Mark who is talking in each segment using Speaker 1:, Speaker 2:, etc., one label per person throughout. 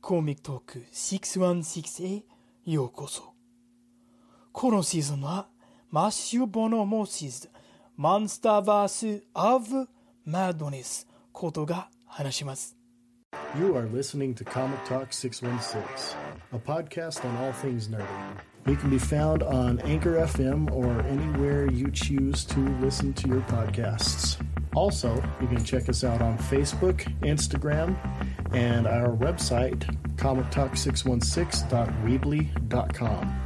Speaker 1: コミックトーク 616A へようこそ。このシーズンは、マッシュ・ボノモシーズ、マンスターバース・アブ・マッドネスことが話します。
Speaker 2: You are listening to Comic Talk 616, a podcast on all things nerdy. You can be found on Anchor FM or anywhere you choose to listen to your podcasts. Also, you can check us out on Facebook, Instagram, and our website, comictalk616.weebly.com.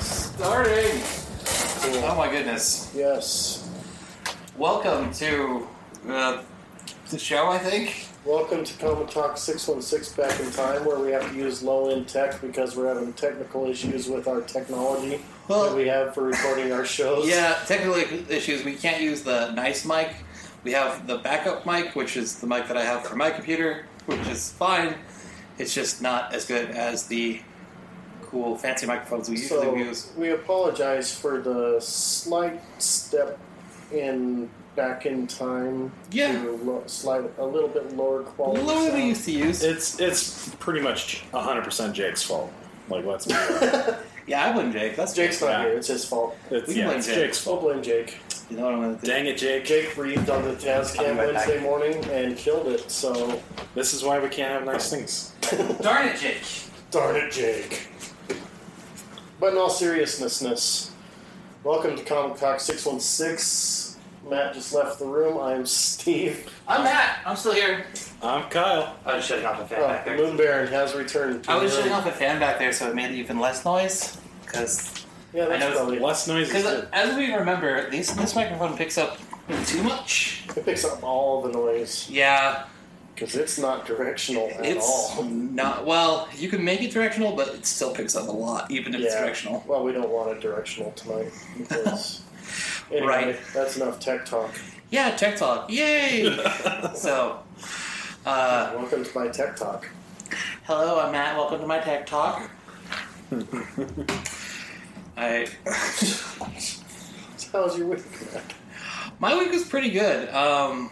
Speaker 3: Starting. Oh my goodness.
Speaker 2: Yes.
Speaker 3: Welcome to uh, the show. I think.
Speaker 2: Welcome to Comic Talk 616 Back in Time, where we have to use low end tech because we're having technical issues with our technology that
Speaker 3: Well-
Speaker 2: we have for recording our shows.
Speaker 3: Yeah, technical issues. We can't use the nice mic. We have the backup mic, which is the mic that I have for my computer, which is fine. It's just not as good as the cool fancy microphones we usually
Speaker 2: So
Speaker 3: use.
Speaker 2: we apologize for the slight step in back in time
Speaker 3: Yeah.
Speaker 2: to lo- slight a little bit lower quality.
Speaker 3: Lower than we
Speaker 2: sound.
Speaker 3: used to use.
Speaker 4: It's it's pretty much 100% Jake's fault. Like, let's be real.
Speaker 3: Yeah, I blame Jake. That's
Speaker 2: Jake's not
Speaker 4: Yeah.
Speaker 2: here; it's his fault.
Speaker 4: It's,
Speaker 3: We can
Speaker 4: yeah,
Speaker 3: blame
Speaker 4: it's
Speaker 3: Jake.
Speaker 4: Jake's
Speaker 2: We'll
Speaker 4: fault.
Speaker 2: blame Jake.
Speaker 3: You know what I'm gonna do?
Speaker 4: Dang it, Jake.
Speaker 2: Jake breathed on the Taz
Speaker 4: I'll
Speaker 2: can
Speaker 4: be right back.
Speaker 2: Wednesday morning and killed it. So
Speaker 4: This is why we can't have nice things.
Speaker 3: Darn it, Jake.
Speaker 2: darn it, Jake. But in all seriousness, welcome to Comic Talk Six One Six. Matt just left the room. I'm Steve.
Speaker 3: I'm Matt. I'm still here.
Speaker 4: I'm Kyle.
Speaker 3: I was shutting off the fan
Speaker 2: Oh, Moon Baron has returned. To
Speaker 3: I was
Speaker 2: the room.
Speaker 3: shutting off a fan back there, so it made even less noise. Because,
Speaker 2: Yeah,
Speaker 3: I
Speaker 2: that's
Speaker 3: know-
Speaker 2: probably
Speaker 4: Less noise is good.
Speaker 3: as we remember, these, this microphone picks up too much.
Speaker 2: It picks up all the noise
Speaker 3: Yeah,
Speaker 2: because it's not directional at
Speaker 3: it's
Speaker 2: all.
Speaker 3: not well. You can make it directional, but it still picks up a lot, even if it's directional.
Speaker 2: Well, we don't want it directional tonight. Because anyway,
Speaker 3: Right.
Speaker 2: That's enough tech talk.
Speaker 3: Yeah, tech talk, yay! so, uh,
Speaker 2: Welcome to my tech talk.
Speaker 3: hello, I'm Matt. Welcome to my tech talk. I
Speaker 2: So how's your week?
Speaker 3: um,
Speaker 2: Matt?
Speaker 3: My week was pretty good. Um,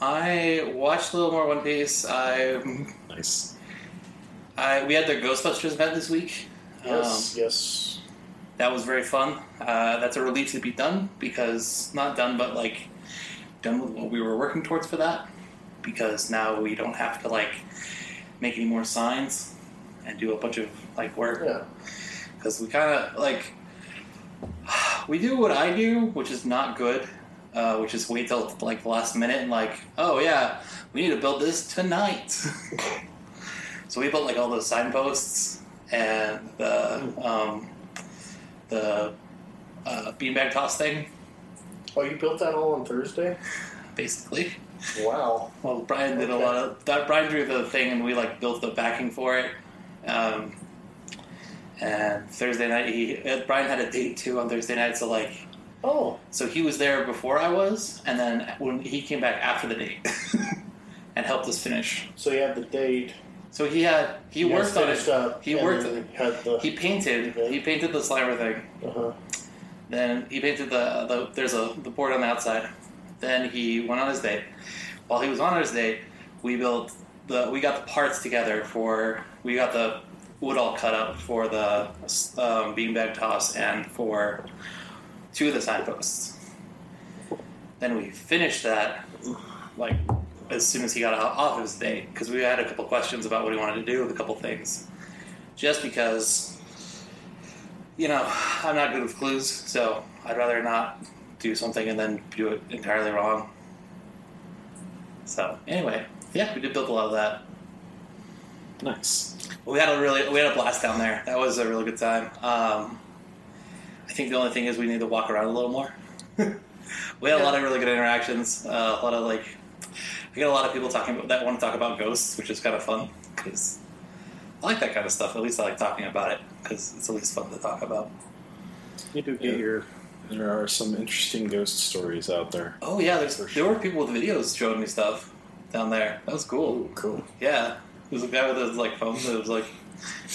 Speaker 3: I watched a little more One Piece. I,
Speaker 4: Nice.
Speaker 3: I we had the Ghostbusters event this week.
Speaker 2: Yes,
Speaker 3: Um,
Speaker 2: yes.
Speaker 3: that was very fun. Uh, that's a relief to be done because not done, but like done with what we were working towards for that. Because now we don't have to like make any more signs and do a bunch of like work
Speaker 2: Yeah.
Speaker 3: because we kind of like we do what I do, which is not good, uh, which is wait till like the last minute and like, oh yeah, we need to build this tonight. so we built like all those signposts and the um, the uh, beanbag toss thing,
Speaker 2: Oh, you built that all on Thursday?
Speaker 3: basically.
Speaker 2: Wow.
Speaker 3: Well, Brian did a lot of that. Brian drew the thing, and we like built the backing for it. Um, and Thursday night, he uh, Brian had a date too on Thursday night, so like,
Speaker 2: Oh,
Speaker 3: so he was there before I was, and then when he came back after the date and helped us finish.
Speaker 2: so you had the date.
Speaker 3: So he had he
Speaker 2: You guys
Speaker 3: worked on
Speaker 2: finished
Speaker 3: it.
Speaker 2: Up
Speaker 3: He
Speaker 2: and
Speaker 3: worked.
Speaker 2: then Had the.
Speaker 3: He painted. He painted the slimer thing.
Speaker 2: uh-huh.
Speaker 3: Then he painted the, the there's a the board on the outside. Then he went on his date. While he was on his date, we built the we got the parts together for we got the wood all cut up for the um, beanbag toss and for two of the signposts. Then we finished that like as soon as he got o- off his date because we had a couple questions about what he wanted to do with a couple things. Just because you know, I'm not good with clues, so I'd rather not do something and then do it entirely wrong. So anyway, yeah, we did build a lot of that.
Speaker 4: Nice.
Speaker 3: We had a really we had a blast down there. That was a really good time. Um, I think the only thing is we need to walk around a little more. we had a lot of really good interactions. Uh, a lot of like, I get a lot of people talking about that want to talk about ghosts, which is kind of fun because I like that kind of stuff. At least I like talking about it because it's at least fun to talk about.
Speaker 4: You do get your. There are some interesting ghost stories out there.
Speaker 3: Oh yeah, there's, there were people with videos showing me stuff. down there. That was cool.
Speaker 4: Ooh, cool.
Speaker 3: Yeah, it was a guy with his like phone that was like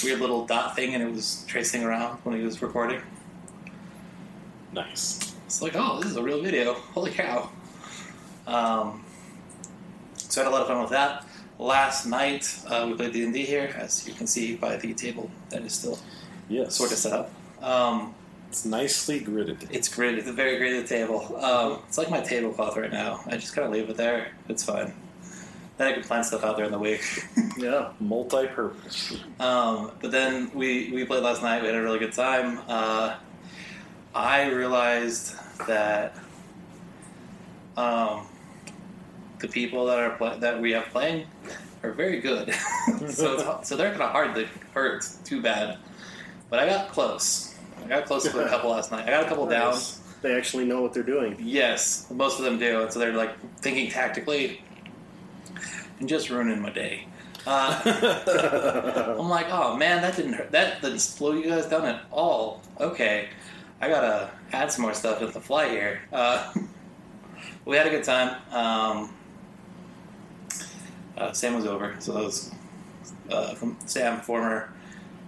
Speaker 3: weird little dot thing, and it was tracing around when he was recording.
Speaker 4: Nice.
Speaker 3: It's like, oh, this is a real video. Holy cow! Um, so I had a lot of fun with that. Last night uh, we played D and D here, as you can see by the table that is still
Speaker 4: Yes.
Speaker 3: sort of set up. Um,
Speaker 4: It's nicely gridded.
Speaker 3: it's great. It's a very great table. Um, it's like my tablecloth right now. I just kind of leave it there. It's fine. Then I can plan stuff out there in the week.
Speaker 4: Yeah. Multi-purpose.
Speaker 3: Um, but then we, we played last night. We had a really good time. Uh, I realized that um, the people that are pla that we have playing are very good. so it's, so they're kind of hard to hurt too bad. But I got close. I got close to a couple last night. I got a couple down.
Speaker 2: Nice. They actually know what they're doing.
Speaker 3: Yes, most of them do. And so they're like thinking tactically and just ruining my day. Uh, I'm like, oh man, that didn't hurt. That didn't slow you guys down at all. Okay, I gotta add some more stuff at the fly here. Uh, we had a good time. Um, uh, Sam was over, so that was uh, from Sam, former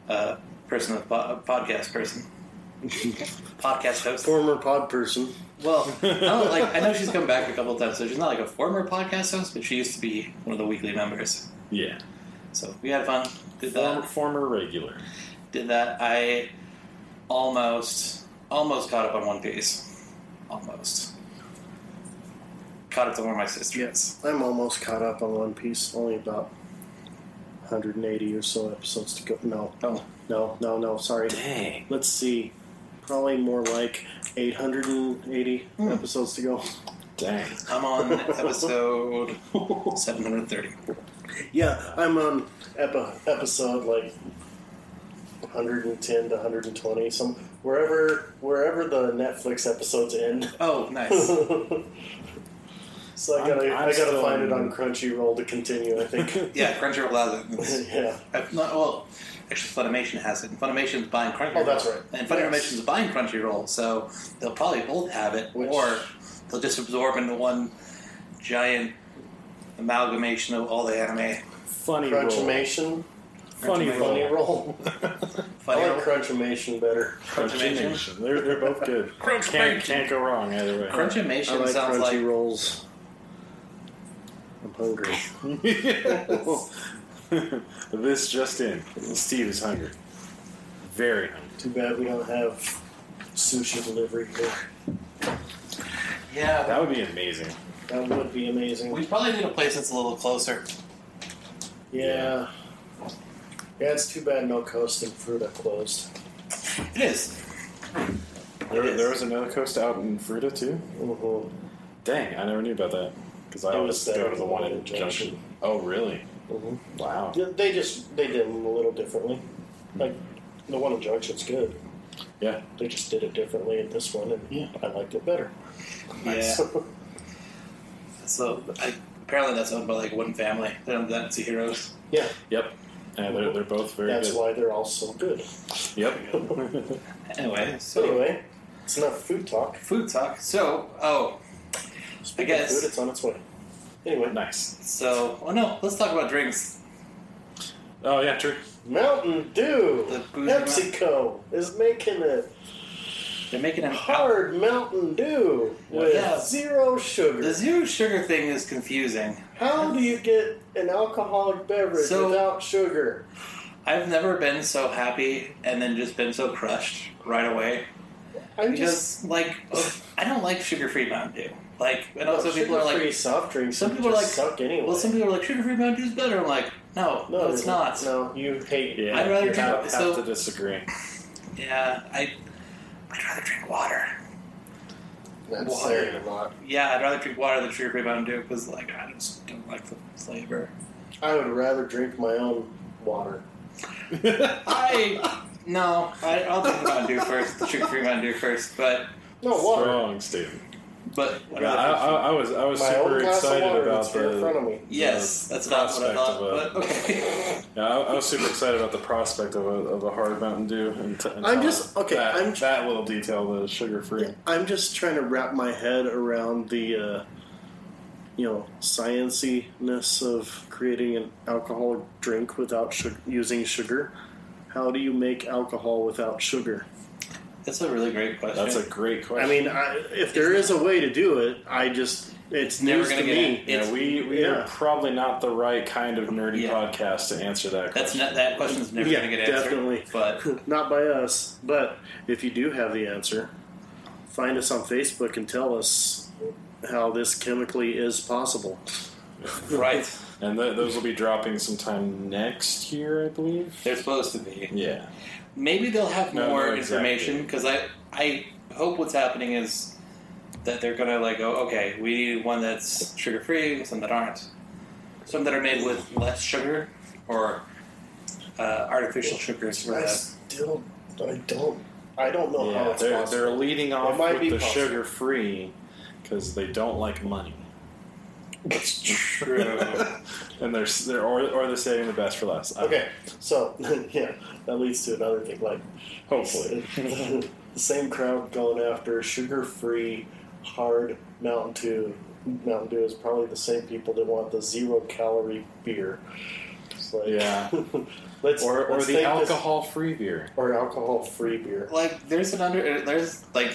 Speaker 3: uh, person of po- podcast person, podcast host.
Speaker 2: Former pod person.
Speaker 3: Well, I don't, like I know she's come back a couple times, so she's not like a former podcast host, but she used to be one of the weekly members.
Speaker 4: Yeah.
Speaker 3: So we had fun. Did
Speaker 4: Former,
Speaker 3: that.
Speaker 4: former regular.
Speaker 3: Did that. I almost almost caught up on One Piece. Almost caught up to one of my sisters.
Speaker 2: I'm almost caught up on One Piece. Only about 180 or so episodes to go. No,
Speaker 3: Oh,
Speaker 2: no, no, no. Sorry.
Speaker 4: Dang.
Speaker 2: Let's see. Probably more like 880 episodes to go.
Speaker 4: Dang.
Speaker 3: I'm on episode 730.
Speaker 2: Yeah, I'm on epi- episode like 110 to 120. Some wherever wherever the Netflix episodes end.
Speaker 3: Oh, nice.
Speaker 2: So I gotta
Speaker 4: I'm- I'm
Speaker 2: I gotta
Speaker 4: still
Speaker 2: find it
Speaker 4: in-
Speaker 2: on Crunchyroll to continue. I think.
Speaker 3: Yeah, Crunchyroll has it.
Speaker 2: yeah.
Speaker 3: I've Uh, not, well, actually, Funimation has it. Funimation's buying Crunchyroll.
Speaker 2: Oh, that's right.
Speaker 3: And Funimation's buying Crunchyroll, so they'll probably both have it,
Speaker 2: Which-
Speaker 3: or they'll just absorb into one giant amalgamation of all the anime.
Speaker 4: Funny roll.
Speaker 2: Crunchimation.
Speaker 4: Funny
Speaker 3: Crunchimation.
Speaker 2: Funny
Speaker 4: roll.
Speaker 2: roll. I like
Speaker 3: Funny
Speaker 2: Crunchimation better.
Speaker 3: Crunchimation.
Speaker 4: Crunchimation. They're, they're both good.
Speaker 3: Crunchimation.
Speaker 4: Can't, can't go wrong either way.
Speaker 2: I
Speaker 3: Crunchimation
Speaker 2: like
Speaker 3: sounds
Speaker 2: crunchy
Speaker 3: like
Speaker 2: rolls. I'm hungry.
Speaker 4: this just in. Steve is hungry. Very hungry.
Speaker 2: Too bad we don't have sushi delivery here.
Speaker 3: yeah.
Speaker 4: That would be amazing.
Speaker 2: That would be amazing.
Speaker 3: We probably need a place that's a little closer.
Speaker 2: Yeah. Yeah, it's too bad no coast and fruit are closed.
Speaker 3: It is.
Speaker 4: There,
Speaker 3: It is.
Speaker 4: there was another coast out in Fruta too.
Speaker 2: Mm-hmm.
Speaker 4: Dang, I never knew about that because I
Speaker 2: It
Speaker 4: always
Speaker 2: was better
Speaker 4: go to the
Speaker 2: than
Speaker 4: one
Speaker 2: Water
Speaker 4: in
Speaker 2: Junction.
Speaker 4: Junction. Oh, really?
Speaker 2: Mm-hmm.
Speaker 4: Wow.
Speaker 2: Yeah, they just they did it a little differently. Like the one in Junction's good.
Speaker 4: Yeah.
Speaker 2: They just did it differently in this one, and
Speaker 4: Yeah.
Speaker 2: I liked it better.
Speaker 3: Yeah. So I, apparently that's owned by like one family. They don't that's the heroes.
Speaker 2: yeah,
Speaker 4: Yep. And they're, they're both very
Speaker 2: that's
Speaker 4: good.
Speaker 2: why they're all so good.
Speaker 4: Yep.
Speaker 3: Anyway, so
Speaker 2: So anyway, it's enough food talk.
Speaker 3: food talk. So oh,
Speaker 2: Speaking of
Speaker 3: guess-
Speaker 2: food, it's on its way. Anyway,
Speaker 4: nice.
Speaker 3: so oh no, let's talk about drinks.
Speaker 4: Oh yeah, true.
Speaker 2: Mountain Dew,
Speaker 3: The boozy
Speaker 2: PepsiCo is making a
Speaker 3: They're making an
Speaker 2: hard Mountain Dew with
Speaker 3: Yeah.
Speaker 2: zero sugar.
Speaker 3: The zero sugar thing is confusing.
Speaker 2: How do you get an alcoholic beverage
Speaker 3: So-
Speaker 2: without sugar?
Speaker 3: I've never been so happy and then just been so crushed right away.
Speaker 2: I'm just
Speaker 3: Because, like, oh, I don't like sugar free Mountain Dew. Like, and
Speaker 2: no,
Speaker 3: also people are
Speaker 2: sugar-free
Speaker 3: like,
Speaker 2: soft drinks.
Speaker 3: some
Speaker 2: would
Speaker 3: people are
Speaker 2: just
Speaker 3: like-
Speaker 2: suck anyway.
Speaker 3: well, some people are like, sugar free Mountain Dew is better. I'm like, no,
Speaker 2: no,
Speaker 3: it's
Speaker 2: it
Speaker 3: not.
Speaker 2: isn't. No, you hate
Speaker 4: Yeah.
Speaker 3: I'd rather
Speaker 4: you
Speaker 3: do-
Speaker 4: have, have
Speaker 3: so-
Speaker 4: to disagree.
Speaker 3: Yeah, I, I'd rather drink water.
Speaker 2: That's
Speaker 3: Water.
Speaker 2: saying a lot.
Speaker 3: Yeah, I'd rather drink water than sugar free Mountain Dew because, like, I just don't like the flavor.
Speaker 2: I would rather drink my own water.
Speaker 3: I, no, I, I'll drink Mountain Dew first, the sugar free Mountain Dew first, but,
Speaker 2: No water.
Speaker 4: Strong statement.
Speaker 3: but,
Speaker 4: Yeah, I, I, I was I was
Speaker 2: my
Speaker 4: super
Speaker 2: own glass
Speaker 4: excited
Speaker 2: of water
Speaker 4: about
Speaker 2: that's here in
Speaker 4: the
Speaker 2: front of me.
Speaker 3: Yes,
Speaker 4: the
Speaker 3: that's not what I
Speaker 4: prospect
Speaker 3: thought,
Speaker 4: of a-
Speaker 3: but okay.
Speaker 4: Yeah, I, I was super excited about the prospect of a, of a hard Mountain Dew. And t- and
Speaker 2: I'm
Speaker 4: how
Speaker 2: just- okay,
Speaker 4: That,
Speaker 2: I'm-
Speaker 4: that little detail, the sugar free.
Speaker 2: I'm just trying to wrap my head around the uh, you know scienciness of creating an alcoholic drink without su- using sugar. How do you make alcohol without sugar?
Speaker 3: That's a really great question.
Speaker 4: That's a great question.
Speaker 2: I mean, I, if there is a way to do it, I just it's
Speaker 3: Never
Speaker 2: news
Speaker 3: gonna
Speaker 2: to
Speaker 3: get
Speaker 2: me.
Speaker 3: it.
Speaker 4: yeah,
Speaker 3: it's-
Speaker 4: we we
Speaker 2: yeah.
Speaker 4: are probably not the right kind of nerdy
Speaker 3: Yeah.
Speaker 4: podcast to answer that.
Speaker 3: That's
Speaker 4: Question.
Speaker 3: not, that question's never
Speaker 2: Yeah,
Speaker 3: going to get answered.
Speaker 2: definitely.
Speaker 3: But
Speaker 2: Not by us, but if you do have the answer, find us on Facebook and tell us how this chemically is possible.
Speaker 3: right,
Speaker 4: and th- those will be dropping sometime next year, I believe.
Speaker 3: they're supposed to be.
Speaker 4: Yeah,
Speaker 3: Maybe they'll have
Speaker 4: No,
Speaker 3: more
Speaker 4: no, exactly.
Speaker 3: information because I I hope what's happening is that they're going to like go okay, we need one that's sugar free, some that aren't, some that are made with less sugar or uh, artificial sugars.
Speaker 2: I
Speaker 3: rather.
Speaker 2: still, I don't, I don't know how
Speaker 4: yeah.
Speaker 2: it's
Speaker 4: They're,
Speaker 2: possible.
Speaker 4: they're leading off
Speaker 2: might be
Speaker 4: with the
Speaker 2: possible.
Speaker 4: sugar free because they don't like money,
Speaker 3: It's true.
Speaker 4: and they're s- they're or, or they're saving the best for last. I-
Speaker 2: Okay, so yeah, that leads to another thing. Like,
Speaker 4: hopefully.
Speaker 2: the same crowd going after sugar-free, hard Mountain Dew. Mountain Dew is probably the same people that want the zero-calorie beer. It's like,
Speaker 4: Yeah,
Speaker 2: let's
Speaker 4: or or
Speaker 2: let's
Speaker 4: the
Speaker 2: take this-
Speaker 4: alcohol free beer.
Speaker 2: or alcohol-free beer.
Speaker 3: like there's an under uh, there's like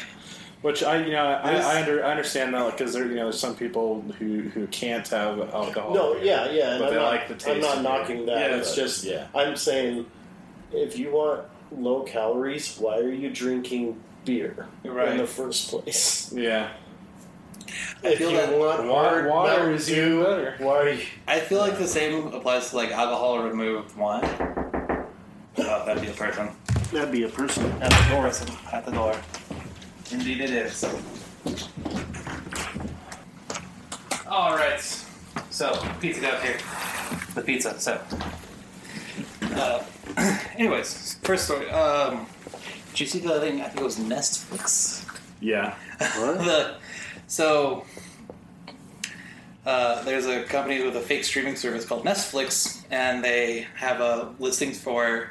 Speaker 4: Which I, you know, I,
Speaker 3: There's-
Speaker 4: I, under, I understand that because there, you know, there's some people who, who can't have alcohol.
Speaker 2: No, yeah, yeah. And
Speaker 4: Oh, But
Speaker 2: I'm
Speaker 4: they
Speaker 2: not,
Speaker 4: like the taste
Speaker 2: I'm not
Speaker 4: of it.
Speaker 2: knocking that.
Speaker 4: Yeah, it's
Speaker 2: but
Speaker 4: just yeah.
Speaker 2: I'm saying, if you want low calories, why are you drinking beer in
Speaker 3: Right.
Speaker 2: the first place?
Speaker 4: Yeah,
Speaker 2: If you
Speaker 3: feel that
Speaker 2: want hard Mountain Dew,
Speaker 4: better.
Speaker 2: why are you?
Speaker 3: I feel like the same applies to like alcohol removed wine. Oh, that'd be a person
Speaker 2: That'd be a person.
Speaker 3: at the door. At the door. Indeed, it is. All right. So pizza got here. The pizza. So. Uh, anyways, first story. Um, did you see the thing? I think it was Netflix.
Speaker 4: Yeah,
Speaker 3: the so uh, there's a company with a fake streaming service called Netflix, and they have a listings for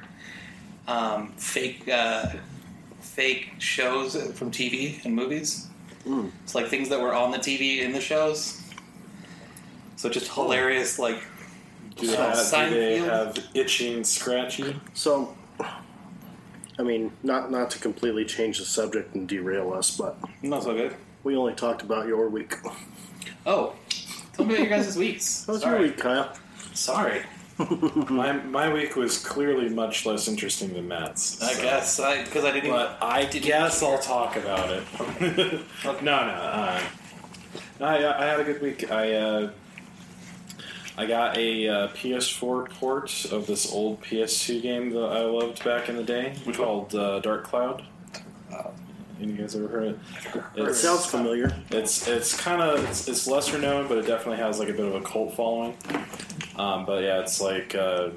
Speaker 3: um, fake uh, fake shows from TV and movies.
Speaker 2: Hmm.
Speaker 3: It's like things that were on the TV in the shows. So just hilarious, like
Speaker 4: do they,
Speaker 3: Uh,
Speaker 4: have, do they
Speaker 3: Seinfeld.
Speaker 4: have itchy and scratchy?
Speaker 2: So, I mean, not not to completely change the subject and derail us, but
Speaker 3: not so good.
Speaker 2: we only talked about your week.
Speaker 3: Oh, tell me about your guys' weeks.
Speaker 2: How's
Speaker 3: Sorry.
Speaker 2: your week, Kyle?
Speaker 3: Sorry,
Speaker 2: Hmm.
Speaker 4: my my week was clearly much less interesting than Matt's.
Speaker 3: I
Speaker 4: so-
Speaker 3: guess because I, didn't.
Speaker 4: but I guess I'll talk about it. no, no. Uh, I, I had a good week. I uh, I got a uh, PS4 port of this old PS2 game that I loved back in the day, called uh, Dark Cloud. Any of you guys ever Uh, heard of it?
Speaker 2: It
Speaker 4: It's-
Speaker 2: sounds familiar.
Speaker 4: it's it's kind of it's, it's lesser known, but it definitely has like a bit of a cult following. Um, but yeah, it's like uh,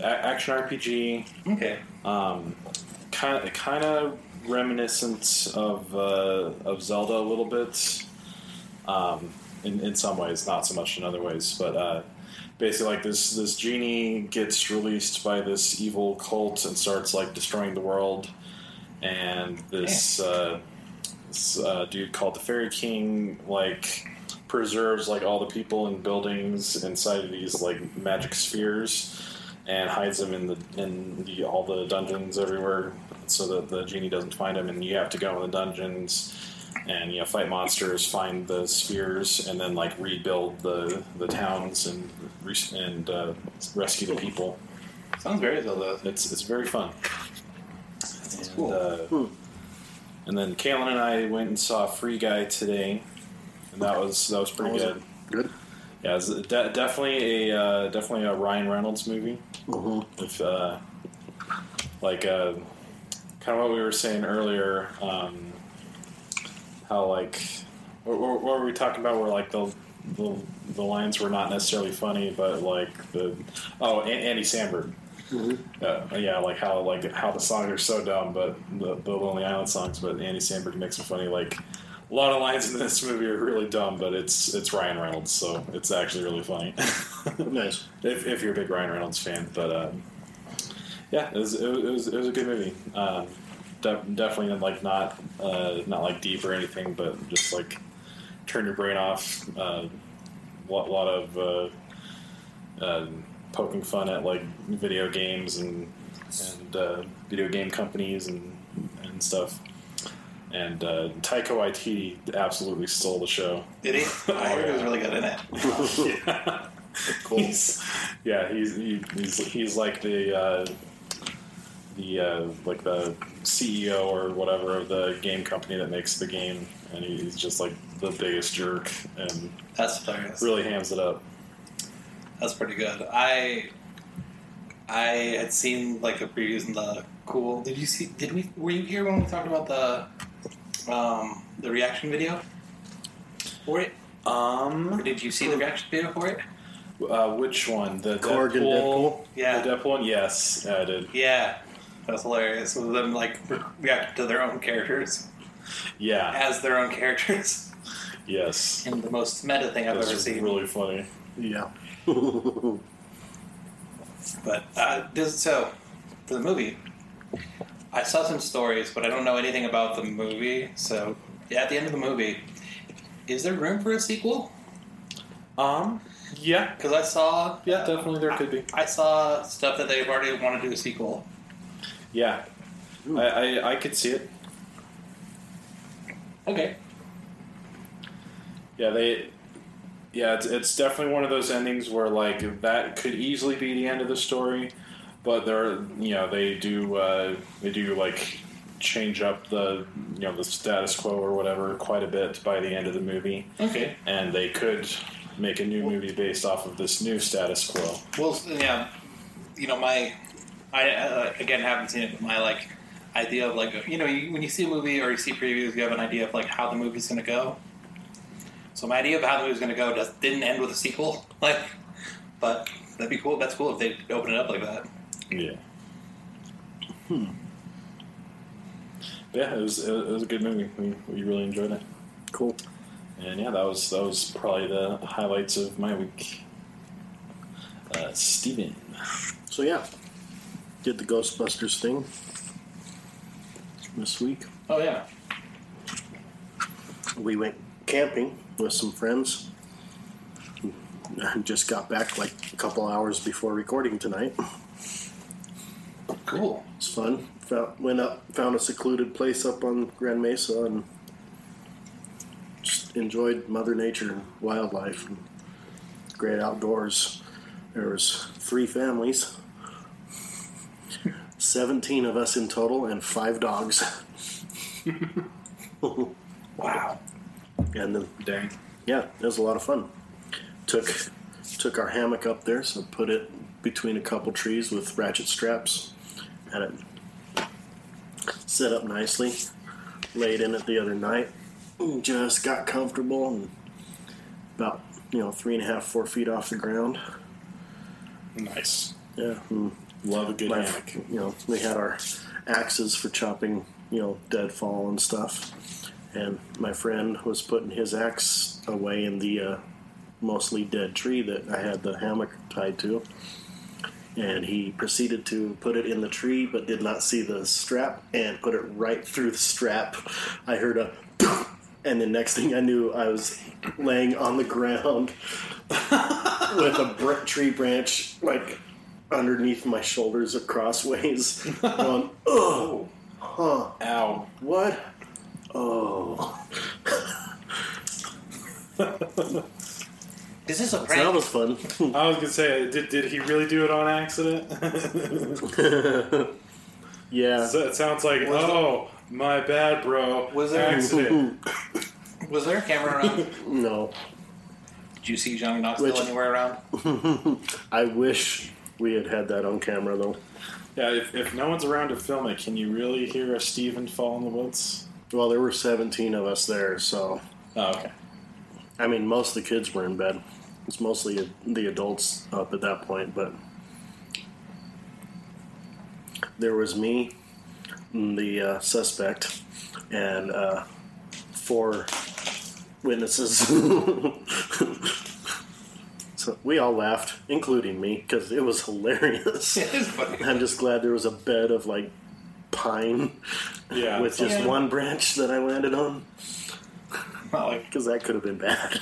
Speaker 4: a- action RPG,
Speaker 3: okay.
Speaker 4: um, kind of kind of reminiscent of uh, of Zelda a little bit. Um, in, in some ways, not so much in other ways, but uh, basically, like this this genie gets released by this evil cult and starts like destroying the world, and this. Uh, this uh, dude called the Fairy King like preserves like all the people and buildings inside of these like magic spheres and hides them in the in the all the dungeons everywhere so that the genie doesn't find them and you have to go in the dungeons and you know fight monsters find the spheres and then like rebuild the the towns and re- and uh, rescue the people
Speaker 3: Sounds very Zelda.
Speaker 4: it's it's very fun.
Speaker 3: Sounds
Speaker 4: And,
Speaker 3: cool.
Speaker 4: uh, and then Kalen and I went and saw Free Guy today, and that was that was pretty
Speaker 2: How was
Speaker 4: good.
Speaker 2: Good.
Speaker 4: Yeah, it's de- definitely a uh, definitely a Ryan Reynolds movie. If uh, like uh, kind of what we were saying earlier, um, how like what, what what were we talking about? Where like the, the the lines were not necessarily funny, but like the oh An- Andy Samberg. Uh, yeah, like how like how the songs are so dumb, but the, the Lonely Island songs, but Andy Samberg makes them funny. Like a lot of lines in this movie are really dumb, but it's it's Ryan Reynolds, so it's actually really funny.
Speaker 2: Nice.
Speaker 4: if, if you're a big Ryan Reynolds fan, but um, yeah, it was, it was it was a good movie. Um, de- definitely like not uh, not like deep or anything, but just like turn your brain off. Uh, lot, lot of uh, um poking fun at like video games and and uh, video game companies and and stuff. And uh, Taika Waititi absolutely stole the show.
Speaker 3: Did he? I heard he was really good in it.
Speaker 4: yeah.
Speaker 2: Cool.
Speaker 4: He's, yeah, he's he, he's he's like the uh, the uh, like the CEO or whatever of the game company that makes the game, and he's just like the biggest jerk and
Speaker 3: That's hilarious.
Speaker 4: really hams it up.
Speaker 3: That's pretty good. I I had seen like a previews in the cool. Did you see? Did we? Were you here when we talked about the um the reaction video for it? Or
Speaker 4: Um,
Speaker 3: did you see the reaction video for it?
Speaker 4: uh, which one? The
Speaker 2: Korg and
Speaker 4: Deadpool.
Speaker 3: Yeah.
Speaker 4: the Deadpool one. Yes, yeah, I did.
Speaker 3: Yeah, that was hilarious. With them like re- reacting to their own characters
Speaker 4: Yeah,
Speaker 3: as their own characters,
Speaker 4: yes.
Speaker 3: and the most meta thing I've ever
Speaker 4: That's
Speaker 3: seen.
Speaker 4: really funny.
Speaker 2: Yeah.
Speaker 3: But uh, this, so for the movie, I saw some stories, but I don't know anything about the movie. So yeah, at the end of the movie, is there room for a sequel?
Speaker 4: Um, yeah,
Speaker 3: Because I saw
Speaker 4: yeah, definitely there could be.
Speaker 3: I saw stuff that they've already wanted to do a sequel.
Speaker 4: Yeah, I, I I could see it.
Speaker 3: Okay,
Speaker 4: Yeah, they. Yeah, it's, it's definitely one of those endings where like that could easily be the end of the story, but they're you know they do uh, they do like change up the you know the status quo or whatever quite a bit by the end of the movie,
Speaker 3: okay.
Speaker 4: and they could make a new movie based off of this new status quo.
Speaker 3: Well, yeah, you know my, I uh, again haven't seen it, but my like idea of like you know you, when you see a movie or you see previews, you have an idea of like how the movie's going to go. So my idea of how the movie's going to go does, didn't end with a sequel, like, but that'd be cool. That's cool if they open it up like that.
Speaker 4: Yeah. Hmm. Yeah, it was it was a good movie. We, we really enjoyed it.
Speaker 2: Cool.
Speaker 4: And yeah, that was that was probably the highlights of my week. Uh, Steven.
Speaker 2: So yeah, did the Ghostbusters thing this week.
Speaker 3: Oh yeah,
Speaker 2: We went camping with some friends. Just got back like a couple hours before recording tonight.
Speaker 3: cool.
Speaker 2: It's fun. Found, went up, found a secluded place up on Grand Mesa, and just enjoyed Mother Nature and wildlife and great outdoors. There was three families, seventeen of us in total, and five dogs.
Speaker 3: Wow.
Speaker 2: And the,
Speaker 4: Dang.
Speaker 2: yeah, it was a lot of fun. Took took our hammock up there, so put it between a couple trees with ratchet straps, had it set up nicely. Laid in it the other night, just got comfortable and about you know three and a half, four feet off the ground.
Speaker 4: Nice.
Speaker 2: Yeah, and
Speaker 4: Love a good
Speaker 2: my-
Speaker 4: hammock.
Speaker 2: you know we had our axes for chopping you know deadfall and stuff. And my friend was putting his axe away in the uh, mostly dead tree that I had the hammock tied to. And he proceeded to put it in the tree, but did not see the strap and put it right through the strap. I heard a and the next thing I knew, I was laying on the ground with a br- tree branch like underneath my shoulders, across ways, going, "Oh, huh,
Speaker 4: Ow.
Speaker 2: what? Oh,
Speaker 3: This is a
Speaker 2: so that
Speaker 3: prank.
Speaker 2: was fun."
Speaker 4: I was gonna say, did, did he really do it on accident? so
Speaker 2: yeah,
Speaker 4: it sounds like,
Speaker 3: Was it-
Speaker 4: oh, my bad, bro.
Speaker 3: Was it-
Speaker 4: accident?
Speaker 3: Was there a camera around? Did
Speaker 2: no,
Speaker 3: you see Johnny Knoxville
Speaker 2: Which-
Speaker 3: anywhere around?
Speaker 2: I wish we had had that on camera though.
Speaker 4: yeah, if, if no one's around to film it, can you really hear a Steven fall in the woods?
Speaker 2: Well, there were 17 of us there, so
Speaker 4: Oh, okay.
Speaker 2: I mean, most of the kids were in bed. It's mostly the adults up at that point, but there was me, the uh, suspect, and uh, four witnesses. so we all laughed, including me, because it was hilarious.
Speaker 3: It is funny.
Speaker 2: I'm just glad there was a bed of like pine
Speaker 4: Yeah.
Speaker 2: with just
Speaker 3: Yeah.
Speaker 2: one branch that I landed on,
Speaker 3: Not like
Speaker 2: because that could have been bad.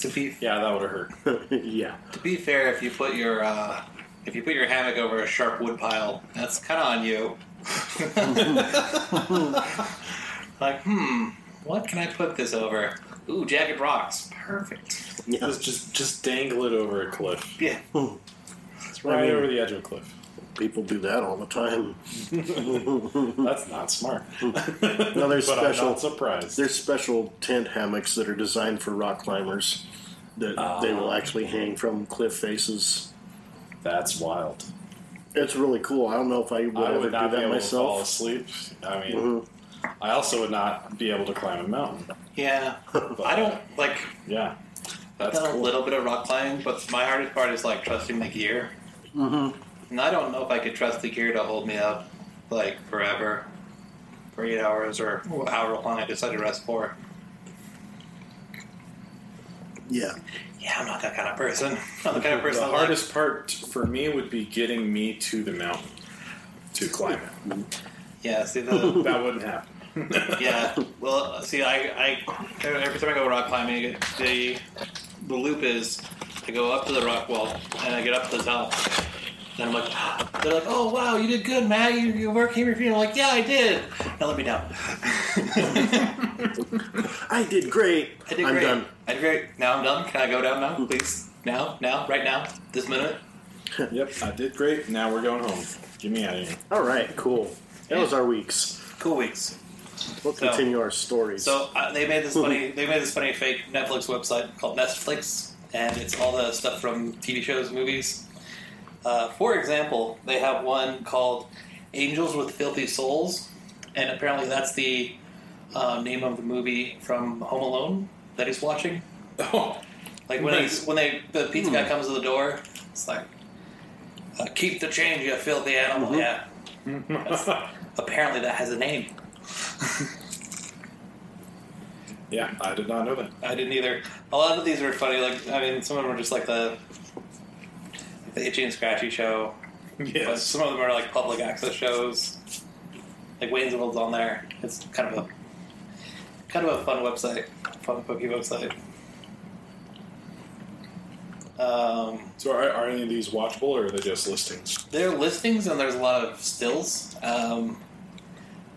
Speaker 3: To be
Speaker 4: Yeah, that would have hurt.
Speaker 2: yeah.
Speaker 3: to be fair, if you put your uh, if you put your hammock over a sharp wood pile, that's kind of on you. like, hmm, what can I put this over? Ooh, jagged rocks, perfect.
Speaker 2: Yeah.
Speaker 4: Just, just just dangle it over a cliff.
Speaker 3: Yeah,
Speaker 4: It's right
Speaker 2: I mean-
Speaker 4: over the edge of a cliff.
Speaker 2: People do that all the time.
Speaker 4: That's not smart. no,
Speaker 2: there's
Speaker 4: but
Speaker 2: special-
Speaker 4: I'm not surprised.
Speaker 2: There's special tent hammocks that are designed for rock climbers that they
Speaker 4: Ah.
Speaker 2: will actually hang from cliff faces.
Speaker 4: That's wild.
Speaker 2: It's really cool. I don't know if I would
Speaker 4: I
Speaker 2: ever
Speaker 4: would not
Speaker 2: do
Speaker 4: be
Speaker 2: that
Speaker 4: able to fall
Speaker 2: myself. Mm-hmm.
Speaker 4: asleep. I mean, I also would not be able to climb a mountain.
Speaker 3: yeah.
Speaker 4: But,
Speaker 3: I don't like
Speaker 4: Yeah,
Speaker 3: I've
Speaker 4: that's
Speaker 3: done a
Speaker 4: cool.
Speaker 3: little bit of rock climbing, but my hardest part is like trusting the gear. Mm-hmm. And I don't know if I could trust the gear to hold me up like forever, for eight hours or however long I decide to rest for.
Speaker 2: Yeah.
Speaker 3: Yeah, I'm not that kind of person. I'm the kind of person
Speaker 4: The
Speaker 3: that likes-
Speaker 4: hardest part for me would be getting me to the mountain to climb it.
Speaker 3: Yeah, see the
Speaker 4: That wouldn't happen.
Speaker 3: yeah. Well, see, I, I every time I go rock climbing, the the loop is I go up to the rock wall and I get up to the top. And I'm like, they're like, oh wow, you did good, Matt. You, you work came your feet. I'm like, yeah, I did. Now let me down.
Speaker 2: I did great.
Speaker 3: I did
Speaker 2: am
Speaker 3: great.
Speaker 2: done.
Speaker 3: I did great. Now I'm done. Can I go down now, please? Now, now, right now, this minute.
Speaker 4: Yep, I did great. Now we're going home. Get me out of here.
Speaker 2: All right, cool. That was our weeks.
Speaker 3: Cool weeks.
Speaker 2: We'll
Speaker 3: So-
Speaker 2: continue our stories.
Speaker 3: So uh, they made this funny. They made this funny fake Netflix website called Netflix, and it's all the stuff from TV shows, movies. Uh, for example, they have one called "Angels with Filthy Souls," and apparently that's the uh, name of the movie from Home Alone that he's watching.
Speaker 4: Oh,
Speaker 3: Like when
Speaker 4: Nice.
Speaker 3: he's when they the pizza guy comes to the door, it's like, uh, "Keep the change, you filthy animal." Yeah. That's- apparently that has a name.
Speaker 4: yeah, I did not know that.
Speaker 3: I didn't either. A lot of these are funny. Like, I mean, some of them are just like the like the itchy and scratchy show. But
Speaker 4: Yes.
Speaker 3: some of them are like public access shows. Like Wayne's World's on there. It's kind of a kind of a fun website, fun pokey website. Um,
Speaker 4: So are, are any of these watchable or are they just listings?
Speaker 3: there are listings and there's a lot of stills. Um,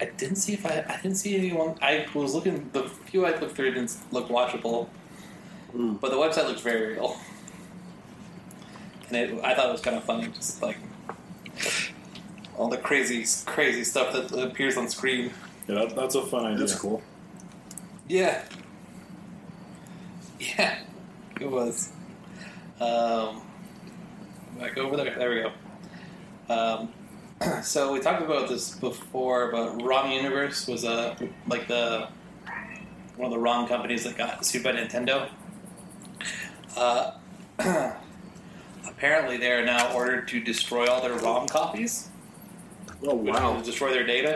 Speaker 3: I didn't see if I I didn't see anyone. I was looking the few I looked through didn't look watchable, but the website looks very real, and it, I thought it was kind of funny, just like all the crazy crazy stuff that appears on screen.
Speaker 4: Yeah, that, that's a fun idea.
Speaker 2: That's
Speaker 4: cool.
Speaker 3: Yeah. Yeah, it was. Um, like over there. There we go. Um, so we talked about this before, but ROM Universe was a like the one of the ROM companies that got sued by Nintendo. Uh, apparently, they are now ordered to destroy all their ROM copies
Speaker 2: oh
Speaker 3: which will
Speaker 2: wow,
Speaker 3: destroy their data.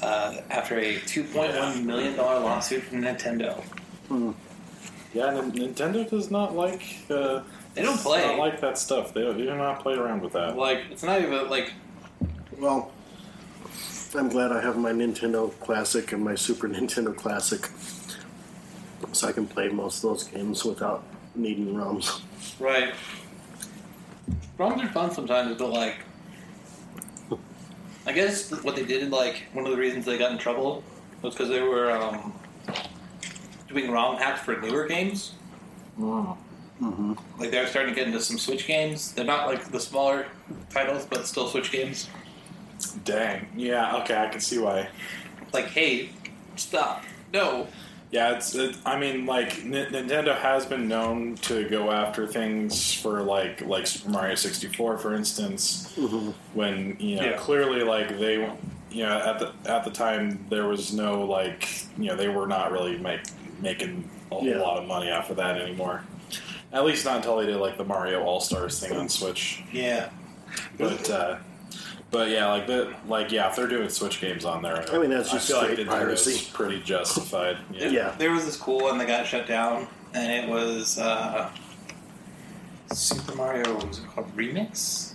Speaker 3: Uh, after a 2.1 million dollar lawsuit from Nintendo,
Speaker 4: Yeah, N- Nintendo does not like. Uh,
Speaker 3: they don't
Speaker 4: does
Speaker 3: play.
Speaker 4: Not like that stuff. They, they do not play around with that.
Speaker 3: like it's not even like
Speaker 2: well. I'm glad I have my Nintendo Classic and my Super Nintendo Classic, so I can play most of those games without needing ROMs.
Speaker 3: right. ROMs are fun sometimes, but like, I guess what they did, like one of the reasons they got in trouble was because they were um, doing ROM hacks for newer games. Like they're starting to get into some Switch games. They're not like the smaller titles, but still Switch games.
Speaker 4: Dang. Yeah. Okay, I can see why.
Speaker 3: like, hey, stop. No.
Speaker 4: Yeah, it's. It, I mean, like N- Nintendo has been known to go after things for like like Super Mario sixty four, for instance, when you know
Speaker 3: Yeah.
Speaker 4: clearly like they, you know, at the at the time there was no like you know they were not really make, making a
Speaker 2: Yeah.
Speaker 4: lot of money off of that anymore. At least not until they did like the Mario All Stars thing on Switch.
Speaker 3: Yeah.
Speaker 4: But uh, but yeah, like the like yeah, if they're doing Switch games on there,
Speaker 2: I mean, that's just
Speaker 4: I feel like
Speaker 2: straight
Speaker 4: Nintendo's
Speaker 2: piracy.
Speaker 4: pretty justified.
Speaker 2: Yeah.
Speaker 3: There was this cool one that got shut down, and it was uh, Super Mario. What was it called? Remix.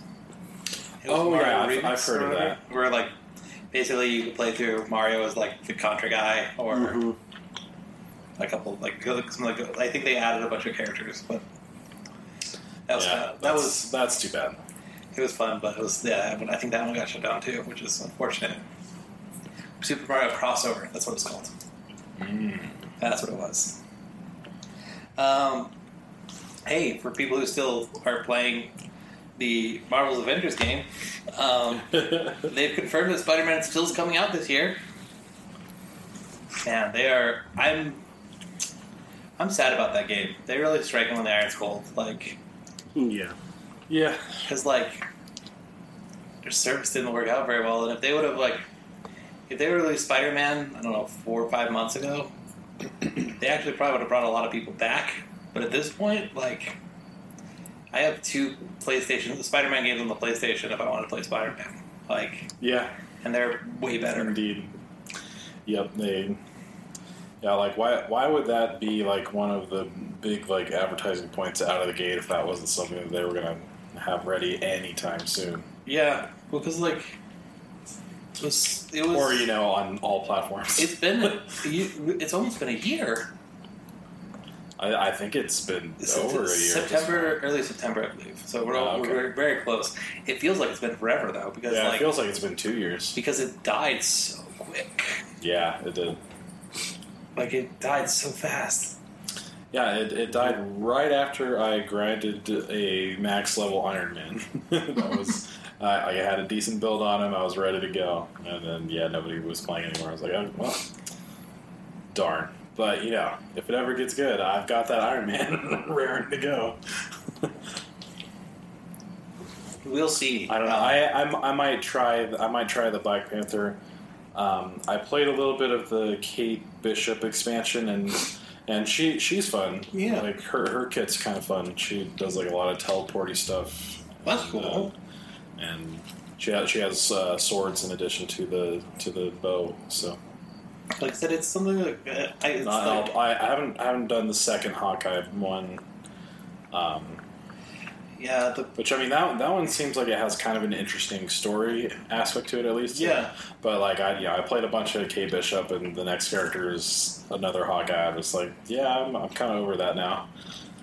Speaker 3: It was
Speaker 4: Oh,
Speaker 3: Mario
Speaker 4: yeah, I've-
Speaker 3: Remix
Speaker 4: I've heard
Speaker 3: or
Speaker 4: of
Speaker 3: whatever,
Speaker 4: that.
Speaker 3: Where like
Speaker 4: Mm-hmm.
Speaker 2: Mm-hmm.
Speaker 3: basically you could play through Mario as like the Contra guy or a couple like, some, like I think they added a bunch of characters, but that was
Speaker 4: yeah,
Speaker 3: kinda- that
Speaker 4: that's-
Speaker 3: was
Speaker 4: that's too bad.
Speaker 3: it was fun, but it was yeah. I think that one got shut down too, which is unfortunate. Super Mario crossover. That's what it's called. That's what it was. Um, hey, for people who still are playing the Marvel's Avengers game, um, they've confirmed that Spider-Man still is coming out this year. Man, they are. I'm. I'm sad about that game. They really strike me when the iron's cold. Like,
Speaker 2: Yeah.
Speaker 4: yeah,
Speaker 3: because like their service didn't work out very well, and if they would have like if they were released Spider Man, I don't know, four or five months ago, they actually probably would have brought a lot of people back. But at this point, like I have two PlayStation Spider Man games on the PlayStation if I want to play Spider Man. Like
Speaker 4: yeah,
Speaker 3: and they're way better.
Speaker 4: indeed. Yep, they. Yeah, like why? Why would that be like one of the big like advertising points out of the gate if that wasn't something that they were gonna have ready anytime soon,
Speaker 3: Yeah. Well, because like it was it was
Speaker 4: or you know, on all platforms?
Speaker 3: it's been you- it's almost been a year
Speaker 4: I, I think it's been over a year. at this point.
Speaker 3: September, early September, I believe. So we're, all,
Speaker 4: Oh, okay.
Speaker 3: we're very close. It feels like it's been forever though, because
Speaker 4: Yeah,
Speaker 3: like
Speaker 4: it feels like it's been two years.
Speaker 3: because it died so quick,
Speaker 4: Yeah, it did.
Speaker 3: like it died so fast.
Speaker 4: Yeah, it, it died right after I grinded a max level Iron Man. that was I I had a decent build on him. I was ready to go, and then yeah, nobody was playing anymore. I was like, oh, well, darn. But you know, if it ever gets good, I've got that Iron Man raring to go.
Speaker 3: We'll see. Uh,
Speaker 4: I don't know. I, I I might try. I might try the Black Panther. Um, I played a little bit of the Kate Bishop expansion, and and she she's fun.
Speaker 3: Yeah.
Speaker 4: like her her kit's kind of fun. She does like a lot of teleporty stuff.
Speaker 3: That's
Speaker 4: And,
Speaker 3: cool.
Speaker 4: uh, and she has, she has uh, swords in addition to the to the bow. So
Speaker 3: like I said, it's something like uh, I, it's
Speaker 4: I,
Speaker 3: like,
Speaker 4: I, I haven't I haven't done the second Hawkeye one. Um,
Speaker 3: yeah, the,
Speaker 4: which I mean that that one seems like it has kind of an interesting story aspect to it at least.
Speaker 3: yeah.
Speaker 4: But like I, yeah, I played a bunch of K Bishop, and the next character is another Hawkeye. I'm just like, yeah, I'm, I'm kind of over that now.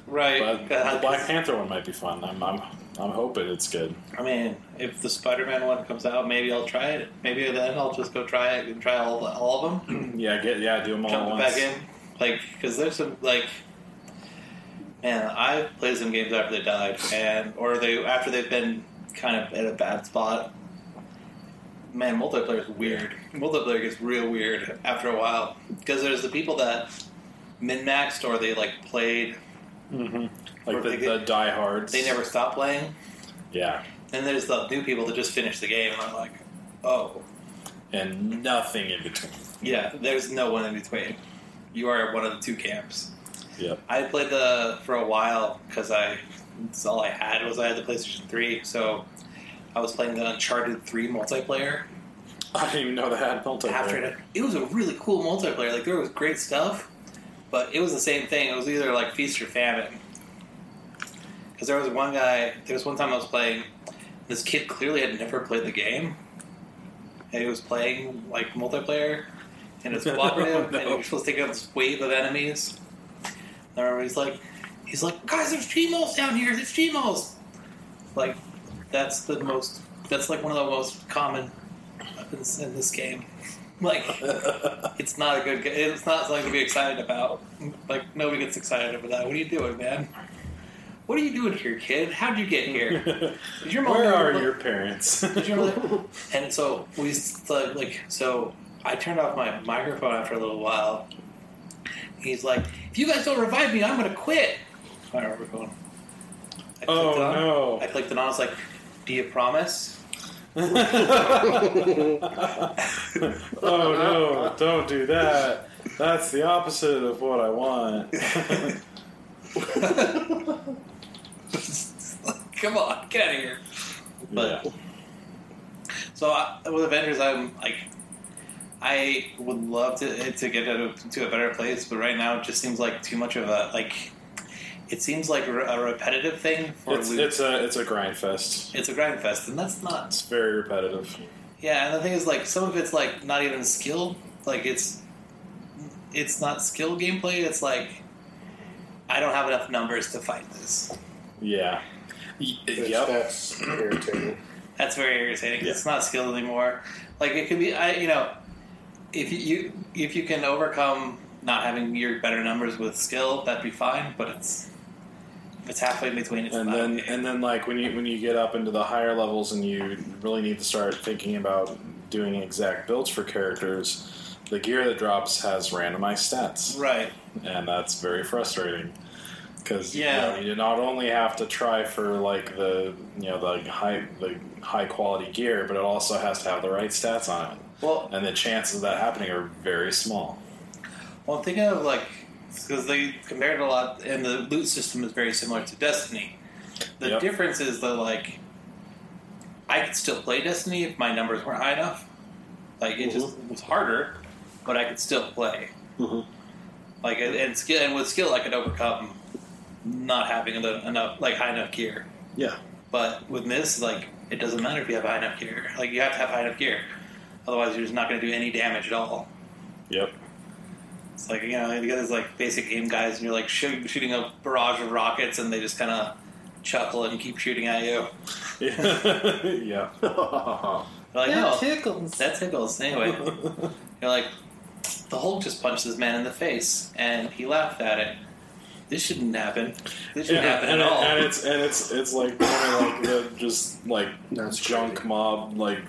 Speaker 3: Right.
Speaker 4: But
Speaker 3: God,
Speaker 4: the Black Panther one might be fun. I'm, I'm, I'm hoping it's good.
Speaker 3: I mean, if the Spider-Man one comes out, maybe I'll try it. Maybe then I'll just go try it and try all the, all of them.
Speaker 4: Yeah, get yeah, do them all at
Speaker 3: Jumping
Speaker 4: once.
Speaker 3: Mm-hmm. back in, like because there's some like, man, I played some games after they died, and or they after they've been kind of in a bad spot. Man, multiplayer is weird. Multiplayer gets real weird after a while because there's the people that min maxed or they like played,
Speaker 4: Mm-hmm. Like the, the diehards.
Speaker 3: they never stopped playing,
Speaker 4: Yeah,
Speaker 3: and there's the new people that just finish the game, and I'm like, oh
Speaker 4: and nothing in between.
Speaker 3: yeah, there's no one in between. You are one of the two camps.
Speaker 4: Yep.
Speaker 3: I played the for a while because I that's all I had was I had the PlayStation Three, so I was playing the Uncharted Three multiplayer.
Speaker 4: I didn't even know they had multiplayer.
Speaker 3: After it, it was a really cool multiplayer. Like there was great stuff, but it was the same thing. It was either like feast or famine. Because there was one guy. There was one time I was playing. This kid clearly had never played the game, and he was playing like multiplayer, and it's cooperative,
Speaker 4: Oh, No.
Speaker 3: and you're supposed to take out this wave of enemies. And I remember he's like, he's like, guys, there's Chimos down here. There's Chimos. Like, that's the most. That's like one of the most common weapons in this game. Like, it's not a good. ga- It's not something to be excited about. Like, nobody gets excited about that. What are you doing, man? What are you doing here, kid? How'd you get here? Did your mom
Speaker 4: Where
Speaker 3: never
Speaker 4: are
Speaker 3: look-
Speaker 4: your parents?
Speaker 3: did you really- and so we s- like like, so I turned off my microphone after a little while. He's like, "If you guys don't revive me, I'm gonna quit." My microphone. I clicked
Speaker 4: Oh,
Speaker 3: it on.
Speaker 4: no.
Speaker 3: I clicked it on. I was like, "Do you promise?"
Speaker 4: oh no! Don't do that. That's the opposite of what I want.
Speaker 3: Come on, get out of here. But
Speaker 4: Yeah.
Speaker 3: so I, with Avengers, I'm like, I would love to to get to, to a better place, but right now it just seems like too much of a like. It seems like re- a repetitive thing for
Speaker 4: It's,
Speaker 3: Luke.
Speaker 4: it's a it's a grind fest.
Speaker 3: it's a grind fest, and that's not.
Speaker 4: It's very repetitive.
Speaker 3: Yeah, and the thing is, like, some of it's like not even skill. Like, it's it's not skill gameplay. It's like I don't have enough numbers to fight this.
Speaker 4: Yeah. Y-
Speaker 5: Which
Speaker 4: Yep.
Speaker 5: That's irritating.
Speaker 3: That's very irritating. 'cause
Speaker 4: Yeah.
Speaker 3: It's not skill anymore. Like it could be, I you know, if you, you if you can overcome not having your better numbers with skill, that'd be fine. But it's if it's halfway between. It's
Speaker 4: and
Speaker 3: not
Speaker 4: then
Speaker 3: okay.
Speaker 4: and then like when you when you get up into the higher levels and you really need to start thinking about doing exact builds for characters the gear that drops has randomized stats
Speaker 3: right,
Speaker 4: and that's very frustrating because
Speaker 3: Yeah.
Speaker 4: you, not only have to try for like the you know the high the high quality gear but it also has to have the right stats on it
Speaker 3: well,
Speaker 4: and the chances of that happening are very small
Speaker 3: Well, I'm thinking of like because they compared a lot, and the loot system is very similar to Destiny. The
Speaker 4: Yep.
Speaker 3: difference is that like I could still play Destiny if my numbers weren't high enough. Like it just was harder, but I could still play.
Speaker 2: Mhm.
Speaker 3: Like and and skill and with skill, I could overcome not having the, enough like high enough gear.
Speaker 2: Yeah.
Speaker 3: But with this, like it doesn't matter if you have high enough gear. Like you have to have high enough gear, otherwise you're just not going to do any damage at all.
Speaker 4: yep
Speaker 3: It's like you know, you got these like basic game guys, and you're like shooting, shooting a barrage of rockets, and they just kind of chuckle and keep shooting at you.
Speaker 4: yeah
Speaker 3: You're like, oh,
Speaker 1: tickles.
Speaker 3: that tickles. Anyway, you're like, the Hulk just punched this man in the face, and he laughed at it. This shouldn't happen. This shouldn't happen
Speaker 4: and,
Speaker 3: at
Speaker 4: it-
Speaker 3: all.
Speaker 4: and it's and it's it's like kind of like the just like
Speaker 2: That's
Speaker 4: junk
Speaker 2: crazy.
Speaker 4: mob, like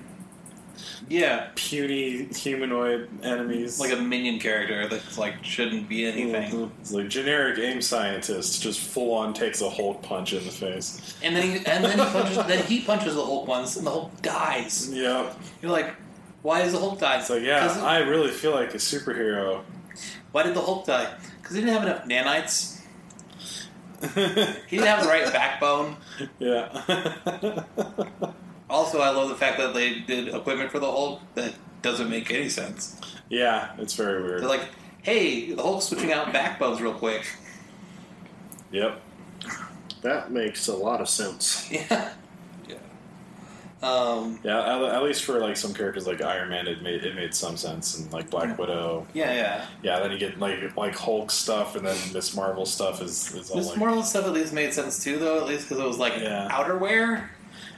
Speaker 3: yeah,
Speaker 4: puny humanoid enemies,
Speaker 3: like a minion character that's like shouldn't be anything.
Speaker 4: it's like generic aim scientist, just full on takes a Hulk punch in the face.
Speaker 3: And then he, and then he punches, then he punches the Hulk once, and the Hulk dies.
Speaker 4: Yeah,
Speaker 3: You're like, why is the Hulk die?
Speaker 4: it's like yeah,
Speaker 3: 'Cause-
Speaker 4: I really feel like a superhero.
Speaker 3: Why did the Hulk die? Because he didn't have enough nanites. He didn't have the right backbone.
Speaker 4: yeah,
Speaker 3: Also, I love the fact that they did equipment for the Hulk that doesn't make any sense.
Speaker 4: yeah, it's very weird.
Speaker 3: They're like, hey, the Hulk's switching out backbones real quick.
Speaker 4: yep,
Speaker 2: That makes a lot of sense.
Speaker 3: Yeah. Yeah. Um,
Speaker 4: yeah. At, at least for like some characters like Iron Man, it made it made some sense, and like Black Widow.
Speaker 3: yeah, yeah.
Speaker 4: Yeah, then you get like like Hulk stuff, and then Miss Marvel stuff is is all
Speaker 3: This
Speaker 4: like
Speaker 3: Marvel stuff at least made sense too, though, at least because it was like
Speaker 4: Yeah.
Speaker 3: outerwear.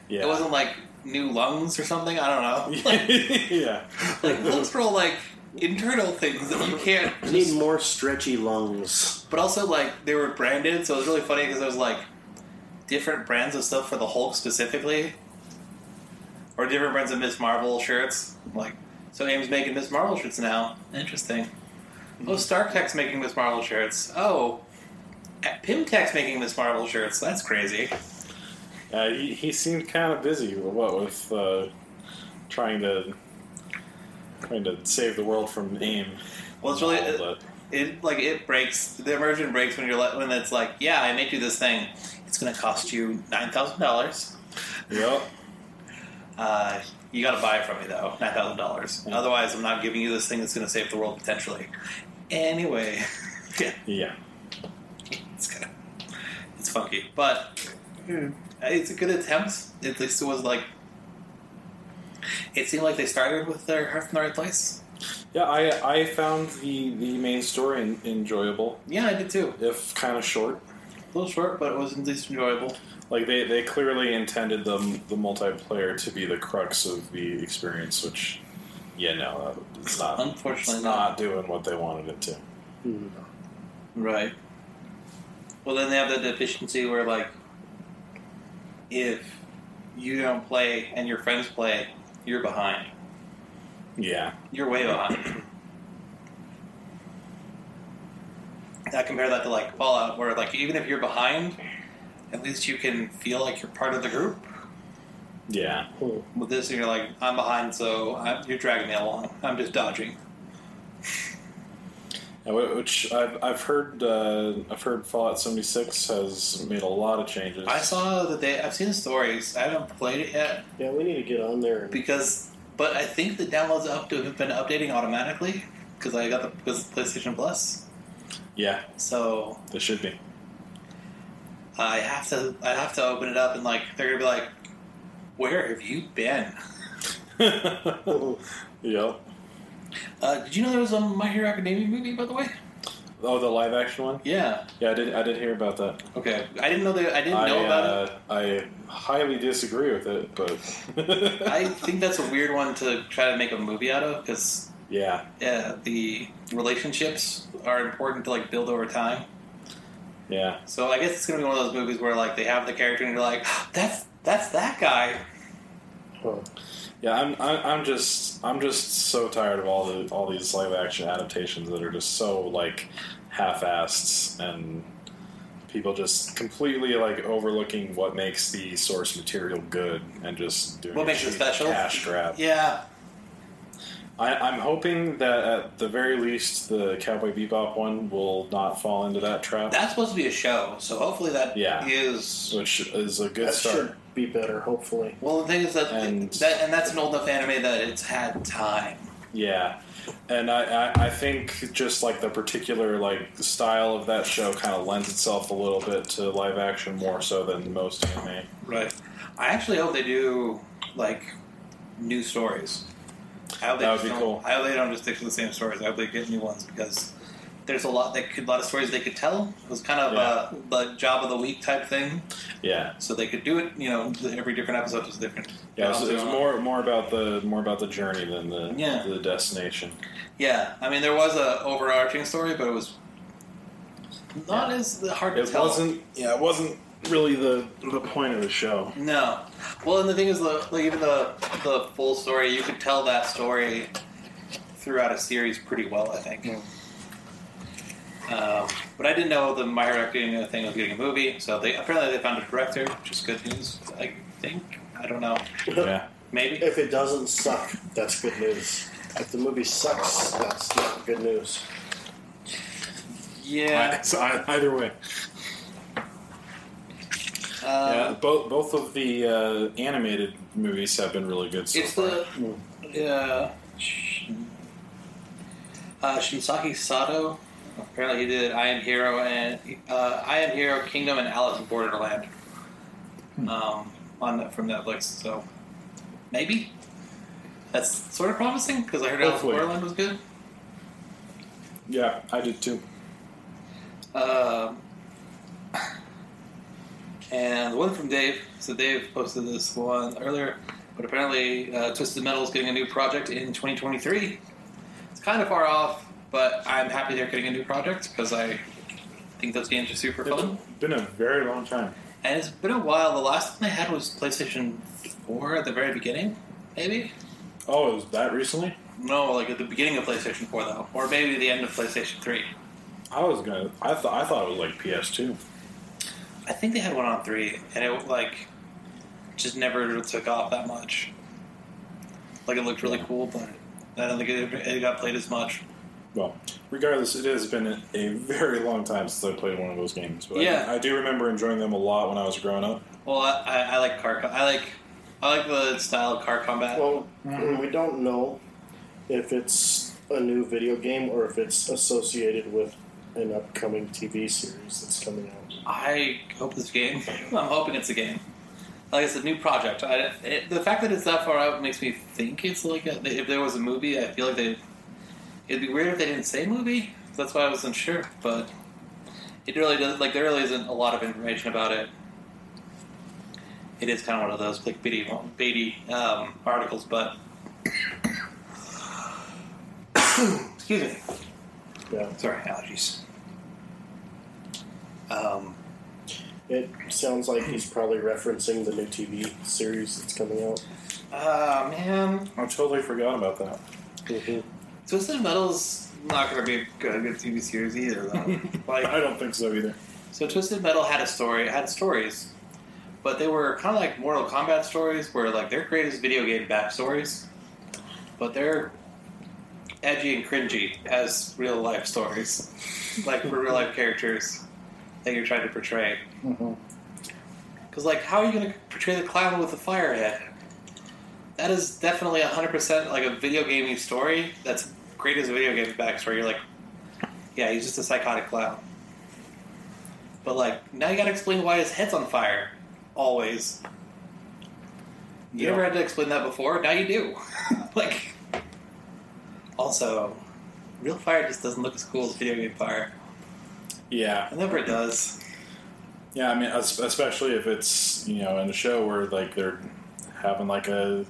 Speaker 4: yeah.
Speaker 3: It wasn't like new lungs or something. I don't know. Like,
Speaker 4: yeah,
Speaker 3: like those were all like internal things that you can't
Speaker 2: I need more stretchy lungs.
Speaker 3: But also, like, they were branded, so it was really funny because there was, like, different brands of stuff for the Hulk specifically. Or different brands of Miss Marvel shirts. Like, so AIM's making Miss Marvel shirts now. Interesting. Oh, StarTech's making Miss Marvel shirts. Oh, at Pimtech's making Miss Marvel shirts. That's crazy.
Speaker 4: uh, he, he seemed kind of busy. with What with uh, trying to trying to save the world from AIM.
Speaker 3: Well, it's really... uh,
Speaker 4: and all,
Speaker 3: it like it breaks the immersion breaks when you're let when it's like yeah I make you this thing it's gonna cost you nine thousand dollars
Speaker 4: but, yep.
Speaker 3: Uh, you got to buy it from me though, nine thousand dollars. Otherwise, I'm not giving you this thing that's going to save the world potentially. Anyway, yeah,
Speaker 4: Yeah.
Speaker 3: it's kind of it's funky, but Hmm. it's a good attempt. At least it was like it seemed like they started with their heart in the right place.
Speaker 4: Yeah, I I found the the main story en- enjoyable,
Speaker 3: Yeah, I did too.
Speaker 4: if kind of short.
Speaker 3: A little short, but it was at least enjoyable.
Speaker 4: Like they, they clearly intended the the multiplayer to be the crux of the experience, which yeah, no, it's not.
Speaker 3: Unfortunately,
Speaker 4: it's
Speaker 3: not.
Speaker 4: not doing what they wanted it to.
Speaker 3: Right. Well, then they have the deficiency where, like, if you don't play and your friends play, you're behind.
Speaker 4: Yeah.
Speaker 3: You're way behind. I compare that to like Fallout, where like even if you're behind, at least you can feel like you're part of the group.
Speaker 4: Yeah.
Speaker 3: With this, you're like, I'm behind, so i you're dragging me along. I'm just dodging.
Speaker 4: Yeah, wh- Which I've, I've heard uh, I've heard Fallout 76 has made a lot of changes.
Speaker 3: I saw that they. I've seen stories. I haven't played it yet,
Speaker 2: Yeah, we need to get on there. And,
Speaker 3: because but I think the downloads up to have been updating automatically because I got the because of PlayStation Plus.
Speaker 4: Yeah,
Speaker 3: So
Speaker 4: there should be.
Speaker 3: I have to I have to open it up and like they're gonna be like,
Speaker 2: Oh,
Speaker 3: where have you been?
Speaker 4: yep.
Speaker 3: Uh, did you know there was a My Hero Academia movie, by the way?
Speaker 4: Oh, the live action one.
Speaker 3: Yeah.
Speaker 4: Yeah, I did. I did hear about that.
Speaker 3: Okay. I didn't know that. I didn't
Speaker 4: I,
Speaker 3: know about it.
Speaker 4: uh, I highly disagree with it, but
Speaker 3: I think that's a weird one to try to make a movie out of because
Speaker 4: yeah,
Speaker 3: uh, the relationships are important to like build over time.
Speaker 4: yeah,
Speaker 3: So I guess it's gonna be one of those movies where like they have the character and you're like, that's that's that guy.
Speaker 2: Well,
Speaker 4: yeah. I'm, I'm, I'm just, I'm just so tired of all the, all these live action adaptations that are just so like half-assed and people just completely like overlooking what makes the source material good and just doing
Speaker 3: What
Speaker 4: a
Speaker 3: makes it
Speaker 4: cheap
Speaker 3: special?
Speaker 4: cash grab.
Speaker 3: Yeah.
Speaker 4: I, I'm hoping that at the very least the Cowboy Bebop one will not fall into that trap,
Speaker 3: That's supposed to be a show, so hopefully that
Speaker 4: Yeah.
Speaker 3: is
Speaker 4: which is a good
Speaker 2: that
Speaker 4: start.
Speaker 2: should be better, hopefully.
Speaker 3: well the thing is that
Speaker 4: And-
Speaker 3: that and that's an old enough anime that it's had time.
Speaker 4: Yeah, and I, I, I think just like the particular like style of that show kind of lends itself a little bit to live action more so than most anime.
Speaker 3: Right. I actually hope they do like new stories. I hope they
Speaker 4: That would
Speaker 3: just
Speaker 4: be
Speaker 3: don't-
Speaker 4: cool.
Speaker 3: I hope they don't just stick to the same stories. I hope they get new ones because there's a lot they could a lot of stories they could tell. It was kind of uh the job of the week type thing,
Speaker 4: Yeah,
Speaker 3: so they could do it. You know, every different episode was different.
Speaker 4: yeah. So it's more more about the more about the journey than the
Speaker 3: Yeah.
Speaker 4: the destination.
Speaker 3: Yeah, I mean there was a overarching story, but it was not as hard to
Speaker 4: It
Speaker 3: tell.
Speaker 4: wasn't. Yeah, it wasn't really the the point of the show.
Speaker 3: No. Well, and the thing is, the, like even the the full story, you could tell that story throughout a series pretty well, I think. Um, but I didn't know the My Hero Academia thing was getting a movie, so they apparently they found a director, which is good news. I think I don't know,
Speaker 4: Yeah,
Speaker 3: maybe.
Speaker 2: If it doesn't suck, that's good news. If the movie sucks, that's not good news.
Speaker 3: Yeah.
Speaker 4: So I- either way. yeah,
Speaker 3: Uh,
Speaker 4: both both of the uh, animated movies have been really good so
Speaker 3: it's
Speaker 4: far.
Speaker 3: the uh, Shin- uh, Shinsaki Sato. Apparently, he did I Am Hero and uh, I Am Hero Kingdom and Alice in Borderland
Speaker 4: Hmm.
Speaker 3: um, on Net- from Netflix. So maybe that's sort of promising because I heard Alice in
Speaker 4: Hopefully.
Speaker 3: Borderland was good.
Speaker 4: yeah, I did too.
Speaker 3: Um, and the one from Dave. So Dave posted this one earlier, but apparently uh, Twisted Metal is getting a new project in 2023. It's kind of far off, but I'm happy they're getting a new project because I think those games are super fun.
Speaker 4: It's been a very long time.
Speaker 3: And it's been a while. The last one I had was PlayStation 4 at the very beginning, maybe.
Speaker 4: Oh, it was that recently?
Speaker 3: No, like at the beginning of PlayStation 4 though, or maybe the end of PlayStation 3.
Speaker 4: I was gonna. I thought. I thought it was like PS2.
Speaker 3: I think they had one on three, and it like just never took off that much. Like it looked really cool, but I don't think it, it got played as much.
Speaker 4: Well, regardless, it has been a, a very long time since I played one of those games. But
Speaker 3: Yeah.
Speaker 4: I, I do remember enjoying them a lot when I was growing up.
Speaker 3: Well, I, I, I like car. Com- I like I like the style of car combat.
Speaker 2: Well, we don't know if it's a new video game or if it's associated with an upcoming TV series that's coming out.
Speaker 3: I hope this game. I'm hoping it's a game. Like it's a new project. I, it, the fact that it's that far out makes me think it's like a, if there was a movie. I feel like they. It'd be weird if they didn't say movie. That's why I wasn't sure. But it really does. Like there really isn't a lot of information about it. It is kind of one of those like bitty, baby um, articles, but. Excuse me.
Speaker 2: Yeah,
Speaker 3: Sorry, allergies. Um,
Speaker 2: it sounds like he's probably referencing the new TV series that's coming out.
Speaker 3: Ah, man.
Speaker 4: I totally forgot about that.
Speaker 2: Mm-hmm.
Speaker 3: Twisted Metal's not going to be a good, good TV series either, though.
Speaker 4: I
Speaker 3: like,
Speaker 4: don't think so either.
Speaker 3: so Twisted Metal had a story, had stories, but they were kind of like Mortal Kombat stories, where like they're great as video game backstories, but they're edgy and cringy as real life stories, like for real life characters that you're trying to portray.
Speaker 4: Mm-hmm.
Speaker 3: Because like, how are you going to portray the clown with the fire head? That is definitely 100% like a video gaming story. That's great as a video game backstory. You're like, yeah, he's just a psychotic clown. But like, now you gotta explain why his head's on fire. Always. You
Speaker 4: Yeah.
Speaker 3: never had to explain that before, now you do. like, Also, real fire just doesn't look as cool as video game fire.
Speaker 4: Yeah,
Speaker 3: It never does.
Speaker 4: yeah. I mean, es- especially if it's you know in a show where like they're having like a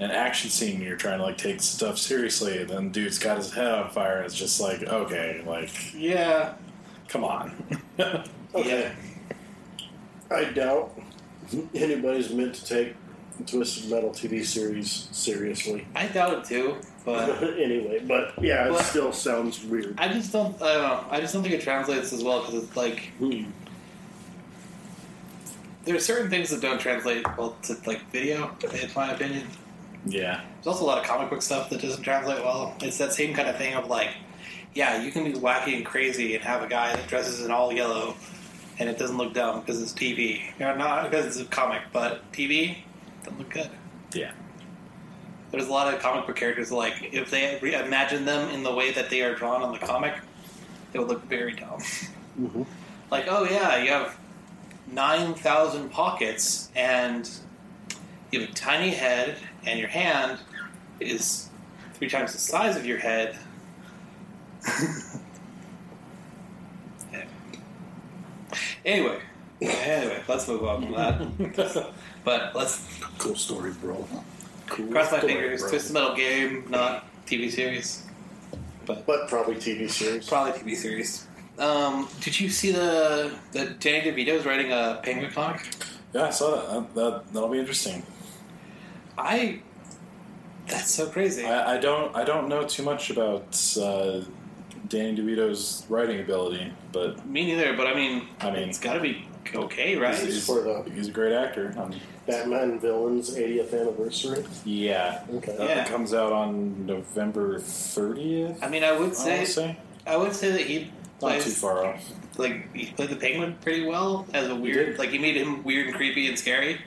Speaker 4: an action scene, and you're trying to like take stuff seriously, and then dude's got his head on fire. And it's just like okay, like yeah, come on.
Speaker 2: Okay. I doubt anybody's meant to take the Twisted Metal TV series seriously.
Speaker 3: I doubt it too, but
Speaker 2: anyway, but yeah, it
Speaker 3: But-
Speaker 2: still sounds weird.
Speaker 3: I just don't. I don't know. I just don't think it translates as well because it's like
Speaker 2: Hmm.
Speaker 3: there are certain things that don't translate well to like video, in my opinion.
Speaker 4: yeah,
Speaker 3: There's also a lot of comic book stuff that doesn't translate well. It's that same kind of thing of like, yeah, you can be wacky and crazy and have a guy that dresses in all yellow, and it doesn't look dumb because it's TV. You know, not because it's a comic, but TV doesn't look good.
Speaker 4: yeah.
Speaker 3: There's a lot of comic book characters like if they re- imagine them in the way that they are drawn on the comic, they would look very dumb.
Speaker 2: Mhm.
Speaker 3: Like, oh yeah, you have nine thousand pockets, and you have a tiny head, and your hand is three times the size of your head. anyway, anyway, let's move on from that. but let's
Speaker 2: Cool story, bro. Cool
Speaker 3: Cross my
Speaker 2: story,
Speaker 3: fingers.
Speaker 2: bro.
Speaker 3: Twisted Metal game, not TV series.
Speaker 2: But probably TV series.
Speaker 3: Probably TV series. Um, did you see the the Danny DeVito's writing a Penguin comic?
Speaker 4: Yeah, I saw that. that, that that'll be interesting.
Speaker 3: I. That's so crazy.
Speaker 4: I, I don't I don't know too much about uh, Danny DeVito's writing ability, but
Speaker 3: Me neither, but I mean,
Speaker 4: I mean-
Speaker 3: it's got to be okay, right?
Speaker 4: he's,
Speaker 2: for the-
Speaker 4: he's a great actor. Um,
Speaker 2: Batman Villains 80th anniversary.
Speaker 4: yeah,
Speaker 2: Okay.
Speaker 4: That
Speaker 3: Yeah.
Speaker 4: comes out on November thirtieth.
Speaker 3: I mean, I would
Speaker 4: I
Speaker 3: say
Speaker 4: want to say
Speaker 3: I would say that he
Speaker 4: not too
Speaker 3: plays
Speaker 4: far off.
Speaker 3: like he played the Penguin pretty well as a weird
Speaker 4: did.
Speaker 3: like he made him weird and creepy and scary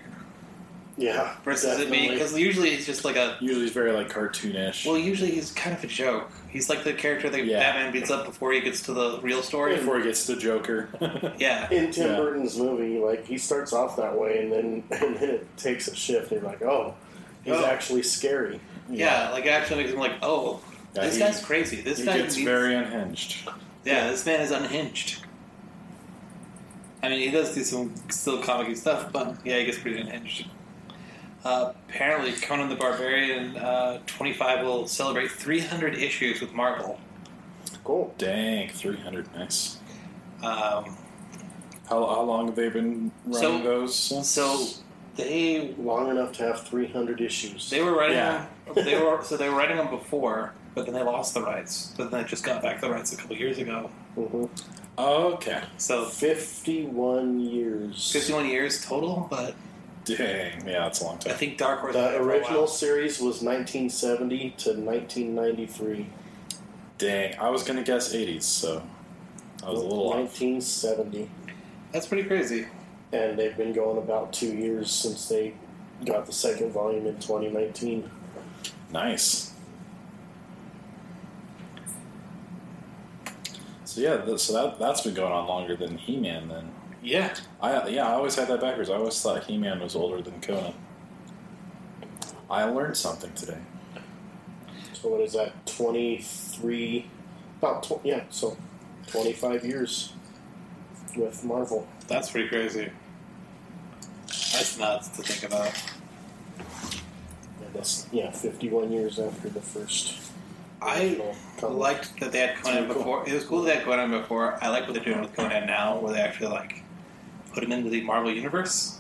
Speaker 2: Yeah.
Speaker 3: versus it being
Speaker 2: definitely.
Speaker 3: because usually he's just like a
Speaker 4: Usually he's very like cartoonish.
Speaker 3: Well, usually he's kind of a joke. He's like the character that
Speaker 4: Yeah.
Speaker 3: Batman beats up before he gets to the real story.
Speaker 4: before he gets to Joker.
Speaker 3: Yeah.
Speaker 2: in Tim
Speaker 4: Yeah.
Speaker 2: Burton's movie, like he starts off that way, and then and then it takes a shift. And you're like, oh, he's
Speaker 3: Oh.
Speaker 2: actually scary.
Speaker 3: yeah, Like it actually makes him like, oh,
Speaker 4: Yeah,
Speaker 3: this
Speaker 4: he-
Speaker 3: guy's crazy. This
Speaker 4: he
Speaker 3: guy
Speaker 4: gets
Speaker 3: needs-
Speaker 4: very unhinged.
Speaker 3: yeah, this man is unhinged. I mean, he does do some still comic stuff, but yeah, he gets pretty unhinged. Uh, apparently, Conan the Barbarian uh, 25 will celebrate 300 issues with Marvel.
Speaker 2: Cool.
Speaker 4: Dang, three hundred. Nice.
Speaker 3: Um,
Speaker 4: How, how long have they been running
Speaker 3: So-
Speaker 4: those? Since?
Speaker 3: so they
Speaker 2: Long enough to have 300 issues.
Speaker 3: They were writing
Speaker 4: Yeah.
Speaker 3: them. They were so they were writing them before, but then they lost the rights. But then they just got back the rights a couple years ago.
Speaker 2: Mhm.
Speaker 4: okay.
Speaker 3: So
Speaker 2: 51 years.
Speaker 3: Oh. fifty-one years total. But
Speaker 4: Dang. Yeah, that's a long
Speaker 3: I
Speaker 4: time.
Speaker 3: think Dark Horse. had it
Speaker 2: The
Speaker 3: for a
Speaker 2: original
Speaker 3: while.
Speaker 2: series was 1970 to 1993.
Speaker 4: Dang, I was gonna guess 80s, so I was a little off.
Speaker 2: 1970,
Speaker 3: That's pretty crazy.
Speaker 2: and they've been going about two years since they got the second volume in 2019.
Speaker 4: Nice. So yeah, th- so that that's been going on longer than He-Man. Then
Speaker 3: Yeah.
Speaker 4: I yeah, I always had that backwards. I always thought He-Man was older than Conan. I learned something today.
Speaker 2: So what is that? Twenty three, about tw- yeah. So twenty five years with Marvel.
Speaker 3: That's pretty crazy. That's nuts to think about.
Speaker 2: And that's yeah, fifty one years after the first.
Speaker 3: I
Speaker 2: original comic.
Speaker 3: liked that they had Conan
Speaker 2: It's pretty
Speaker 3: before. It was cool that they had Conan before. I like what they're doing with Conan now, where they actually like put him into the Marvel universe.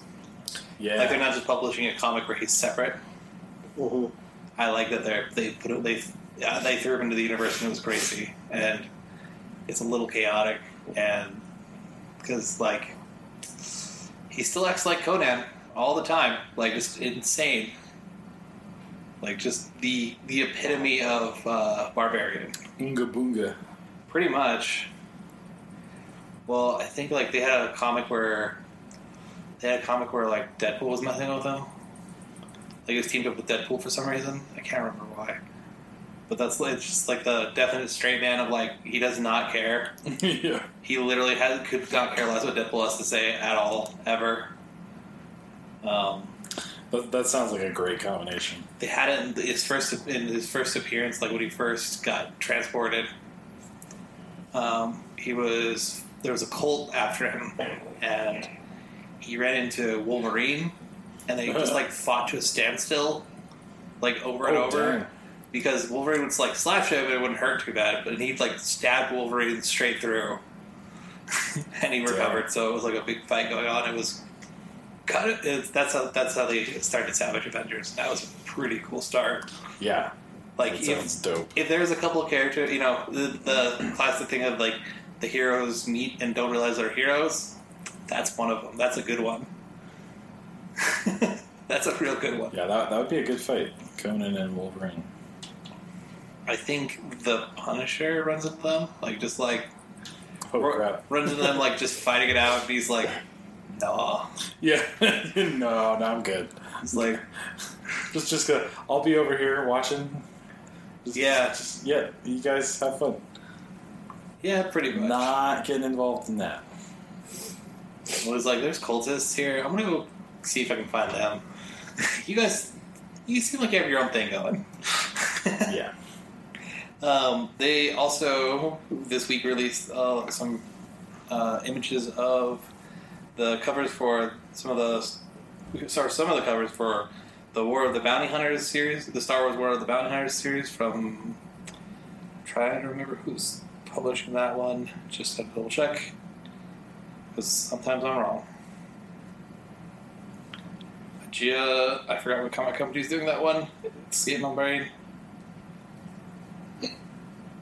Speaker 4: Yeah,
Speaker 3: Like they're not just publishing a comic where he's separate.
Speaker 2: Mhm.
Speaker 3: I like that they they put it, they yeah, they threw him into the universe and it was crazy and it's a little chaotic and because like he still acts like Conan all the time like just insane like just the the epitome of uh, barbarian
Speaker 4: Oonga Boonga.
Speaker 3: pretty much well I think like they had a comic where they had a comic where like Deadpool was messing with him like he was teamed up with Deadpool for some reason. I can't remember why. But that's like it's just like the definite straight man of like he does not care.
Speaker 4: yeah,
Speaker 3: He literally has could not care less what Deadpool has to say at all ever. Um,
Speaker 4: That, that sounds like a great combination.
Speaker 3: They had it in his first in his first appearance, like when he first got transported. Um, he was there was a cult after him, and he ran into Wolverine, and they just like fought to a standstill, like over and
Speaker 4: Oh,
Speaker 3: over,
Speaker 4: dang.
Speaker 3: because Wolverine would like slash him and it wouldn't hurt too bad, but he'd like stab Wolverine straight through, and he recovered. So it was like a big fight going on. It was kind of it's, that's how that's how they started Savage Avengers. That was a pretty cool start.
Speaker 4: Yeah,
Speaker 3: Like
Speaker 4: that
Speaker 3: if-
Speaker 4: sounds dope.
Speaker 3: if there's a couple of characters, you know, the, the classic thing of like the heroes meet and don't realize they're heroes, that's one of them. That's a good one. that's a real good one.
Speaker 4: Yeah, that, that would be a good fight. Conan and Wolverine.
Speaker 3: I think the Punisher runs into them, like just like
Speaker 4: Oh
Speaker 3: ru-
Speaker 4: crap!
Speaker 3: runs into them, like just fighting it out, and he's like, "No,"
Speaker 4: Yeah, no, no, I'm good.
Speaker 3: it's like,
Speaker 4: Just, just go. I'll be over here watching. Just-
Speaker 3: Yeah.
Speaker 4: just, yeah. You guys have fun.
Speaker 3: yeah, pretty much.
Speaker 4: Not getting involved in that.
Speaker 3: I was like, "There's cultists here. I'm gonna go see if I can find them." you guys, you seem like you have your own thing going.
Speaker 4: Yeah.
Speaker 3: Um, they also this week released uh, some uh, images of the covers for some of the sorry, some of the covers for the War of the Bounty Hunters series, the Star Wars War of the Bounty Hunters series from. Trying to remember who's publishing that one. Just had to double check because sometimes I'm wrong. Gia, I forgot what comic company's doing that one. It's getting on brain.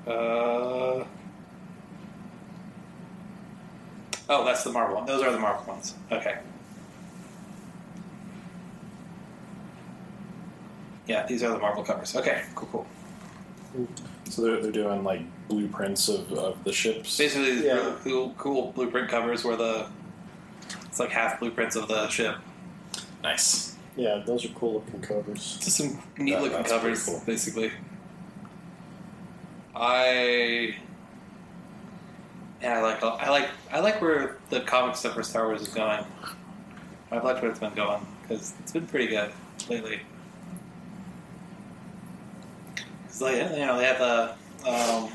Speaker 3: Uh, oh, that's the Marvel one. Those are the Marvel ones. Okay. Yeah, these are the Marvel covers. Okay, cool, cool.
Speaker 4: So they're, they're doing like blueprints of, of the ships.
Speaker 3: Basically, these
Speaker 2: Yeah.
Speaker 3: really cool, cool blueprint covers where the it's like half blueprints of the ship.
Speaker 4: Nice.
Speaker 2: Yeah, those are cool looking covers.
Speaker 3: Just some neat
Speaker 4: That-
Speaker 3: looking
Speaker 4: that's pretty
Speaker 3: covers,
Speaker 4: cool.
Speaker 3: basically. I yeah, I like I like I like where the comic stuff for Star Wars is going. I've liked where it's been going because it's been pretty good lately. It's like you know they had the um,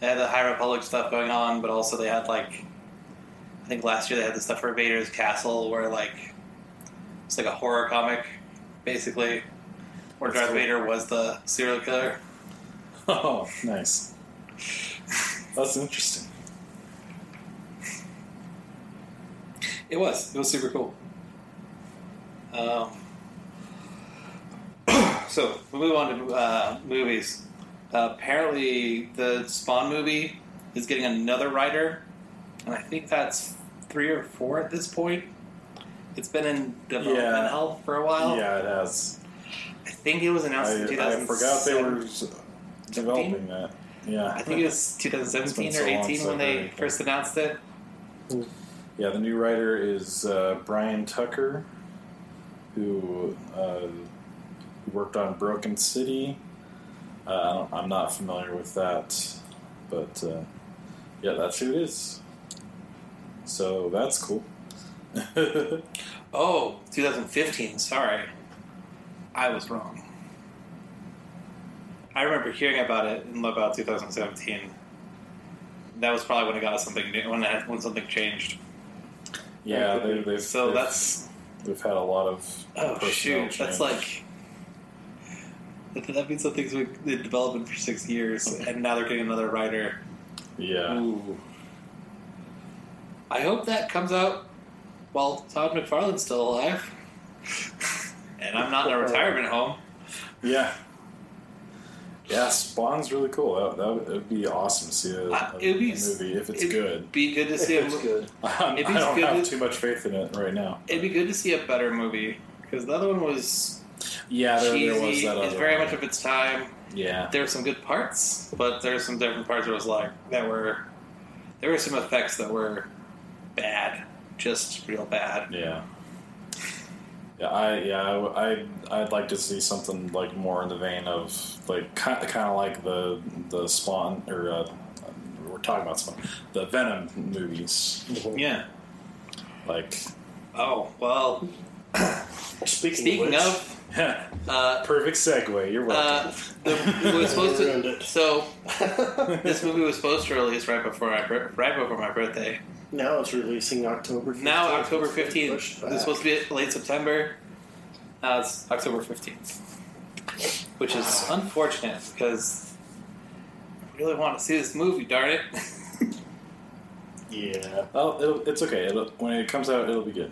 Speaker 3: they had the High Republic stuff going on, but also they had like I think last year they had the stuff for Vader's Castle where like it's like a horror comic basically where
Speaker 4: That's
Speaker 3: Darth
Speaker 4: cool.
Speaker 3: Vader was the serial killer.
Speaker 4: Oh, nice. That's interesting.
Speaker 3: It was. It was super cool. Um, so we move on to uh, movies. Uh, apparently, the Spawn movie is getting another writer, and I think that's three or four at this point. It's been in development
Speaker 4: Yeah.
Speaker 3: hell for a while.
Speaker 4: yeah, it has.
Speaker 3: I think it Oh. was announced in
Speaker 4: I,
Speaker 3: 2007.
Speaker 4: I forgot they were s- developing that. Yeah.
Speaker 3: I think it was 2017
Speaker 4: It's been
Speaker 3: or
Speaker 4: so long
Speaker 3: 18
Speaker 4: since
Speaker 3: when
Speaker 4: I've
Speaker 3: they
Speaker 4: heard anything.
Speaker 3: first announced it.
Speaker 4: Yeah, the new writer is uh, Brian Tucker, who uh, worked on Broken City. Uh, I don't- I'm not familiar with that, but uh, yeah, that's who it is. So that's cool.
Speaker 3: Oh, 2015. Sorry, I was wrong. I remember hearing about it in about 2017. That was probably when it got something new, when it, when something changed.
Speaker 4: yeah, they, they've,
Speaker 3: So
Speaker 4: they've,
Speaker 3: that's
Speaker 4: they've had a lot of
Speaker 3: oh
Speaker 4: personnel
Speaker 3: shoot,
Speaker 4: change.
Speaker 3: that's like that, that means something's been in development for six years, and now they're getting another writer.
Speaker 4: yeah,
Speaker 3: Ooh. I hope that comes out while Todd McFarlane's still alive, and I'm not in a retirement home.
Speaker 4: yeah, yeah. Spawn's really cool. That, that would it'd be awesome to see a,
Speaker 3: Uh,
Speaker 4: a-
Speaker 3: it'd be
Speaker 4: a
Speaker 3: s-
Speaker 4: movie if it's
Speaker 3: it'd
Speaker 4: good.
Speaker 3: Be good to see a,
Speaker 2: It's good.
Speaker 4: I'm,
Speaker 3: If
Speaker 4: Um, I
Speaker 3: he's
Speaker 4: don't
Speaker 3: good
Speaker 4: have
Speaker 3: at-
Speaker 4: too much faith in it right now.
Speaker 3: It'd be good to see a better movie because the other one was
Speaker 4: Yeah, there,
Speaker 3: cheesy.
Speaker 4: there was that.
Speaker 3: it's
Speaker 4: other
Speaker 3: very
Speaker 4: one.
Speaker 3: much of its time.
Speaker 4: yeah,
Speaker 3: There were some good parts, but there were some different parts that was like that were there were some effects that were bad, just real bad.
Speaker 4: yeah, yeah. I yeah, I w- I would like to see something like more in the vein of like kind kind of like the the Spawn or uh, we're talking about Spawn, the Venom movies,
Speaker 3: Yeah.
Speaker 4: like
Speaker 3: Oh well.
Speaker 4: Speaking,
Speaker 3: Speaking of,
Speaker 4: which-
Speaker 3: uh,
Speaker 4: perfect segue. You're welcome.
Speaker 3: uh, the, it was supposed
Speaker 2: Ruined
Speaker 3: to.
Speaker 2: it.
Speaker 3: So this movie was supposed to release right before my bir- right before my birthday.
Speaker 2: Now it's releasing October. 15th.
Speaker 3: Now October
Speaker 2: Pushed
Speaker 3: fifteenth. It was
Speaker 2: back.
Speaker 3: supposed to be late September. Now it's October fifteenth, which is unfortunate because I really want to see this movie. Darn it!
Speaker 2: Yeah.
Speaker 4: oh, it'll, it's okay. It'll, when it comes out, it'll be good.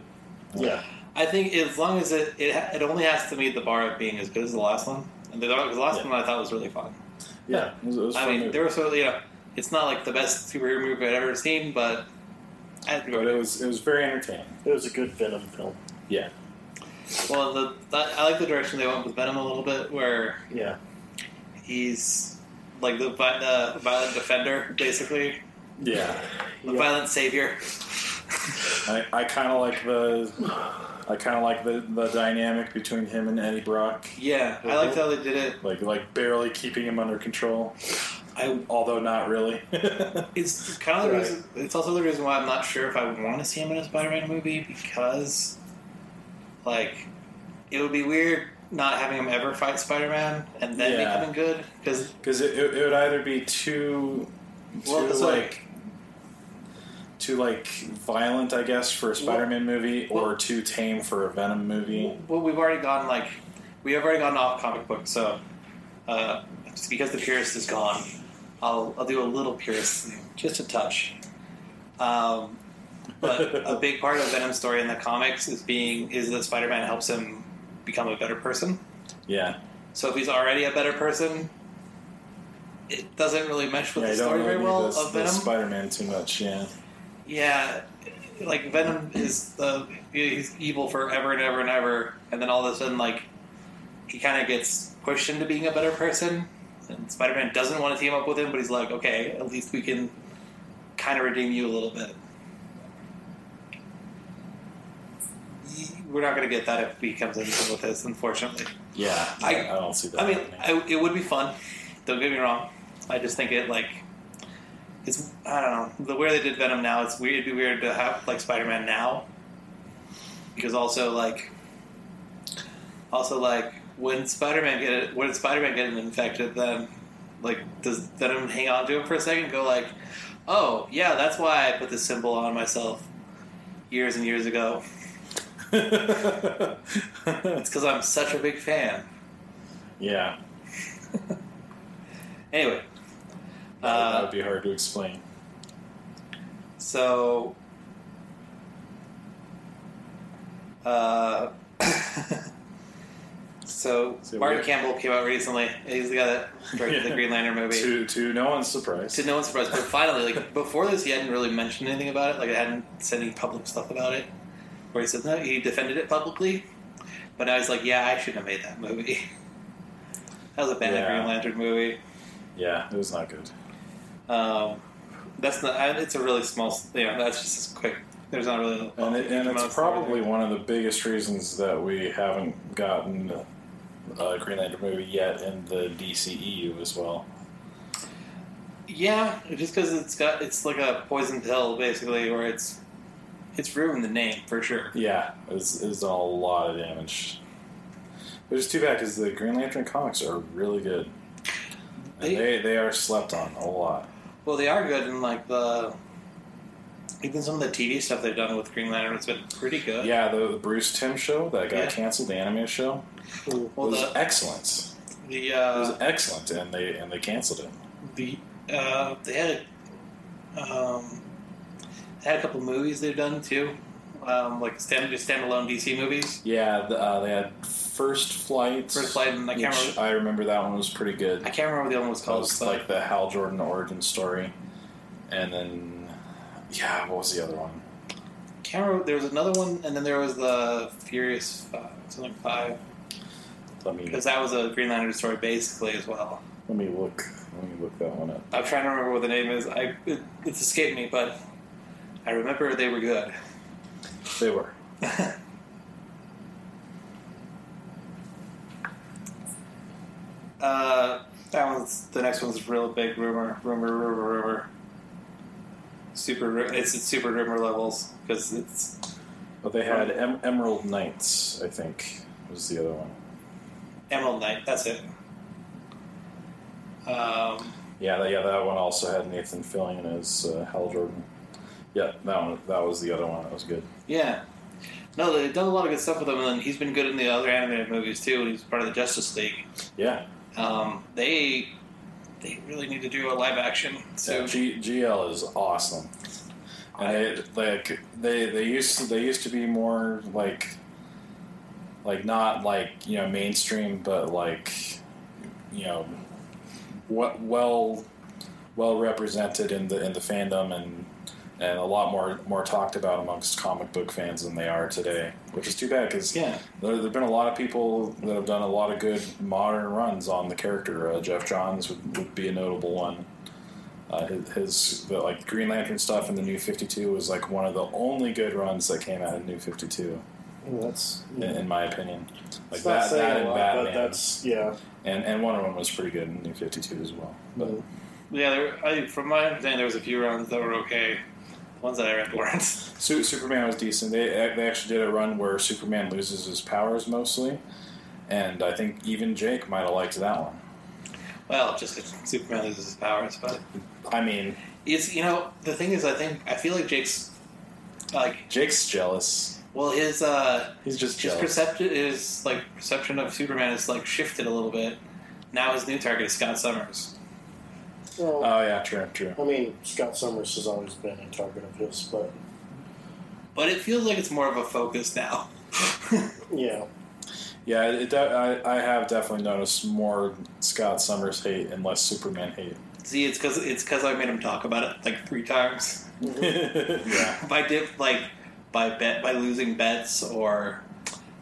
Speaker 2: Yeah.
Speaker 3: I think as long as it it, ha- it only has to meet the bar of being as good as the last one. And the, the last
Speaker 2: Yeah.
Speaker 3: one I thought was really fun.
Speaker 4: Yeah, it was, it was
Speaker 3: I
Speaker 4: fun
Speaker 3: mean,
Speaker 4: movie.
Speaker 3: there was sort of, you know, it's not like the best superhero movie I'd ever seen, but I
Speaker 4: but it was it was very entertaining.
Speaker 2: It was a good Venom film.
Speaker 4: Yeah,
Speaker 3: well, the, that, I like the direction they went with Venom a little bit, where
Speaker 2: Yeah.
Speaker 3: he's like the, vi- the violent defender, basically,
Speaker 4: yeah.
Speaker 3: the
Speaker 2: Yeah.
Speaker 3: violent savior.
Speaker 4: I, I kind of like the I kind of like the, the dynamic between him and Eddie Brock,
Speaker 3: Yeah, I liked how they did it.
Speaker 4: like like barely keeping him under control,
Speaker 3: I
Speaker 4: although not really.
Speaker 3: it's kind of the
Speaker 2: Right.
Speaker 3: reason. It's also the reason why I'm not sure if I want to see him in a Spider-Man movie because, like, it would be weird not having him ever fight Spider-Man and then
Speaker 4: Yeah.
Speaker 3: becoming good because
Speaker 4: because it, it, it would either be too, too
Speaker 3: Well, it's
Speaker 4: like too like violent, I guess, for a Spider-Man movie, or
Speaker 3: well-
Speaker 4: too tame for a Venom movie.
Speaker 3: well, we've already gone like we have already gone off comic book, so uh, just because the purist is gone, I'll I'll do a little purist thing, just a touch. Um, but a big part of Venom's story in the comics is being is that Spider-Man helps him become a better person.
Speaker 4: Yeah,
Speaker 3: So if he's already a better person, it doesn't really mesh with
Speaker 4: yeah, I
Speaker 3: the
Speaker 4: don't
Speaker 3: story
Speaker 4: really
Speaker 3: very
Speaker 4: need
Speaker 3: well
Speaker 4: this,
Speaker 3: of
Speaker 4: this
Speaker 3: Venom.
Speaker 4: Spider-Man too much. Yeah,
Speaker 3: yeah, like Venom is the he's evil forever and ever and ever, and then all of a sudden, like he kind of gets pushed into being a better person. And Spider-Man doesn't want to team up with him, but he's like, okay, at least we can kind of redeem you a little bit. We're not going to get that if he comes in with this, unfortunately.
Speaker 4: yeah.
Speaker 3: I-
Speaker 4: I don't see that.
Speaker 3: I mean,
Speaker 4: happening.
Speaker 3: I, it would be fun. Don't get me wrong. I just think it like it's I don't know the way they did Venom now. It's weird. It'd be weird to have like Spider Man now because also like also like when Spider Man get it, when Spider Man getting infected, then like does Venom hang on to him for a second? and Go like, oh yeah, that's why I put this symbol on myself years and years ago. It's because I'm such a big fan.
Speaker 4: yeah,
Speaker 3: Anyway.
Speaker 4: that
Speaker 3: Uh,
Speaker 4: would be hard to explain.
Speaker 3: So, uh, so,
Speaker 4: So
Speaker 3: Martin
Speaker 4: we-
Speaker 3: Campbell came out recently. He's the guy that directed the
Speaker 4: Yeah.
Speaker 3: Green Lantern movie.
Speaker 4: To to no one's surprise.
Speaker 3: To no one's surprise, but finally, like before this, he hadn't really mentioned anything about it. Like, I hadn't said any public stuff about it. Where he said no, he defended it publicly, but now he's like, yeah, I shouldn't have made that movie. that was a bad
Speaker 4: Yeah.
Speaker 3: Green Lantern movie.
Speaker 4: Yeah, it was not good.
Speaker 3: Um, that's not. I- It's a really small. You know, that's just quick. There's not really.
Speaker 4: And, it, and
Speaker 3: amount of
Speaker 4: it's
Speaker 3: story
Speaker 4: probably
Speaker 3: there.
Speaker 4: one of the biggest reasons that we haven't gotten a Green Lantern movie yet in the DCEU as well.
Speaker 3: Yeah, just because it's got it's like a poison pill basically, where it's it's ruined the name for sure.
Speaker 4: Yeah, it's, it's done a lot of damage. Which is too bad because the Green Lantern comics are really good.
Speaker 3: They-
Speaker 4: And they, they are slept on a lot.
Speaker 3: Well, they are good, and like the even some of the TV stuff they've done with Green Lantern has been pretty good.
Speaker 4: Yeah, the, the Bruce Tim show that got
Speaker 3: Uh, Yeah.
Speaker 4: canceled, the anime show,
Speaker 3: Well,
Speaker 4: was
Speaker 3: the
Speaker 4: excellent.
Speaker 3: the
Speaker 4: It was
Speaker 3: uh,
Speaker 4: excellent, and they and they canceled it.
Speaker 3: the uh, they had um they had a couple movies they've done too, um, like stand, just standalone DC movies.
Speaker 4: Yeah, the, uh, they had First Flight.
Speaker 3: First Flight and I can't
Speaker 4: which
Speaker 3: remember.
Speaker 4: I remember that one was pretty good.
Speaker 3: I can't remember what the other one was
Speaker 4: That
Speaker 3: called.
Speaker 4: was
Speaker 3: but-
Speaker 4: like the Hal Jordan origin story, and then yeah, what was the other one?
Speaker 3: can't remember. There was another one, and then there was the Furious Five, something Five.
Speaker 4: Let me
Speaker 3: Because that was a Green Lantern story, basically, as well.
Speaker 4: let me look. Let me look that one up.
Speaker 3: I'm trying to remember what the name is. I it, It's escaped me, but I remember they were good.
Speaker 4: They were.
Speaker 3: Uh, that one's the next one's real big rumor, rumor, rumor, rumor. Super, ru- it's at super rumor levels because it's
Speaker 4: But they had em- Emerald Knights, I think, was the other one.
Speaker 3: Emerald Knight. That's it. Um,
Speaker 4: Yeah, that, yeah, that one also had Nathan Fillion as uh, Hal Jordan. Yeah, that one, that was the other one that was good.
Speaker 3: yeah. No, they've done a lot of good stuff with him, and then he's been good in the other animated movies too. He's part of the Justice League.
Speaker 4: Yeah,
Speaker 3: Um, they they really need to do a live action. So
Speaker 4: yeah, G- GL is awesome. And they like they they used to, they used to be more like like not like you know mainstream, but like you know what well well represented in the in the fandom and and a lot more more talked about amongst comic book fans than they are today, which is too bad because
Speaker 3: Yeah.
Speaker 4: there have been a lot of people that have done a lot of good modern runs on the character. Uh, Jeff Johns would, would be a notable one. Uh, his, his the, like Green Lantern stuff in the New Fifty Two was like one of the only good runs that came out of New Fifty Two,
Speaker 2: Well, that's
Speaker 4: in, in my opinion. Like
Speaker 2: it's not
Speaker 4: that,
Speaker 2: saying
Speaker 4: that
Speaker 2: a
Speaker 4: and
Speaker 2: lot,
Speaker 4: Batman,
Speaker 2: but that's yeah.
Speaker 4: and and Wonder Woman was pretty good in New Fifty Two as well. But
Speaker 3: yeah, there, I, from my understanding, there was a few rounds that were okay. The ones that I read weren't.
Speaker 4: Su- Superman was decent. They they actually did a run where Superman loses his powers mostly, and I think even Jake might have liked that one.
Speaker 3: Well, just 'cause Superman loses his powers, but
Speaker 4: I mean,
Speaker 3: it's you know the thing is, I think I feel like Jake's like
Speaker 4: Jake's jealous.
Speaker 3: well his uh
Speaker 4: He's just
Speaker 3: his
Speaker 4: jealous.
Speaker 3: perception is like perception of Superman is like shifted a little bit. Now his new target is Scott Summers.
Speaker 2: Well,
Speaker 4: Oh yeah, true, true.
Speaker 2: I mean, Scott Summers has always been a target of his, but
Speaker 3: But it feels like it's more of a focus now.
Speaker 2: yeah,
Speaker 4: Yeah, it, de- I, I have definitely noticed more Scott Summers hate and less Superman hate.
Speaker 3: See, it's because it's because I made him talk about it like three times
Speaker 4: yeah,
Speaker 3: by dip, like by bet by losing bets or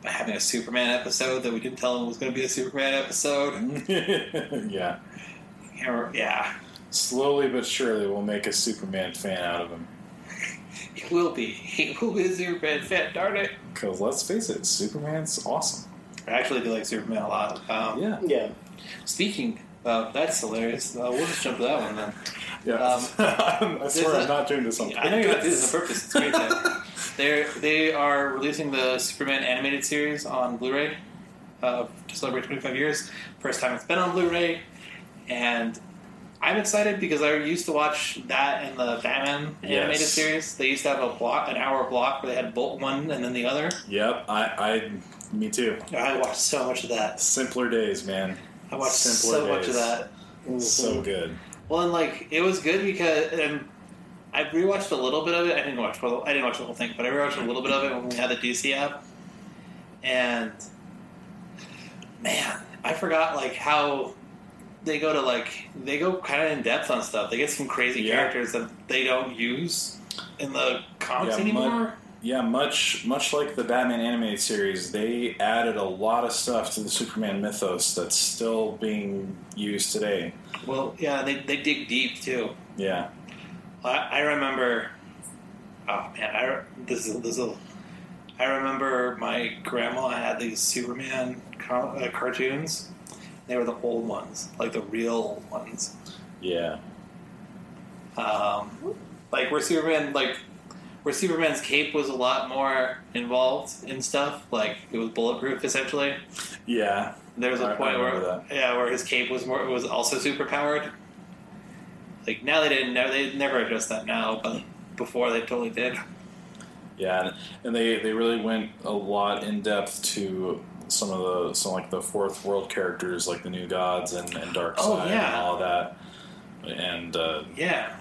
Speaker 3: by having a Superman episode that we didn't tell him was going to be a Superman episode.
Speaker 4: yeah.
Speaker 3: Or- Yeah,
Speaker 4: Slowly but surely, we'll make a Superman fan out of him.
Speaker 3: he will be. He will be a Superman fan. Darn it!
Speaker 4: Cause let's face it, Superman's awesome.
Speaker 3: I actually do like Superman a lot. Um,
Speaker 4: Yeah,
Speaker 2: yeah.
Speaker 3: Speaking, of that's hilarious. Uh, we'll just jump to that one then.
Speaker 4: yeah.
Speaker 3: Um,
Speaker 4: I swear, i
Speaker 3: there's
Speaker 4: I'm
Speaker 3: a-
Speaker 4: not doing this on
Speaker 3: I know you're not doing this on purpose. It's great. though. They're they are releasing the Superman animated series on Blu-ray uh, to celebrate 25 years. First time it's been on Blu-ray, and I'm excited because I used to watch that and the Batman animated
Speaker 4: Yes.
Speaker 3: series. They used to have a block, an hour block where they had bolt one and then the other.
Speaker 4: Yep, I, I, me too.
Speaker 3: I watched so much of that.
Speaker 4: Simpler days, man.
Speaker 3: I watched
Speaker 4: Simpler
Speaker 3: so much of
Speaker 4: days.
Speaker 3: that.
Speaker 2: Mm,
Speaker 4: So good.
Speaker 3: Well, and like it was good because and I rewatched a little bit of it. I didn't watch well, I didn't watch the whole thing, but I rewatched a little bit of it when we had the DC app. And man, I forgot like how they go to like they go kind of in depth on stuff. They get some crazy
Speaker 4: Yeah.
Speaker 3: characters that they don't use in the comics
Speaker 4: Yeah,
Speaker 3: anymore.
Speaker 4: Mud- yeah, much much like the Batman animated series, they added a lot of stuff to the Superman mythos that's still being used today.
Speaker 3: Well, yeah, they they dig deep too.
Speaker 4: Yeah,
Speaker 3: I, I remember. Oh man, I re- this is this is. I remember my grandma had these Superman com- uh, cartoons. They were the old ones, like the real ones.
Speaker 4: yeah,
Speaker 3: Um, like where Superman, like where Superman's cape was a lot more involved in stuff. Like it was bulletproof essentially.
Speaker 4: yeah.
Speaker 3: There was a
Speaker 4: I- I
Speaker 3: point where
Speaker 4: remember
Speaker 3: yeah, where his cape was more was also super powered. Like now they didn't. Never they never addressed that now, but before they totally did.
Speaker 4: Yeah, and- and they they really went a lot in depth to some of the some like the fourth world characters, like the New Gods and, and Dark Side
Speaker 3: Oh,
Speaker 4: and
Speaker 3: yeah.
Speaker 4: all that. And uh,
Speaker 3: Yeah.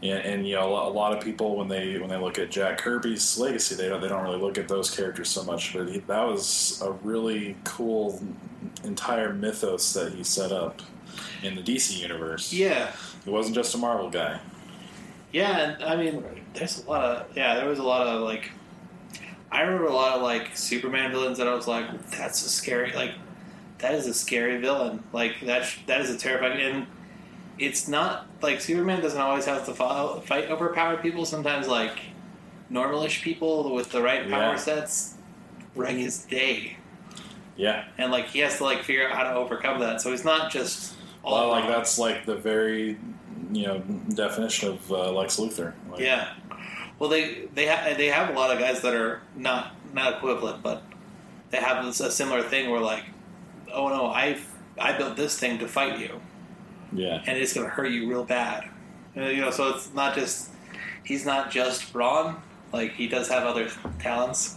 Speaker 4: yeah, and you know a lot, a lot of people when they when they look at Jack Kirby's legacy, they don't, they don't really look at those characters so much. But he, that was a really cool entire mythos that he set up in the DC universe.
Speaker 3: Yeah.
Speaker 4: He wasn't just a Marvel guy.
Speaker 3: Yeah, and I mean, there's a lot of yeah. There was a lot of like, I remember a lot of like Superman villains that I was like, that's a scary like, that is a scary villain. Like that sh- that is a terrifying. And it's not like Superman doesn't always have to fo- fight overpowered people. Sometimes like normalish people with the right power
Speaker 4: Yeah.
Speaker 3: sets wreck his day,
Speaker 4: Yeah,
Speaker 3: and like he has to like figure out how to overcome that. So he's not just all
Speaker 4: well, like
Speaker 3: wrong.
Speaker 4: that's like the very you know definition of uh, Lex Luthor. Like,
Speaker 3: Yeah. Well, they they ha- they have a lot of guys that are not not equivalent, but they have this, a similar thing where like, oh no, I I built this thing to fight you,
Speaker 4: Yeah.
Speaker 3: and it's gonna hurt you real bad. Uh, You know, so it's not just he's not just brawn. Like he does have other talents,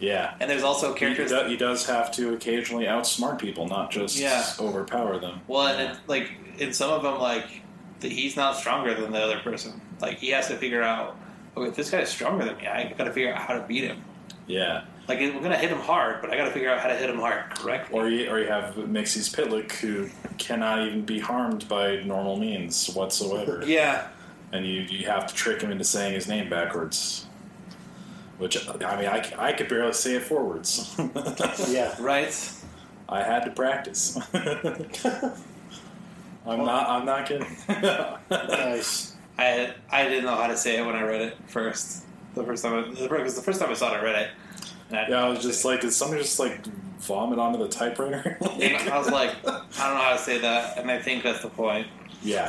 Speaker 4: Yeah.
Speaker 3: and there's also
Speaker 4: He,
Speaker 3: characters.
Speaker 4: do, he does have to occasionally outsmart people, not just
Speaker 3: Yeah.
Speaker 4: overpower them.
Speaker 3: Well, and it, like in some of them, like the, he's not stronger than the other person. Like he has to figure out, okay, if this guy's stronger than me, I got to figure out how to beat him.
Speaker 4: Yeah.
Speaker 3: Like we're gonna hit him hard, but I got to figure out how to hit him hard correctly.
Speaker 4: Or you, or you have Mixies Pitlick, who cannot even be harmed by normal means whatsoever.
Speaker 3: yeah,
Speaker 4: And you, you have to trick him into saying his name backwards. Which, I mean, I, c- I could barely say it forwards.
Speaker 2: Yeah.
Speaker 3: right.
Speaker 4: I had to practice. I'm not. I'm not kidding.
Speaker 2: Nice.
Speaker 3: I I didn't know how to say it when I read it first. The first time, I, the, first- the first time I saw it, I read it. And I,
Speaker 4: yeah, I was just like, did somebody just like vomit onto the typewriter?
Speaker 3: and I was like, I don't know how to say that, and I think that's the point.
Speaker 4: yeah,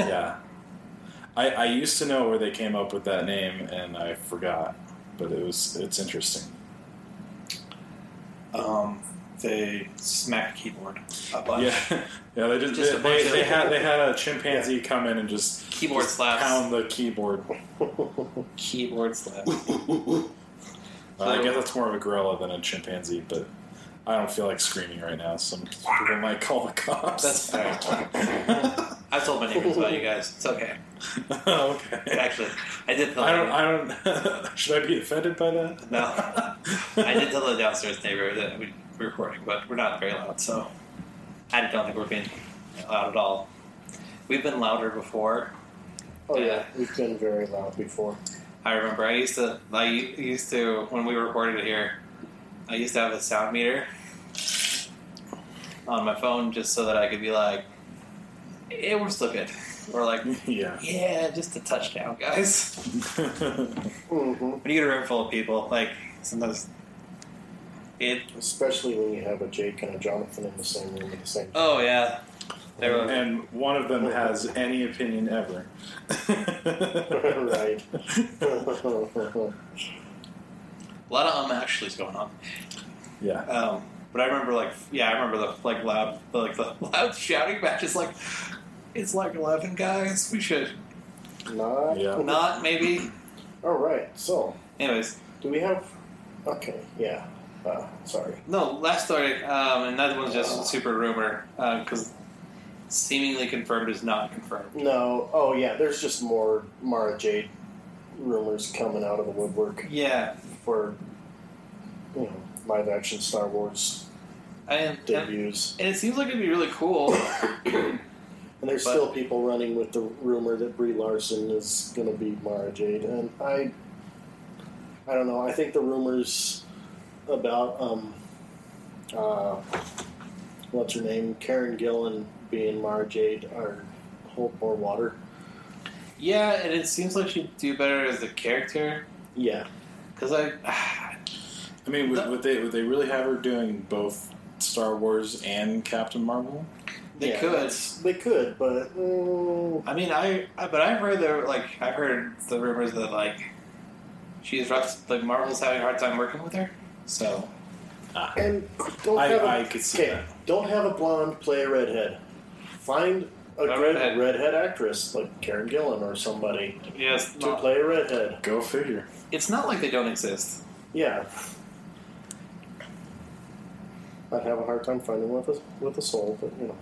Speaker 4: yeah. I I used to know where they came up with that name, and I forgot. But it was it's interesting.
Speaker 3: Um, they smack a keyboard. A bunch.
Speaker 4: Yeah, yeah. They just,
Speaker 3: Just a
Speaker 4: they,
Speaker 3: bunch
Speaker 4: they,
Speaker 3: of-
Speaker 4: they had they had a chimpanzee come in and just
Speaker 3: Keyboard
Speaker 4: just
Speaker 3: slaps.
Speaker 4: pound the keyboard.
Speaker 2: Oh,
Speaker 3: Keyboard slap.
Speaker 4: Uh, I guess that's more of a gorilla than a chimpanzee, but I don't feel like screaming right now. Some people might call the cops.
Speaker 3: That's fair. I've told my neighbors about you guys. It's okay.
Speaker 4: okay.
Speaker 3: Actually, I did tell.
Speaker 4: I don't.
Speaker 3: the-
Speaker 4: I don't. should I be offended by that?
Speaker 3: No. I did tell the downstairs neighbor that we were recording, but we're not very loud, so I don't think we're being loud at all. We've been louder before.
Speaker 2: Oh yeah, we've been very loud before.
Speaker 3: I remember I used to I u- used to when we recorded it here, I used to have a sound meter on my phone just so that I could be like, "Yeah, we're still good," or like,
Speaker 4: yeah.
Speaker 3: "Yeah, just a touchdown, guys."
Speaker 2: hmm
Speaker 3: When you get a room full of people, like sometimes it.
Speaker 2: Especially when you have a Jake and a Jonathan in the same room at the same time.
Speaker 3: Oh yeah, they were.
Speaker 4: and one of them has any opinion ever.
Speaker 3: Oh.
Speaker 2: right.
Speaker 3: A lot of um actually's going on.
Speaker 4: yeah.
Speaker 3: Um, but I remember like yeah, I remember the like loud the, like the loud shouting match. It's like it's like eleven guys. We should
Speaker 2: Not.
Speaker 4: Yeah.
Speaker 3: not maybe.
Speaker 2: All right. So,
Speaker 3: Anyways,
Speaker 2: do we have? Okay. Yeah. Uh, sorry.
Speaker 3: no last story. Um, and that one's just a super rumor because seemingly confirmed is not confirmed.
Speaker 2: No. Oh yeah. There's just more Mara Jade rumors coming out of the woodwork
Speaker 3: Yeah,
Speaker 2: for you know live action Star Wars
Speaker 3: I am. And
Speaker 2: debuts.
Speaker 3: and it seems like it'd be really cool.
Speaker 2: And there's
Speaker 3: But-
Speaker 2: still people running with the rumor that Brie Larson is going to be Mara Jade, and I, I don't know. I think the rumors about um, uh, what's her name, Karen Gillan being Mara Jade are hold more water.
Speaker 3: yeah, and it seems like she'd do better as the character
Speaker 2: Yeah,
Speaker 3: because I.
Speaker 4: I mean, would, would they would they really have her doing both Star Wars and Captain Marvel?
Speaker 3: They
Speaker 2: Yeah,
Speaker 3: could.
Speaker 2: that's- They could, but mm,
Speaker 3: I mean, I, I but I've heard there like I've heard the rumors that like she's rough, like Marvel's having a hard time working with her. So
Speaker 2: and don't
Speaker 4: I-
Speaker 2: have a-
Speaker 4: I could see
Speaker 2: okay,
Speaker 4: that.
Speaker 2: Don't have a blonde play a redhead. Find a,
Speaker 3: A
Speaker 2: great
Speaker 3: redhead.
Speaker 2: redhead actress like Karen Gillan or somebody
Speaker 3: yes,
Speaker 2: to play a redhead.
Speaker 4: Go figure.
Speaker 3: it's not like they don't exist.
Speaker 2: Yeah. I'd have a hard time finding one with a, with a soul, but you know.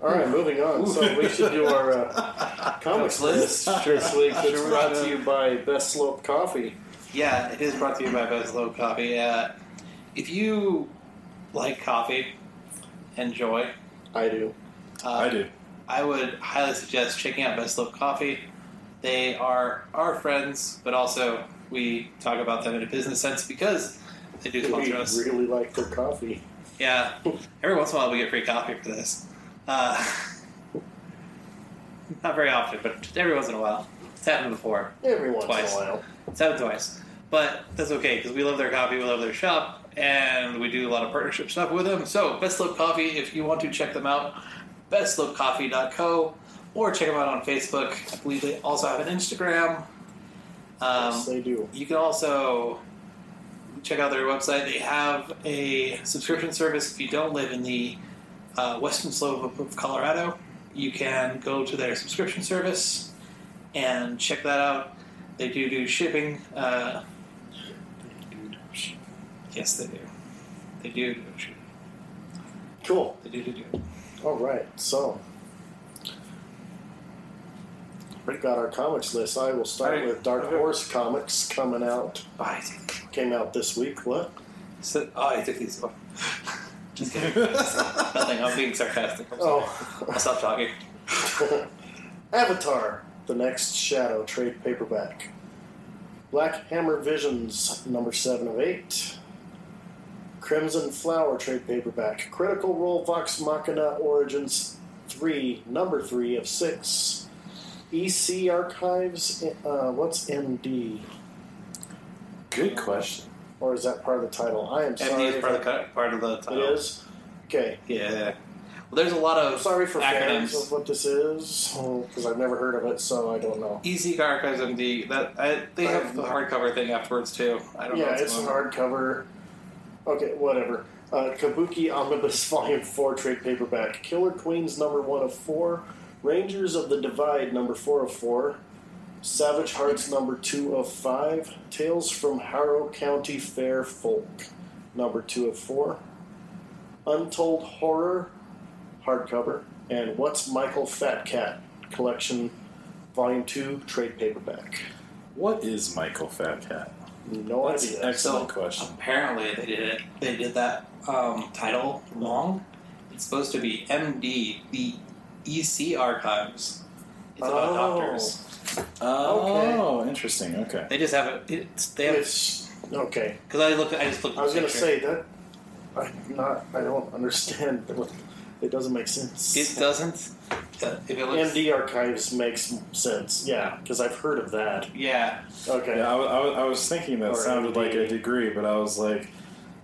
Speaker 2: All right, moving on. So we should do our uh, comics
Speaker 3: Comics list.
Speaker 2: list this week. That's
Speaker 3: Sure we
Speaker 2: brought to
Speaker 3: should.
Speaker 2: you by Best Slope Coffee.
Speaker 3: Yeah, it is brought to you by Best Low Coffee. Uh, if you like coffee, enjoy.
Speaker 2: I do.
Speaker 3: Uh,
Speaker 4: I do.
Speaker 3: I would highly suggest checking out Best Love Coffee. They are our friends, but also we talk about them in a business sense because they do
Speaker 2: We
Speaker 3: sponsor us.
Speaker 2: really like their coffee.
Speaker 3: Yeah. Every once in a while we get free coffee for this. Uh, not very often, but just every once in a while. It's happened before.
Speaker 2: Every once
Speaker 3: Twice.
Speaker 2: in a while.
Speaker 3: It's happened twice. But that's okay because we love their coffee, we love their shop, and we do a lot of partnership stuff with them. So, Best Slope Coffee, if you want to check them out, bestlopecoffee.co. or check them out on Facebook. I believe they also have an Instagram. Um,
Speaker 2: yes, they do.
Speaker 3: you can also check out their website. They have a subscription service if you don't live in the uh, western slope of Colorado. You can go to their subscription service and check that out. They do do shipping. Uh, yes, they do. They do do shipping.
Speaker 2: Cool.
Speaker 3: They do do do.
Speaker 2: All right. So, we've got our comics list. I will start
Speaker 3: All right.
Speaker 2: with Dark
Speaker 3: Okay.
Speaker 2: Horse comics coming out.
Speaker 3: Isaac.
Speaker 2: Came out this week. What?
Speaker 3: So, oh, I took these. Just kidding. Nothing. I'm being sarcastic. I'm sorry.
Speaker 2: Oh,
Speaker 3: I'll stop talking.
Speaker 2: Avatar: The Next Shadow trade paperback. Black Hammer Visions number seven of eight. Crimson Flower trade paperback. Critical Role Vox Machina Origins three number three of six. EC Archives. Uh, what's MD?
Speaker 4: Good question.
Speaker 2: Or is that part of the title? I am sorry.
Speaker 3: MD is
Speaker 2: if
Speaker 3: part
Speaker 2: I-
Speaker 3: of the cut- part of the title.
Speaker 2: It is. Okay.
Speaker 3: Yeah. Well, there's a lot of
Speaker 2: Sorry for fans of
Speaker 3: acronyms.
Speaker 2: what this is because I've never heard of it, so I don't know.
Speaker 3: Easy Archives MD. That I, they have the hardcover thing afterwards too. I don't know.
Speaker 2: Yeah,
Speaker 3: what's
Speaker 2: it's an
Speaker 3: going on.
Speaker 2: hardcover. Okay, whatever. Uh, Kabuki Omnibus Volume 4 trade paperback. Killer Queens number 1 of 4. Rangers of the Divide number 4 of 4. Savage Hearts number 2 of 5. Tales from Harrow County Fair Folk number 2 of 4. Untold Horror hardcover. And What's Michael Fat Cat collection volume 2 trade paperback.
Speaker 4: What is Michael Fat Cat?
Speaker 2: No
Speaker 4: That's an
Speaker 2: idea.
Speaker 4: excellent
Speaker 3: So-
Speaker 4: question.
Speaker 3: Apparently, they did it. They did that um, title wrong. It's supposed to be MD, the EC Archives. It's about
Speaker 2: Oh.
Speaker 3: doctors.
Speaker 4: Oh, interesting. Okay.
Speaker 3: They just have it. It's, they have
Speaker 2: It's okay.
Speaker 3: because I looked. I just looked. at
Speaker 2: I was
Speaker 3: the
Speaker 2: gonna
Speaker 3: picture.
Speaker 2: say that I'm not. I don't understand. what- It doesn't make sense.
Speaker 3: it doesn't. uh, If it looks,
Speaker 2: MD archives makes sense. Yeah, because I've heard of that.
Speaker 3: yeah,
Speaker 2: Okay.
Speaker 4: Yeah, I, wa- I, wa- I was thinking that
Speaker 2: Or
Speaker 4: sounded like
Speaker 2: MD.
Speaker 4: a degree, but I was like,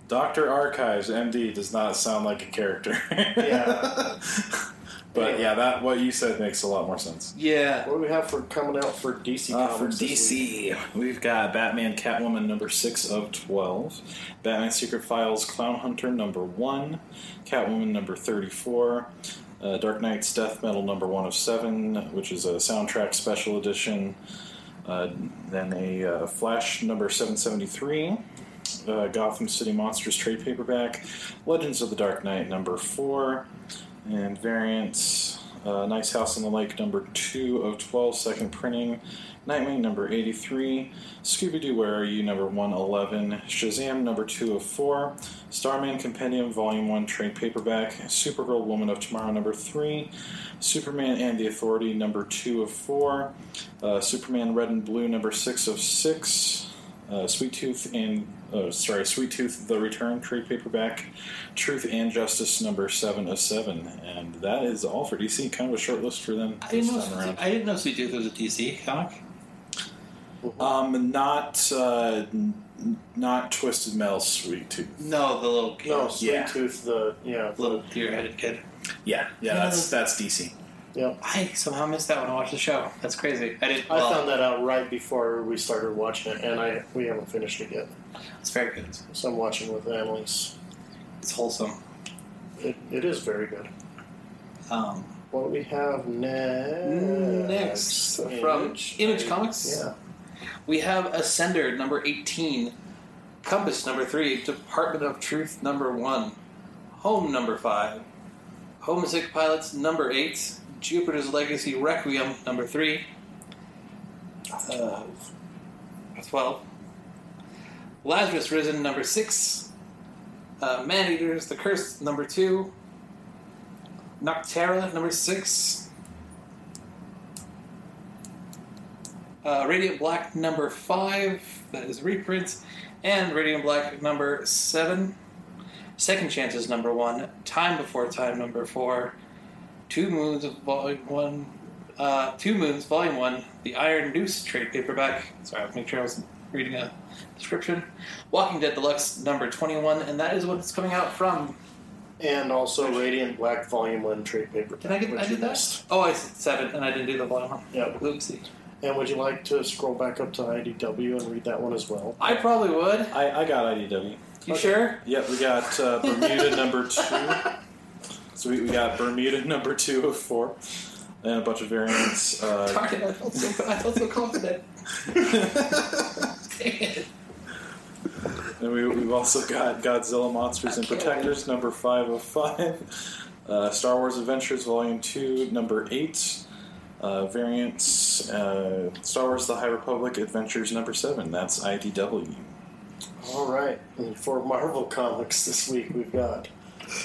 Speaker 4: Doctor Archives, MD, does not sound like a character.
Speaker 2: Yeah.
Speaker 4: but yeah, that what you said makes a lot more sense.
Speaker 3: yeah.
Speaker 2: What do we have for coming out for DC
Speaker 4: Uh,
Speaker 3: Uh,
Speaker 2: comics this week?
Speaker 4: we've got Batman Catwoman number 6 of 12, Batman Secret Files Clown Hunter number 1, Catwoman number 34, uh, Dark Knight's Death Metal number 1 of 7, which is a soundtrack special edition, uh, then a uh, Flash number 773. Uh, Gotham City Monsters trade paperback, Legends of the Dark Knight number four, and variants uh, Nice House on the Lake number 2 of 12, second printing, Nightwing number 83, Scooby Doo Where Are You number 111, Shazam number 2 of 4, Starman Compendium volume 1 trade paperback, Supergirl Woman of Tomorrow number 3, Superman and the Authority number 2 of 4, uh, Superman Red and Blue number 6 of 6, uh, Sweet Tooth and uh, sorry, Sweet Tooth: The Return trade paperback, Truth and Justice number seven of seven, and that is all for DC. Kind of a short list for them
Speaker 3: I
Speaker 4: this
Speaker 3: didn't know.
Speaker 4: time around.
Speaker 3: Sweet- I didn't know Sweet Tooth was a DC comic.
Speaker 4: Um, not uh, n- not Twisted Metal, Sweet Tooth.
Speaker 3: No, the little kid.
Speaker 2: No, Sweet
Speaker 4: Yeah.
Speaker 2: Tooth. The yeah,
Speaker 3: little deer-headed kid.
Speaker 4: Yeah, yeah, that's that's DC.
Speaker 2: yep.
Speaker 3: I somehow missed that when I watched the show. That's crazy. I didn't.
Speaker 2: I
Speaker 3: well,
Speaker 2: found that out right before we started watching it, and I we haven't finished it yet.
Speaker 3: It's very good.
Speaker 2: So I'm watching with Annalise.
Speaker 3: It's wholesome.
Speaker 2: It, it is very good.
Speaker 3: Um,
Speaker 2: What do we have next?
Speaker 3: next from Image Comics,
Speaker 2: Yeah.
Speaker 3: we have Ascender number eighteen, Compass number three, Department of Truth number one, Home number five, Homesick Pilots number eight, Jupiter's Legacy Requiem number three, uh, twelve, Lazarus Risen number six, uh, Man Eaters The Curse number two, Noctera number six, uh, Radiant Black number five, that is reprints, and Radiant Black number seven, Second Chances number one, Time Before Time number four, Two Moons of Volume One, uh, Two Moons Volume One, the Iron Noose trade paperback. Sorry, I was making sure I was reading a description. Walking Dead Deluxe number twenty-one, and that is what it's coming out from.
Speaker 2: and also Radiant Black Volume One trade paperback.
Speaker 3: Did I get?
Speaker 2: which
Speaker 3: I
Speaker 2: you
Speaker 3: did that.
Speaker 2: missed.
Speaker 3: Oh, I said seven, and I didn't do the volume one.
Speaker 2: Yep.
Speaker 3: Oopsie.
Speaker 2: And would you like to scroll back up to IDW and read that one as well?
Speaker 3: I probably would.
Speaker 4: I, I got IDW.
Speaker 3: You sure?
Speaker 4: Yep, we got uh, Bermuda number two. So we, we got Bermuda number two of four, and a bunch of variants. Uh,
Speaker 3: Darn it! I felt so. I felt so confident. Dang it.
Speaker 4: and we, we've also got Godzilla Monsters and
Speaker 3: I can't
Speaker 4: Protectors number five of five, uh, Star Wars Adventures Volume Two number eight. Uh, variants uh, Star Wars The High Republic Adventures number seven. That's IDW.
Speaker 2: All right. And for Marvel Comics this week, we've got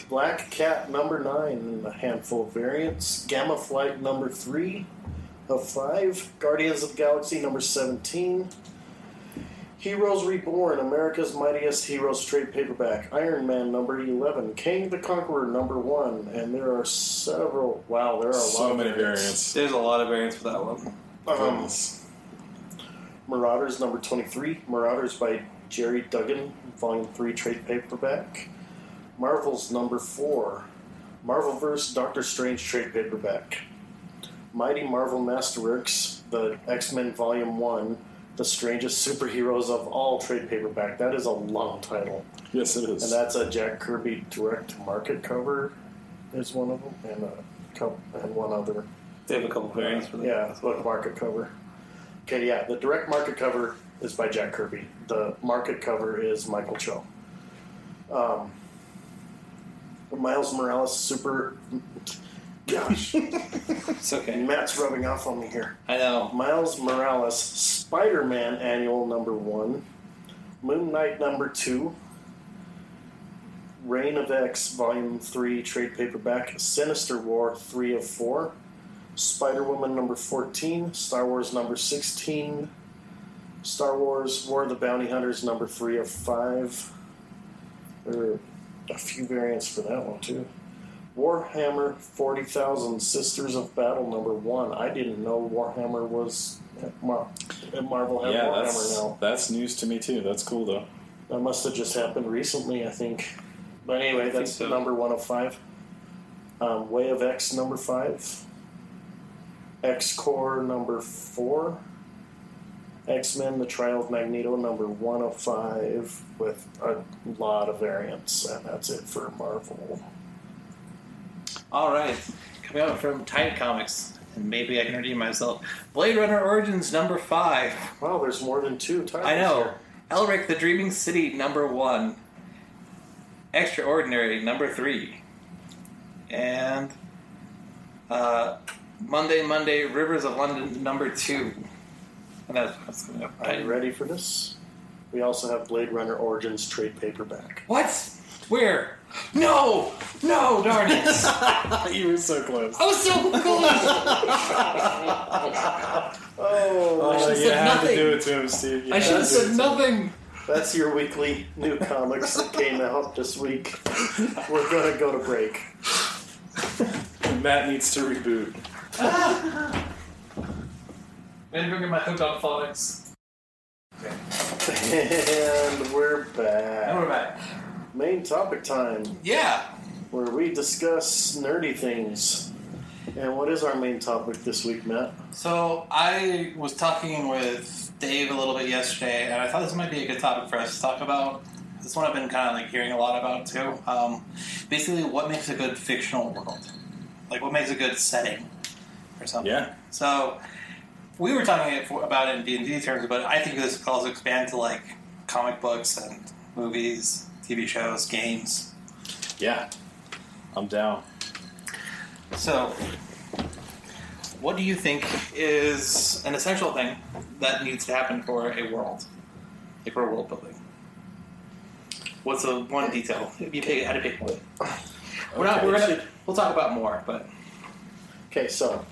Speaker 2: Black Cat number nine and a handful of variants, Gamma Flight number three of five, Guardians of the Galaxy number 17, Heroes Reborn, America's Mightiest Heroes trade paperback, Iron Man number 11, King the Conqueror number one, and there are several. Wow, there are a lot
Speaker 4: So
Speaker 2: of
Speaker 4: many variants.
Speaker 3: There's a lot of variants for that one.
Speaker 2: Um,
Speaker 4: Goodness.
Speaker 2: Marauders number 23, Marauders by Jerry Duggan, volume 3 trade paperback. Marvel's number 4, Marvelverse Doctor Strange trade paperback. Mighty Marvel Masterworks, the X-Men volume 1, The Strangest Superheroes of All trade paperback. That is a long title.
Speaker 4: Yes, it is.
Speaker 2: And that's a Jack Kirby direct to market cover is one of them and a couple, and one other.
Speaker 3: They have a couple variants for that.
Speaker 2: Yeah, book market cover. Okay, yeah, the direct market cover is by Jack Kirby. The market cover is Michael Cho. Um, Miles Morales, super. Gosh,
Speaker 3: It's okay.
Speaker 2: Matt's rubbing off on me here.
Speaker 3: I know.
Speaker 2: Miles Morales, Spider Man Annual number one, Moon Knight number two, Reign of X volume three trade paperback, Sinister War three of four, Spider Woman number 14, Star Wars number 16, Star Wars War of the Bounty Hunters number three of five. There are a few variants for that one too. Warhammer 40,000 Sisters of Battle number one. I didn't know Warhammer was. Mar- Marvel had
Speaker 4: yeah,
Speaker 2: Warhammer
Speaker 4: that's,
Speaker 2: now.
Speaker 4: that's news to me too. That's cool though.
Speaker 2: That must have just happened recently, I think. But anyway,
Speaker 3: think
Speaker 2: that's
Speaker 3: so.
Speaker 2: number one of five. Um, Way of X, number five. X Core, number four. X Men, The Trial of Magneto, number one of five, with a lot of variants. And that's it for Marvel.
Speaker 3: All right. Coming up from Titan Comics, and maybe I can redeem myself. Blade Runner Origins number five.
Speaker 2: Wow, there's more than two titles.
Speaker 3: I know.
Speaker 2: here.
Speaker 3: Elric the Dreaming City, number one. Extraordinary, number three. And uh, Monday, Monday, Rivers of London, number two. And that's what's coming up.
Speaker 2: Are you ready for this? We also have Blade Runner Origins trade paperback.
Speaker 3: What? Where? No! No, darn it! I
Speaker 2: you were so close.
Speaker 3: was so close!
Speaker 2: Oh,
Speaker 3: should've
Speaker 4: you
Speaker 3: said
Speaker 4: had
Speaker 3: nothing.
Speaker 4: to do it to him, Steve. You
Speaker 3: I
Speaker 4: had
Speaker 3: should have
Speaker 4: to.
Speaker 3: said nothing!
Speaker 2: That's your weekly new comics that came out this week. We're gonna go to break.
Speaker 4: Matt needs to reboot.
Speaker 3: And bring in my hooked on phonics.
Speaker 2: And we're
Speaker 3: And
Speaker 2: back.
Speaker 3: we're back.
Speaker 2: Main topic time,
Speaker 3: Yeah!
Speaker 2: where we discuss nerdy things. And what is our main topic this week, Matt?
Speaker 3: So I was talking with Dave a little bit yesterday, and I thought this might be a good topic for us to talk about. This one I've been kind of like hearing a lot about too. Um, basically, what makes a good fictional world? Like, what makes a good setting or something?
Speaker 4: Yeah.
Speaker 3: So we were talking it for- about it in D and D terms, but I think this could also expand to like comic books and movies, TV shows, games.
Speaker 4: Yeah. I'm down.
Speaker 3: So, what do you think is an essential thing that needs to happen for a world, like for world building? What's the one detail? If you pick, had to pick one. We're not. We're gonna. We'll talk about more, but
Speaker 2: Okay, so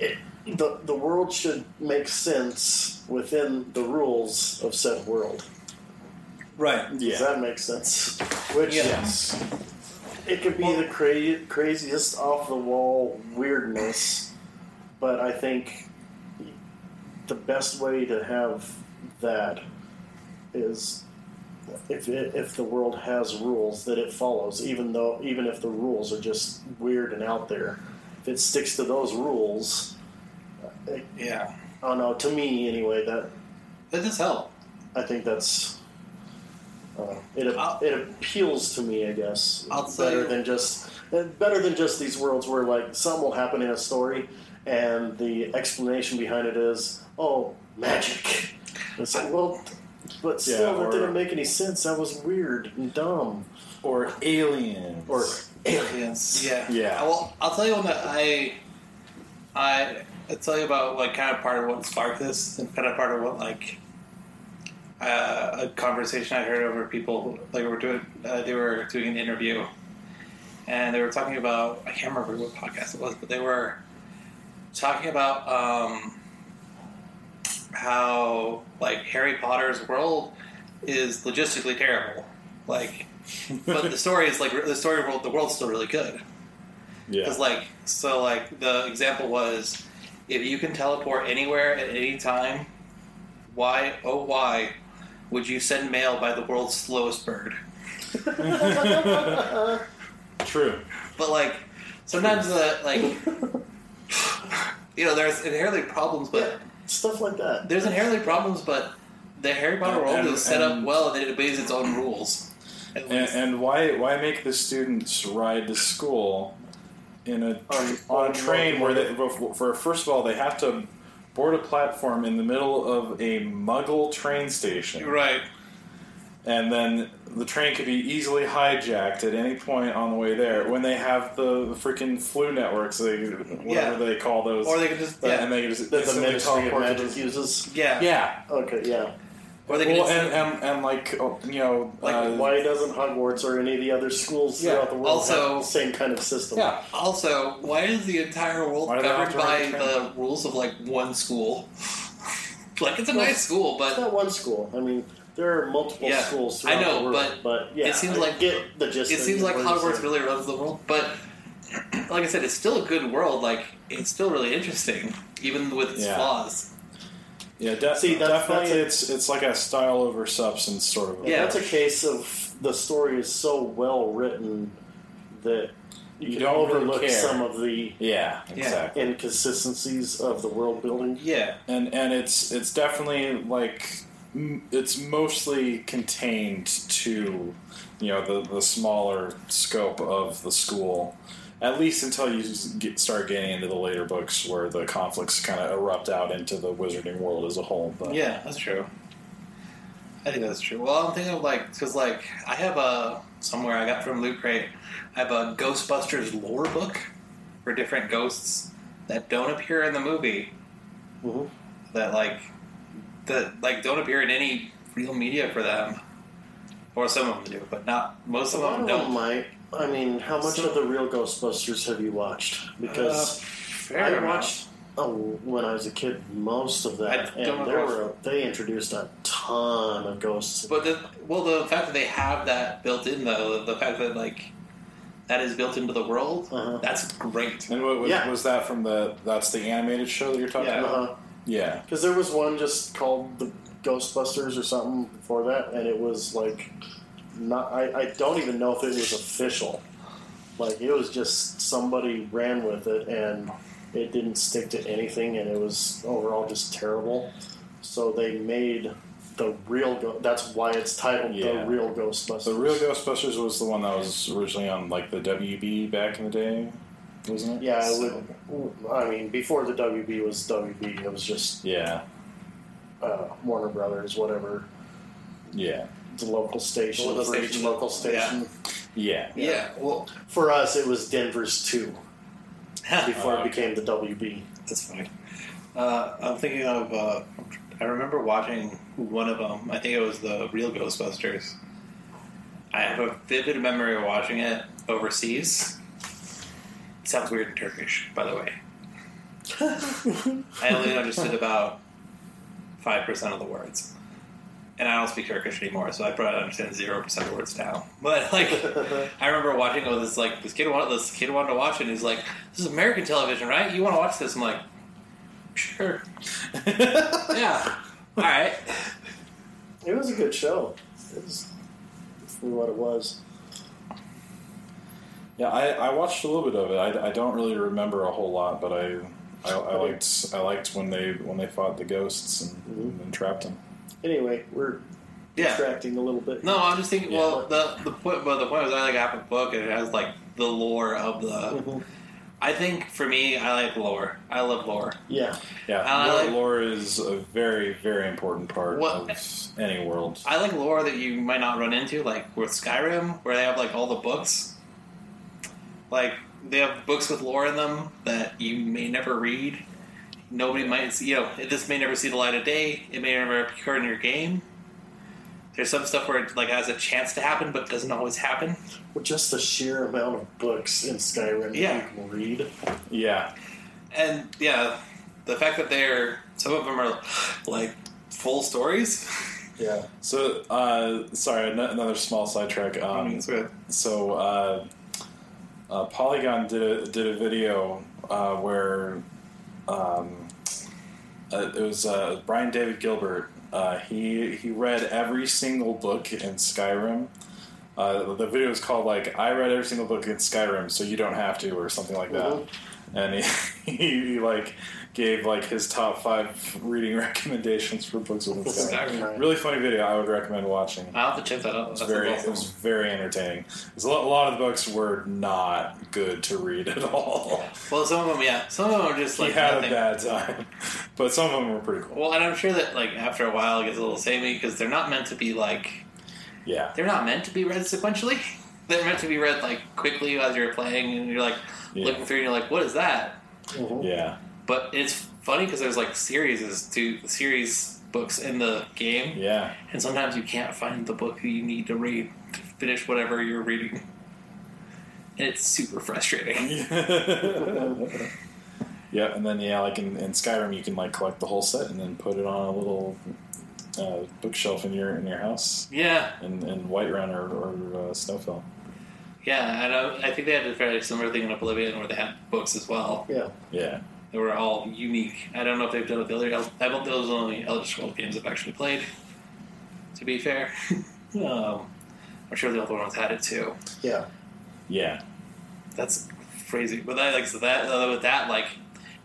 Speaker 2: it, the the world should make sense within the rules of said world.
Speaker 3: right.
Speaker 4: Yeah.
Speaker 2: Does that make sense? Which
Speaker 4: yes.
Speaker 2: It could be the cra- craziest off the wall weirdness, but I think the best way to have that is if it, if the world has rules that it follows, even though even if the rules are just weird and out there, if it sticks to those rules, it,
Speaker 3: Yeah,
Speaker 2: oh no, to me anyway, that
Speaker 3: that does help.
Speaker 2: I think that's uh, it.
Speaker 3: I'll-
Speaker 2: It appeals to me, I guess,
Speaker 3: I'll
Speaker 2: better
Speaker 3: say-
Speaker 2: than just better than just these worlds where like something will happen in a story, and the explanation behind it is oh magic. It's like well, but still,
Speaker 5: Yeah,
Speaker 2: that
Speaker 5: or-
Speaker 2: didn't make any sense. That was weird and dumb.
Speaker 5: Or aliens.
Speaker 2: Or
Speaker 3: aliens. Yeah.
Speaker 5: Yeah.
Speaker 3: Well, I'll tell you one that I, I, I'll tell you about like kind of part of what sparked this, and kind of part of what like uh, a conversation I heard over people like were doing uh, they were doing an interview, and they were talking about I can't remember what podcast it was, but they were talking about um, how like Harry Potter's world is logistically terrible, like but the story is like the story world the world's still really good
Speaker 4: Yeah.
Speaker 3: because like so like the example was if you can teleport anywhere at any time why oh why would you send mail by the world's slowest bird
Speaker 4: True.
Speaker 3: but like sometimes the like you know there's inherently problems but
Speaker 2: Stuff like that.
Speaker 3: there's inherently problems but the Harry Potter world
Speaker 4: And-
Speaker 3: is set up
Speaker 4: and-
Speaker 3: well and it obeys its own rules At
Speaker 4: And,
Speaker 3: least-
Speaker 4: and why why make the students ride to school in a
Speaker 2: On-
Speaker 4: on
Speaker 2: on
Speaker 4: a train where they for, for first of all they have to board a platform in the middle of a Muggle train station,
Speaker 3: right
Speaker 4: and then the train could be easily hijacked at any point on the way there. When they have the freaking flu networks, they whatever
Speaker 3: Yeah.
Speaker 4: they call those,
Speaker 3: or they could just
Speaker 4: uh,
Speaker 3: yeah,
Speaker 4: and they could
Speaker 2: That
Speaker 4: just
Speaker 2: the
Speaker 4: instantly
Speaker 2: Ministry of
Speaker 4: teleport to
Speaker 2: Magic
Speaker 4: the-
Speaker 2: uses.
Speaker 3: yeah
Speaker 4: yeah.
Speaker 2: Okay, yeah.
Speaker 3: or they could
Speaker 4: Well,
Speaker 3: just
Speaker 4: and, and, and like oh, you know,
Speaker 3: Like,
Speaker 4: uh,
Speaker 2: Why doesn't Hogwarts or any of the other schools
Speaker 4: Yeah.
Speaker 2: throughout the world
Speaker 3: Also-
Speaker 2: have the same kind of system?
Speaker 4: yeah,
Speaker 3: Also, why is the entire world
Speaker 4: Why do they have
Speaker 3: governed
Speaker 4: to
Speaker 3: by
Speaker 4: write the
Speaker 3: the rules of like one school? like it's a nice school,
Speaker 2: It's
Speaker 3: but
Speaker 2: not one school. I mean, there are multiple
Speaker 3: Yeah,
Speaker 2: schools
Speaker 3: I
Speaker 2: throughout
Speaker 3: know,
Speaker 2: the world.
Speaker 3: but
Speaker 2: yeah,
Speaker 3: it seems
Speaker 2: I
Speaker 3: like-
Speaker 2: get the gist.
Speaker 3: it
Speaker 2: of
Speaker 3: seems like
Speaker 2: what you're
Speaker 3: Hogwarts
Speaker 2: saying.
Speaker 3: really runs the world. But like I said, it's still a good world. Like it's still really interesting, even with its
Speaker 4: Yeah.
Speaker 3: flaws.
Speaker 4: yeah. De-
Speaker 2: See, that's-
Speaker 4: definitely,
Speaker 2: that's a-
Speaker 4: it's it's like a style over substance sort of.
Speaker 2: And
Speaker 3: Yeah.
Speaker 2: that's a case of the story is so well written that you,
Speaker 4: You
Speaker 2: can
Speaker 4: don't really
Speaker 2: overlook
Speaker 4: care.
Speaker 2: some of the
Speaker 4: Yeah,
Speaker 3: Yeah.
Speaker 4: exactly.
Speaker 2: inconsistencies of the world building.
Speaker 3: Yeah,
Speaker 4: And and it's it's definitely like m- it's mostly contained to you know the the smaller scope of the school. At least until you s- get, start getting into the later books, where the conflicts kind of erupt out into the wizarding world as a whole. But
Speaker 3: yeah, that's true. I think that's true. Well, I'm thinking of like because like I have a somewhere I got from Loot Crate. I have a Ghostbusters lore book for different ghosts that don't appear in the movie.
Speaker 2: Mhm.
Speaker 3: that like that like don't appear in any real media for them, or some of them do, but not most of
Speaker 2: A lot
Speaker 3: them
Speaker 2: of
Speaker 3: don't.
Speaker 2: them might. I mean, how much
Speaker 3: So-
Speaker 2: of the real Ghostbusters have you watched? Because
Speaker 3: Uh,
Speaker 2: I
Speaker 3: fair amount.
Speaker 2: watched oh, when I was a kid most of that,
Speaker 3: I don't
Speaker 2: and there
Speaker 3: know.
Speaker 2: were they introduced a ton of ghosts.
Speaker 3: but the well, the fact that they have that built in though, the fact that like that is built into the world,
Speaker 2: Uh-huh.
Speaker 3: that's great.
Speaker 4: and what, was,
Speaker 2: Yeah.
Speaker 4: was that from the? That's the animated show that you're talking
Speaker 3: Yeah.
Speaker 4: about.
Speaker 2: uh-huh.
Speaker 4: Yeah,
Speaker 2: Because there was one just called the Ghostbusters or something before that, and it was like not. I, I don't even know if it was official. Like it was just somebody ran with it, and it didn't stick to anything, and it was overall just terrible. So they made the real. Go- that's why it's titled
Speaker 4: Yeah.
Speaker 2: the real Ghostbusters.
Speaker 4: the real Ghostbusters was the one that was originally on like the WB back in the day, wasn't it?
Speaker 2: Yeah,
Speaker 4: So-
Speaker 2: it would. I mean, before the WB was WB, it was just
Speaker 4: Yeah,
Speaker 2: uh, Warner Brothers, whatever
Speaker 4: yeah,
Speaker 2: the local station,
Speaker 3: Local
Speaker 2: for each
Speaker 3: station.
Speaker 2: local station.
Speaker 4: yeah.
Speaker 3: Yeah, well,
Speaker 2: For us, it was Denver's two before
Speaker 4: Oh,
Speaker 2: it became the WB.
Speaker 3: That's fine. Uh, I'm thinking of. Uh, I remember watching one of them. I think it was the Real Ghostbusters. I have a vivid memory of watching it overseas. It sounds weird in Turkish, by the way. I only understood about five percent of the words, and I don't speak Turkish anymore, so I probably understand zero percent of the words now. But like. I remember watching all this like this kid wanted this kid wanted to watch it and he's like, This is American television, right? You wanna watch this? I'm like, Sure. yeah. Alright.
Speaker 2: it was a good show. It was and what it was.
Speaker 4: Yeah, I, I watched a little bit of it. I, I don't really remember a whole lot, but I I, I liked I liked when they when they fought the ghosts and, and trapped them.
Speaker 2: Anyway, we're
Speaker 3: Yeah.
Speaker 2: distracting a little bit.
Speaker 3: No, I'm just thinking.
Speaker 4: Yeah.
Speaker 3: Well, the the point, but the point was I like have a book and it has like the lore of the.
Speaker 2: Mhm.
Speaker 3: I think for me, I like lore. I love lore.
Speaker 2: Yeah.
Speaker 4: Yeah,
Speaker 3: I
Speaker 4: lore,
Speaker 3: Uh, like-
Speaker 4: lore is a very very important part
Speaker 3: What-
Speaker 4: of any world.
Speaker 3: I like lore that you might not run into, like with Skyrim, where they have like all the books. Like they have books with lore in them that you may never read. Nobody might, see, you know, this may never see the light of day. It may never occur in your game. There's some stuff where it like has a chance to happen, but doesn't always happen.
Speaker 2: Well, just the sheer amount of books in Skyrim
Speaker 3: Yeah.
Speaker 2: that you can read.
Speaker 4: Yeah,
Speaker 3: and yeah, the fact that they're some of them are like full stories.
Speaker 2: Yeah.
Speaker 4: So, uh, sorry, an- another small sidetrack.
Speaker 3: I mean,
Speaker 4: Um,
Speaker 3: it's good.
Speaker 4: so, uh, uh, Polygon did a, did a video uh, where um, uh, it was uh, Brian David Gilbert. Uh, he he read every single book in Skyrim. Uh, the video is called like "I read every single book in Skyrim, so you don't have to" or something like that.
Speaker 2: Mhm.
Speaker 4: And he, he, like gave like his top five reading recommendations for books within Skyrim.
Speaker 3: Skyrim.
Speaker 4: Really funny video. I would recommend watching. It
Speaker 3: I'll have to check that out.
Speaker 4: was
Speaker 3: That's
Speaker 4: very, it
Speaker 3: awesome.
Speaker 4: was very entertaining. 'Cause A lot, a lot of the books were not good to read at all.
Speaker 3: Well, some of them, yeah, some of them are just
Speaker 4: He
Speaker 3: like
Speaker 4: had
Speaker 3: nothing.
Speaker 4: a bad time, but some of them were pretty cool.
Speaker 3: Well, and I'm sure that like after a while it gets a little samey because they're not meant to be like
Speaker 4: Yeah,
Speaker 3: they're not meant to be read sequentially. they're meant to be read like quickly as you're playing and you're like
Speaker 4: Yeah.
Speaker 3: looking through and you're like, what is that?
Speaker 2: Mhm.
Speaker 4: yeah,
Speaker 3: But it's funny because there's like series to series books in the game.
Speaker 4: yeah.
Speaker 3: And sometimes you can't find the book you need to read to finish whatever you're reading. And it's super frustrating.
Speaker 4: yeah, and then yeah, like in, in Skyrim, you can like collect the whole set and then put it on a little uh, bookshelf in your in your house
Speaker 3: Yeah,
Speaker 4: in, in Whiterun or, or uh, Snowfell.
Speaker 3: yeah. I know. I think they had a fairly similar thing in Oblivion where they had books as well
Speaker 2: Yeah.
Speaker 4: Yeah,
Speaker 3: that were all unique. I don't know if they've done it with the other. El- I don't. Those are the only Elder Scrolls games I've actually played. To be fair, um, I'm sure the other ones had it too.
Speaker 2: Yeah.
Speaker 4: yeah,
Speaker 3: That's crazy. But that, like, so that uh, with that, like,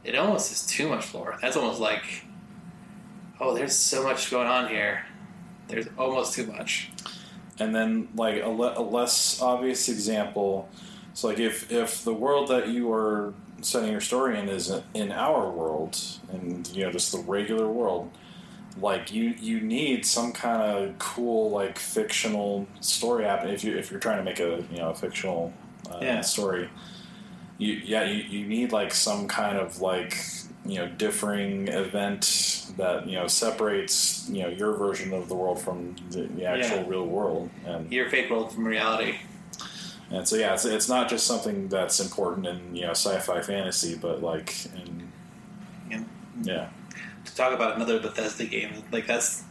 Speaker 3: it almost is too much lore. That's almost like, oh, there's so much going on here. There's almost too much.
Speaker 4: and then like a, le- a less obvious example so like if if the world that you are setting your story in is in our world and you know just the regular world like you you need some kind of cool like fictional story app if you if you're trying to make a you know a fictional uh,
Speaker 3: Yeah.
Speaker 4: story you yeah you, you need like some kind of like you know differing event that you know separates you know your version of the world from the, the actual
Speaker 3: Yeah.
Speaker 4: real world and
Speaker 3: Your fake world from reality.
Speaker 4: and so yeah, it's, it's not just something that's important in you know sci-fi fantasy, but like in
Speaker 3: And
Speaker 4: yeah
Speaker 3: to talk about another Bethesda game, like that's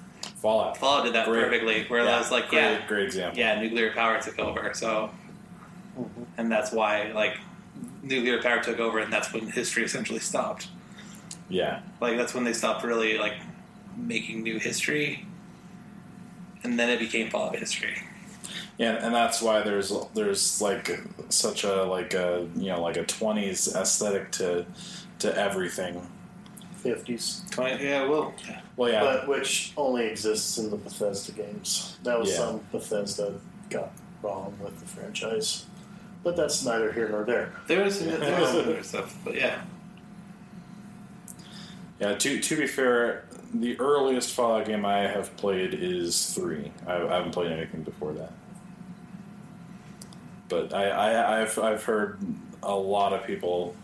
Speaker 4: Fallout.
Speaker 3: Fallout did that
Speaker 4: Great.
Speaker 3: perfectly. Where I was like,
Speaker 4: great,
Speaker 3: yeah,
Speaker 4: great example.
Speaker 3: yeah, nuclear power took over. So, and that's why like nuclear power took over, and that's when history essentially stopped.
Speaker 4: Yeah,
Speaker 3: like that's when they stopped really like making new history and then it became fallout history
Speaker 4: and and that's why there's there's like such a like a you know like a twenties aesthetic to to everything.
Speaker 2: 50s.
Speaker 3: 20, yeah well
Speaker 4: Well, yeah,
Speaker 2: But which only exists in the Bethesda games. That was
Speaker 4: Yeah.
Speaker 2: something Bethesda got wrong with the franchise. But that's neither here nor there.
Speaker 3: there was there was some other stuff but yeah
Speaker 4: yeah. To to be fair, the earliest Fallout game I have played is three. I, I haven't played anything before that. But I, I I've I've heard a lot of people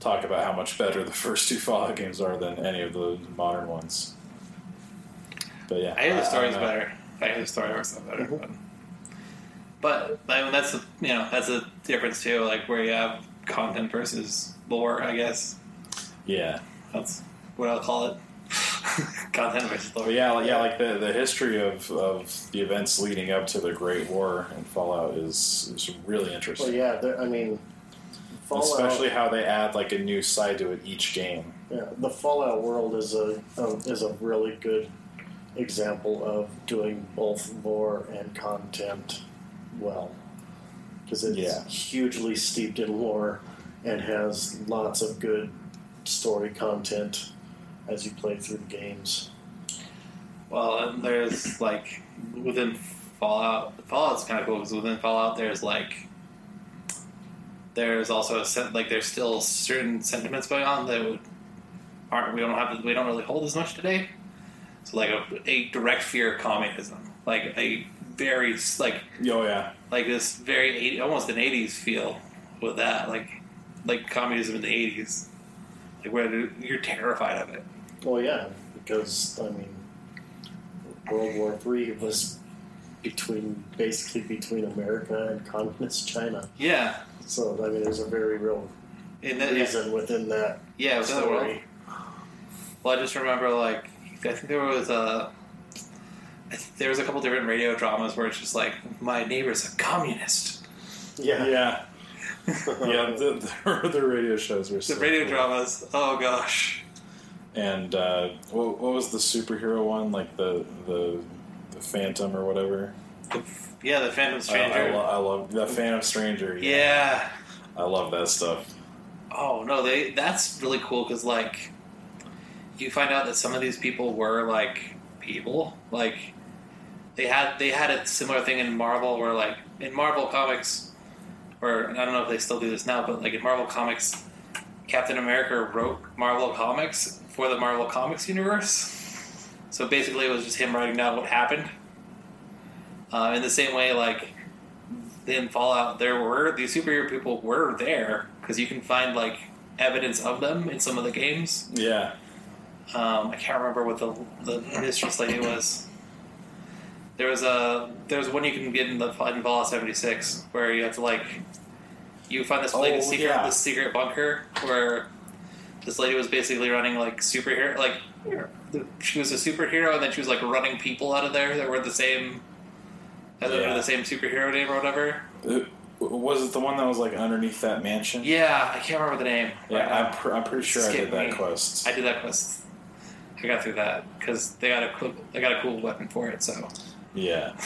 Speaker 4: talk about how much better the first two Fallout games are than any of the modern ones. But yeah,
Speaker 3: i hear the story's
Speaker 4: I'm not-
Speaker 3: better i hear the story works out better but, but I mean, that's a you know that's a difference too like where you have content versus lore i guess
Speaker 4: Yeah,
Speaker 3: that's what i'll call it content versus lore
Speaker 4: but yeah, like- yeah. Like the, the history of, of the events leading up to the Great War and Fallout is is really interesting.
Speaker 2: Well, yeah, there, I mean, Fallout.
Speaker 4: Especially how they add like a new side to it each game.
Speaker 2: Yeah, the Fallout world is a um, is a really good example of doing both lore and content well because it's
Speaker 4: Yeah.
Speaker 2: hugely steeped in lore and has lots of good story content as you play through the games.
Speaker 3: Well, and there's like within Fallout. Fallout's kind of cool because within Fallout, there's like there's also a sen- like there's still certain sentiments going on that would, aren't we don't have we don't really hold as much today. So like a, a direct fear of communism, like a very like
Speaker 4: Oh yeah,
Speaker 3: like this very 80, almost an 80s feel with that like like communism in the 80s like where you're terrified of it
Speaker 2: Well, yeah, because I mean, World War Three was between basically between America and communist China.
Speaker 3: yeah
Speaker 2: So I mean, there's a very real
Speaker 3: and then, yeah,
Speaker 2: reason within that
Speaker 3: yeah it was in the world
Speaker 2: story.
Speaker 3: well I just remember like I think there was a I think there was a couple different radio dramas where it's just like my neighbor's a communist
Speaker 2: Yeah, Uh,
Speaker 4: yeah, yeah. The, the, the radio shows were
Speaker 3: the
Speaker 4: so
Speaker 3: radio
Speaker 4: cool.
Speaker 3: dramas oh gosh
Speaker 4: and uh, what, what was the superhero one like the the the Phantom or whatever?
Speaker 3: the, yeah the Phantom Stranger
Speaker 4: I, I, lo- I love the Phantom Stranger.
Speaker 3: yeah
Speaker 4: I love that stuff.
Speaker 3: Oh no, they that's really cool because like you find out that some of these people were like people, like they had they had a similar thing in Marvel where like in Marvel comics, or I don't know if they still do this now, but like in Marvel comics, Captain America wrote Marvel comics for the Marvel comics universe. So basically, it was just him writing down what happened. Uh, in the same way, like in Fallout, there were these superhero people were there because you can find like evidence of them in some of the games.
Speaker 4: Yeah,
Speaker 3: Um, I can't remember what the the mistress lady was. There was a there was one you can get in the in Fallout seventy six where you have to like you find this like
Speaker 4: Oh,
Speaker 3: a secret
Speaker 4: yeah.
Speaker 3: this secret bunker where this lady was basically running like superhero like she was a superhero and then she was like running people out of there that were the same that were
Speaker 4: Yeah.
Speaker 3: the same superhero name or whatever.
Speaker 4: Uh, was it the one that was like underneath that mansion?
Speaker 3: Yeah, I can't remember the name. Right
Speaker 4: Yeah,
Speaker 3: now.
Speaker 4: I'm, pr- I'm pretty sure I
Speaker 3: Skip
Speaker 4: did that
Speaker 3: me.
Speaker 4: quest.
Speaker 3: I did that quest. I got through that because they got a cool, they got a cool weapon for it. So
Speaker 4: yeah,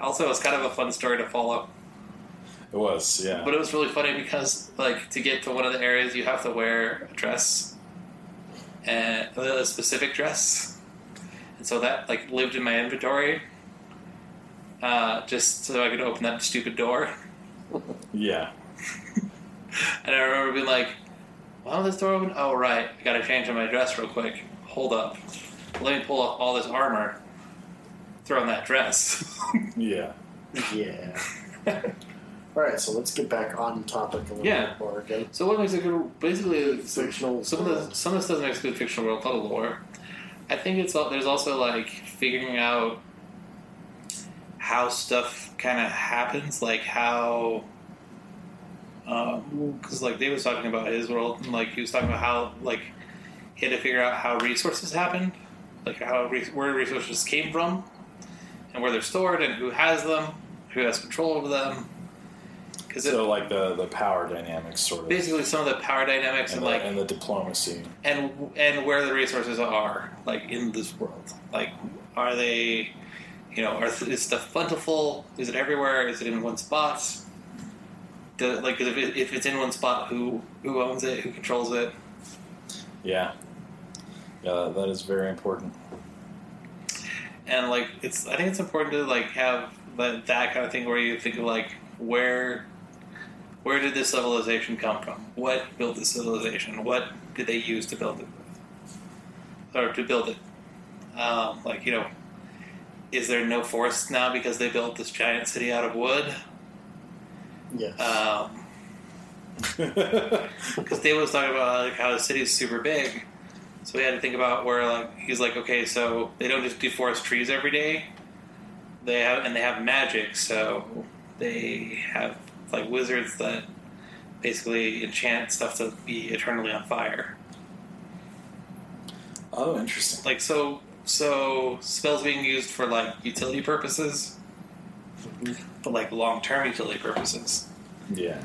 Speaker 3: also it's kind of a fun story to follow.
Speaker 4: it was. Yeah,
Speaker 3: But it was really funny because like to get to one of the areas you have to wear a dress, and a specific dress, and so that like lived in my inventory. Uh, just so I could open that stupid door.
Speaker 4: yeah,
Speaker 3: And I remember being like, why don't this door open? Oh, right. I gotta change my dress real quick. Hold up. Let me pull off all this armor. Throw on that dress.
Speaker 4: yeah.
Speaker 2: yeah. All right, so let's get back on topic a little
Speaker 3: Yeah.
Speaker 2: bit more again.
Speaker 3: so what makes a good, basically, some
Speaker 2: Fictional.
Speaker 3: of the, some of this doesn't make a good fictional world, a lot of lore. I think it's all, there's also like figuring out how stuff kind of happens, like how, because like Dave was talking about his world, and like he was talking about how like he had to figure out how resources happened, like how re- where resources came from, and where they're stored, and who has them, who has control over them, because
Speaker 4: So like the the power dynamics sort of,
Speaker 3: basically some of the power dynamics
Speaker 4: and,
Speaker 3: and
Speaker 4: the,
Speaker 3: like
Speaker 4: and the diplomacy.
Speaker 3: and and where the resources are like in this world like are they you know are, is stuff plentiful is it everywhere is it in one spot Do, like 'cause if, it, if it's in one spot who who owns it who controls it
Speaker 4: Yeah, yeah. That, that is very important.
Speaker 3: and like it's i think it's important to like have that, that kind of thing where you think of like where where did this civilization come from what built this civilization what did they use to build it or to build it um, like you know is there no forest now because they built this giant city out of wood
Speaker 2: Yes.
Speaker 3: um, because Dave was talking about like how the city's super big, so we had to think about where like he's like, okay, so they don't just deforest trees every day. They have and they have magic, so they have like wizards that basically enchant stuff to be eternally on fire.
Speaker 4: Oh, interesting.
Speaker 3: Like so, so spells being used for like utility purposes, but like long term utility purposes.
Speaker 4: Yeah,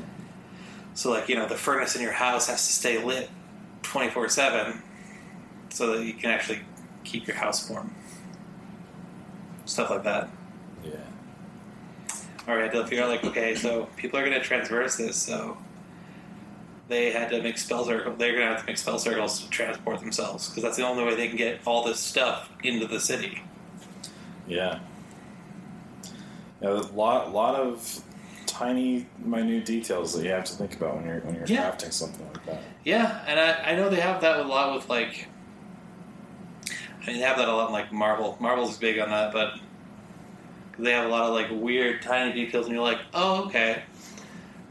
Speaker 3: So, like, you know, the furnace in your house has to stay lit 24 7 so that you can actually keep your house warm. Stuff like that.
Speaker 4: yeah.
Speaker 3: or had to figure out like, okay, so people are going to transverse this, so they had to make spell circles. They're going to have to make spell circles to transport themselves because that's the only way they can get all this stuff into the city.
Speaker 4: Yeah. Yeah, a lot, lot of tiny, minute details that you have to think about when you're when you're
Speaker 3: Yeah.
Speaker 4: crafting something like that.
Speaker 3: Yeah, and I, I know they have that a lot with like. I mean, they have that a lot in like Marvel. Marvel's big on that, but they have a lot of like weird, tiny details, and you're like, oh, okay.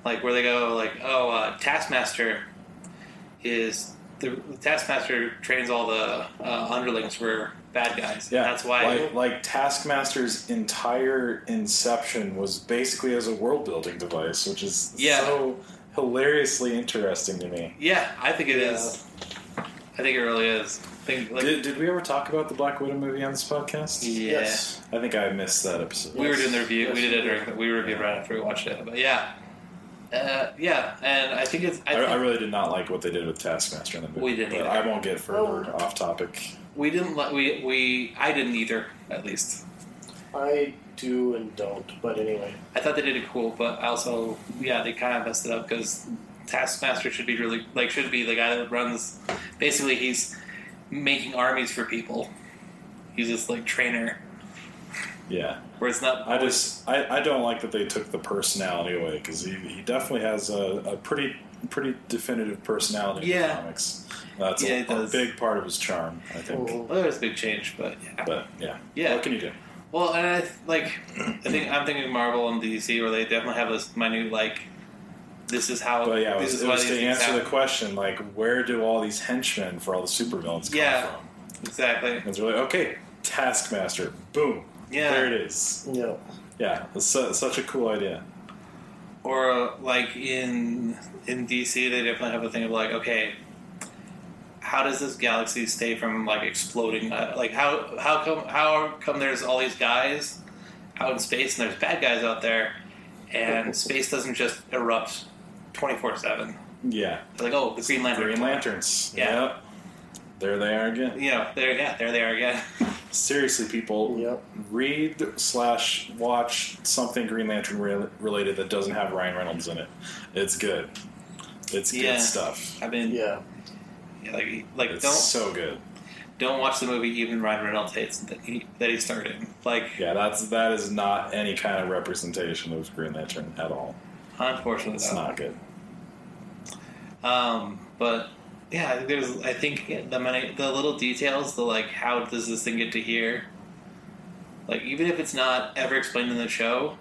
Speaker 3: Like where they go, like, oh, uh, Taskmaster is the Taskmaster trains all the uh, underlings for bad guys.
Speaker 4: Yeah,
Speaker 3: that's why.
Speaker 4: Like, like Taskmaster's entire inception was basically as a world building device, which is
Speaker 3: Yeah.
Speaker 4: so hilariously interesting to me.
Speaker 3: yeah, I think it is. I think it really is. I think like
Speaker 4: did, did we ever talk about the Black Widow movie on this podcast?
Speaker 3: yeah.
Speaker 2: Yes.
Speaker 4: I think I missed that episode.
Speaker 3: We were doing the review.
Speaker 2: Yes.
Speaker 3: We did it during. the- We reviewed right after we watched it. But yeah, uh, yeah, and I think it's. I
Speaker 4: I,
Speaker 3: think
Speaker 4: I really did not like what they did with Taskmaster in the movie.
Speaker 3: We didn't
Speaker 4: but
Speaker 3: either.
Speaker 4: I won't get further off topic.
Speaker 3: we didn't. Let, we we. I didn't either. At least
Speaker 2: I do and don't, but anyway.
Speaker 3: I thought they did it cool, but I also yeah they kind of messed it up because Taskmaster should be really like should be the guy that runs. Basically, he's making armies for people. He's this like trainer
Speaker 4: Yeah,
Speaker 3: where it's not.
Speaker 4: I just I, I don't like that they took the personality away because he, he definitely has a, a pretty pretty definitive personality in the
Speaker 3: Yeah.
Speaker 4: comics. That's
Speaker 3: Yeah,
Speaker 4: a,
Speaker 3: it
Speaker 4: a
Speaker 3: does.
Speaker 4: big part of his charm, I think.
Speaker 3: Well, oh, there's a big change, but yeah.
Speaker 4: But yeah,
Speaker 3: Yeah.
Speaker 4: What can you do?
Speaker 3: Well, and I th- like, I think I'm thinking Marvel and DC, where they definitely have this minute like, this is how.
Speaker 4: But yeah, it
Speaker 3: Oh, this
Speaker 4: was,
Speaker 3: is
Speaker 4: it
Speaker 3: why
Speaker 4: was
Speaker 3: these
Speaker 4: to
Speaker 3: things
Speaker 4: answer the
Speaker 3: happen.
Speaker 4: question like, where do all these henchmen for all the supervillains come
Speaker 3: Yeah.
Speaker 4: from?
Speaker 3: exactly.
Speaker 4: And it's really okay. Taskmaster, boom,
Speaker 3: Yeah.
Speaker 4: there it is.
Speaker 2: Yeah.
Speaker 4: Yeah, it's su- such a cool idea.
Speaker 3: Or uh, like in in DC, they definitely have a thing of like, okay, how does this galaxy stay from like exploding? Uh, like how how come how come there's all these guys out in space and there's bad guys out there, and space doesn't just erupt twenty four seven.
Speaker 4: Yeah,
Speaker 3: Like oh, the Green Lantern.
Speaker 4: Green Lanterns.
Speaker 3: Yeah.
Speaker 4: Yep. There they are again.
Speaker 3: You know, there yeah, there they are again.
Speaker 4: Seriously, people,
Speaker 2: Yep.
Speaker 4: read slash watch something Green Lantern re- related that doesn't have Ryan Reynolds in it. It's good. It's good
Speaker 3: Yeah.
Speaker 4: stuff.
Speaker 3: I mean,
Speaker 2: Yeah.
Speaker 3: Yeah, like, like
Speaker 4: It's
Speaker 3: don't
Speaker 4: so good.
Speaker 3: don't watch the movie even Ryan Reynolds hates that he that he starred in. Like,
Speaker 4: Yeah, that's that is not any kind of representation of Green Lantern at all.
Speaker 3: unfortunately,
Speaker 4: It's
Speaker 3: no.
Speaker 4: not good.
Speaker 3: Um, but yeah, I think there's I think the many the little details, the like, how does this thing get to here? Like, even if it's not ever explained in the show,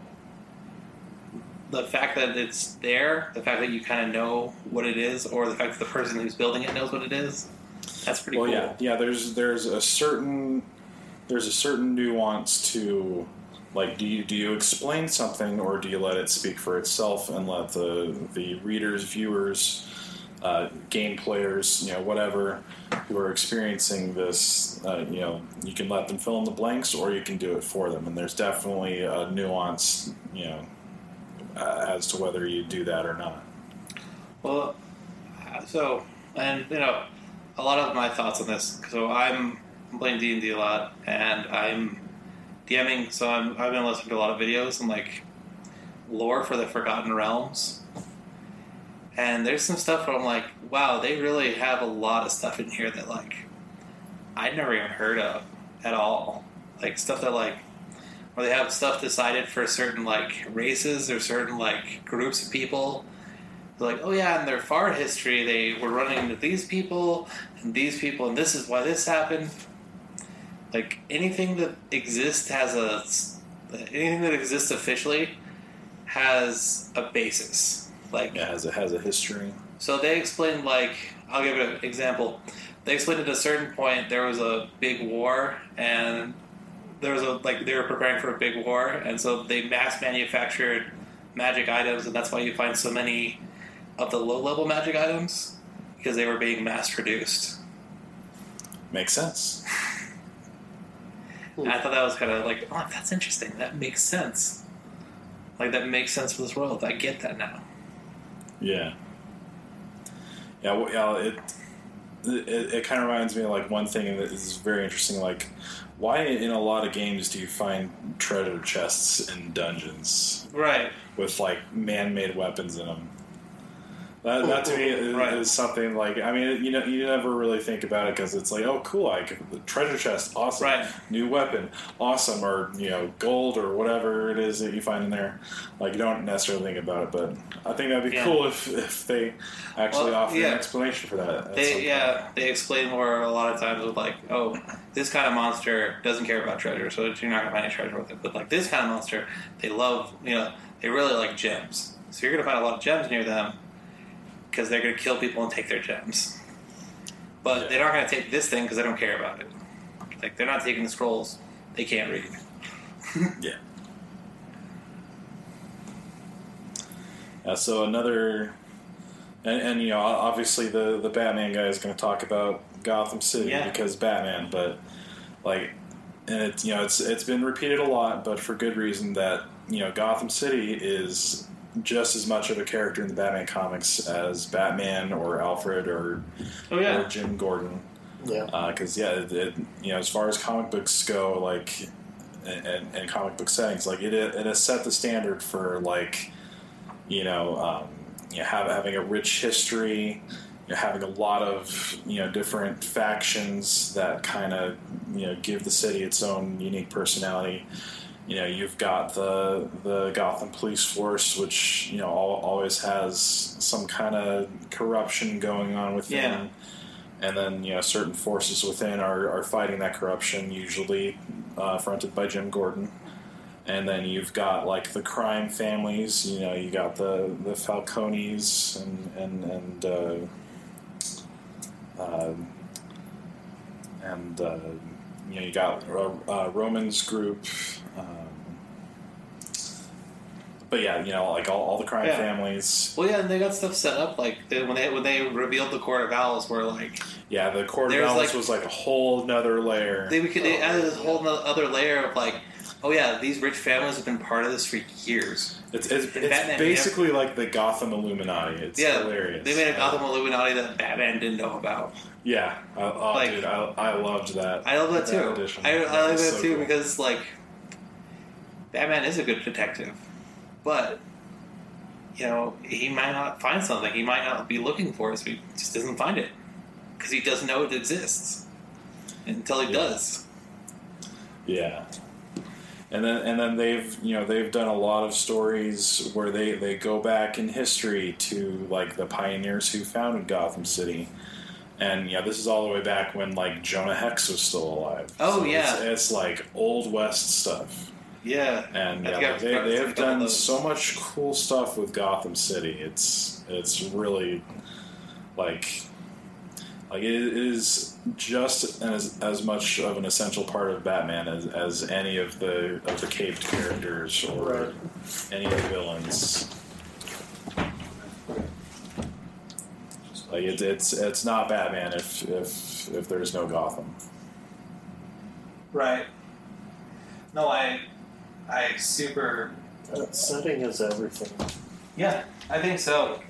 Speaker 3: the fact that it's there, the fact that you kind of know what it is, or the fact that the person who's building it knows what it is, that's pretty
Speaker 4: well,
Speaker 3: cool.
Speaker 4: yeah, yeah. There's there's a certain there's a certain nuance to like do you do you explain something or do you let it speak for itself and let the the readers, viewers, uh, game players, you know, whatever who are experiencing this, uh, you know, you can let them fill in the blanks or you can do it for them. And there's definitely a nuance, you know, uh, as to whether you do that or not.
Speaker 3: Well, uh, so and you know, a lot of my thoughts on this. So I'm playing D and D a lot, and I'm DMing. So I'm, I've been listening to a lot of videos and like lore for the Forgotten Realms. And there's some stuff where I'm like, wow, they really have a lot of stuff in here that like I'd never even heard of at all. Like stuff that like where they have stuff decided for certain like races or certain like groups of people like, oh yeah, in their far history, they were running into these people and these people, and this is why this happened. Like anything that exists has a anything that exists officially has a basis. Like
Speaker 4: It has a, has a history.
Speaker 3: so they explained like I'll give it an example. They explained at a certain point there was a big war and there was a like they were preparing for a big war and so they mass manufactured magic items and that's why you find so many of the low level magic items because they were being mass produced.
Speaker 4: Makes sense.
Speaker 3: And I thought that was kind of like oh that's interesting. That makes sense. Like that makes sense for this world. I get that now.
Speaker 4: Yeah. Yeah, well, yeah it, it, it kind of reminds me of like one thing that is very interesting. Like, Why in a lot of games do you find treasure chests in dungeons
Speaker 3: Right.
Speaker 4: with like man-made weapons in them? That, that to me is,
Speaker 3: Right.
Speaker 4: is something like I mean you know you never really think about it because it's like oh cool I could, the treasure chest awesome
Speaker 3: Right.
Speaker 4: new weapon awesome or you know gold or whatever it is that you find in there like you don't necessarily think about it but I think that'd be
Speaker 3: Yeah.
Speaker 4: cool if, if they actually
Speaker 3: Well,
Speaker 4: offer
Speaker 3: yeah.
Speaker 4: an explanation for that at some
Speaker 3: They
Speaker 4: point.
Speaker 3: yeah, they explain more a lot of times with like, oh, this kind of monster doesn't care about treasure, so you're not gonna find any treasure with it. But like this kind of monster, they love you know they really like gems, so you're gonna find a lot of gems near them because they're gonna kill people and take their gems. But
Speaker 4: Yeah.
Speaker 3: they're not gonna take this thing because they don't care about it. Like they're not taking the scrolls they can't read.
Speaker 4: Yeah. Uh, so another, and, and you know, obviously the the Batman guy is going to talk about Gotham City
Speaker 3: Yeah.
Speaker 4: because Batman, but like, and it's you know it's it's been repeated a lot, but for good reason that you know Gotham City is just as much of a character in the Batman comics as Batman or Alfred or,
Speaker 3: Oh
Speaker 4: or Jim Gordon
Speaker 2: Yeah.
Speaker 4: because Uh, yeah, it, it, you know, as far as comic books go, like, and, and, and comic book settings, like it, it has set the standard for like, you know, um, you know, have, having a rich history, you know, having a lot of you know different factions that kind of you know give the city its own unique personality. You know, you've got the the Gotham police force, which you know al- always has some kind of corruption going on within
Speaker 3: Yeah.
Speaker 4: and then you know certain forces within are, are fighting that corruption, usually uh, fronted by Jim Gordon. And then you've got like the crime families, you know, you got the the Falcones and and and uh, um and uh, you know you got Ro- uh, Roman's group. Um, but yeah, you know, like all, all the crime
Speaker 3: Yeah.
Speaker 4: families.
Speaker 3: Well, yeah, and they got stuff set up like they, when they when they revealed the Court of Owls, were like
Speaker 4: Yeah, the court
Speaker 3: There's,
Speaker 4: balance
Speaker 3: like-
Speaker 4: was like a whole nother layer.
Speaker 3: They we could they added this whole no- other layer of like, oh yeah, these rich families have been part of this for years.
Speaker 4: It's, it's,
Speaker 3: And
Speaker 4: it's
Speaker 3: Batman,
Speaker 4: basically like the Gotham Illuminati. It's
Speaker 3: yeah,
Speaker 4: hilarious.
Speaker 3: they made a
Speaker 4: Uh,
Speaker 3: Gotham Illuminati that Batman didn't know about.
Speaker 4: Yeah, I, oh,
Speaker 3: Like-
Speaker 4: dude, I, I loved that.
Speaker 3: I love that too.
Speaker 4: edition.
Speaker 3: I, I like
Speaker 4: was
Speaker 3: that
Speaker 4: so
Speaker 3: too
Speaker 4: cool.
Speaker 3: because like, Batman is a good detective, but you know he might not find something. He might not be looking for it. So he just doesn't find it because he doesn't know it exists until he
Speaker 4: Yeah.
Speaker 3: does.
Speaker 4: yeah, and then and then they've you know they've done a lot of stories where they they go back in history to like the pioneers who founded Gotham City. And yeah, this is all the way back when like Jonah Hex was still alive.
Speaker 3: Oh,
Speaker 4: So it's-
Speaker 3: yeah.
Speaker 4: it's like old west stuff.
Speaker 3: Yeah,
Speaker 4: and
Speaker 3: I
Speaker 4: yeah,
Speaker 3: think
Speaker 4: like,
Speaker 3: I've
Speaker 4: they, they
Speaker 3: referenced a
Speaker 4: have
Speaker 3: couple of
Speaker 4: done
Speaker 3: those.
Speaker 4: so much cool stuff with Gotham City. It's it's really like like it is just as as much of an essential part of Batman as, as any of the of the caved characters or
Speaker 2: Right.
Speaker 4: any of the villains. Like it, it's it's not Batman if if if there's no Gotham.
Speaker 3: Right. No, I, I super.
Speaker 2: That setting is everything.
Speaker 3: Yeah, I think so.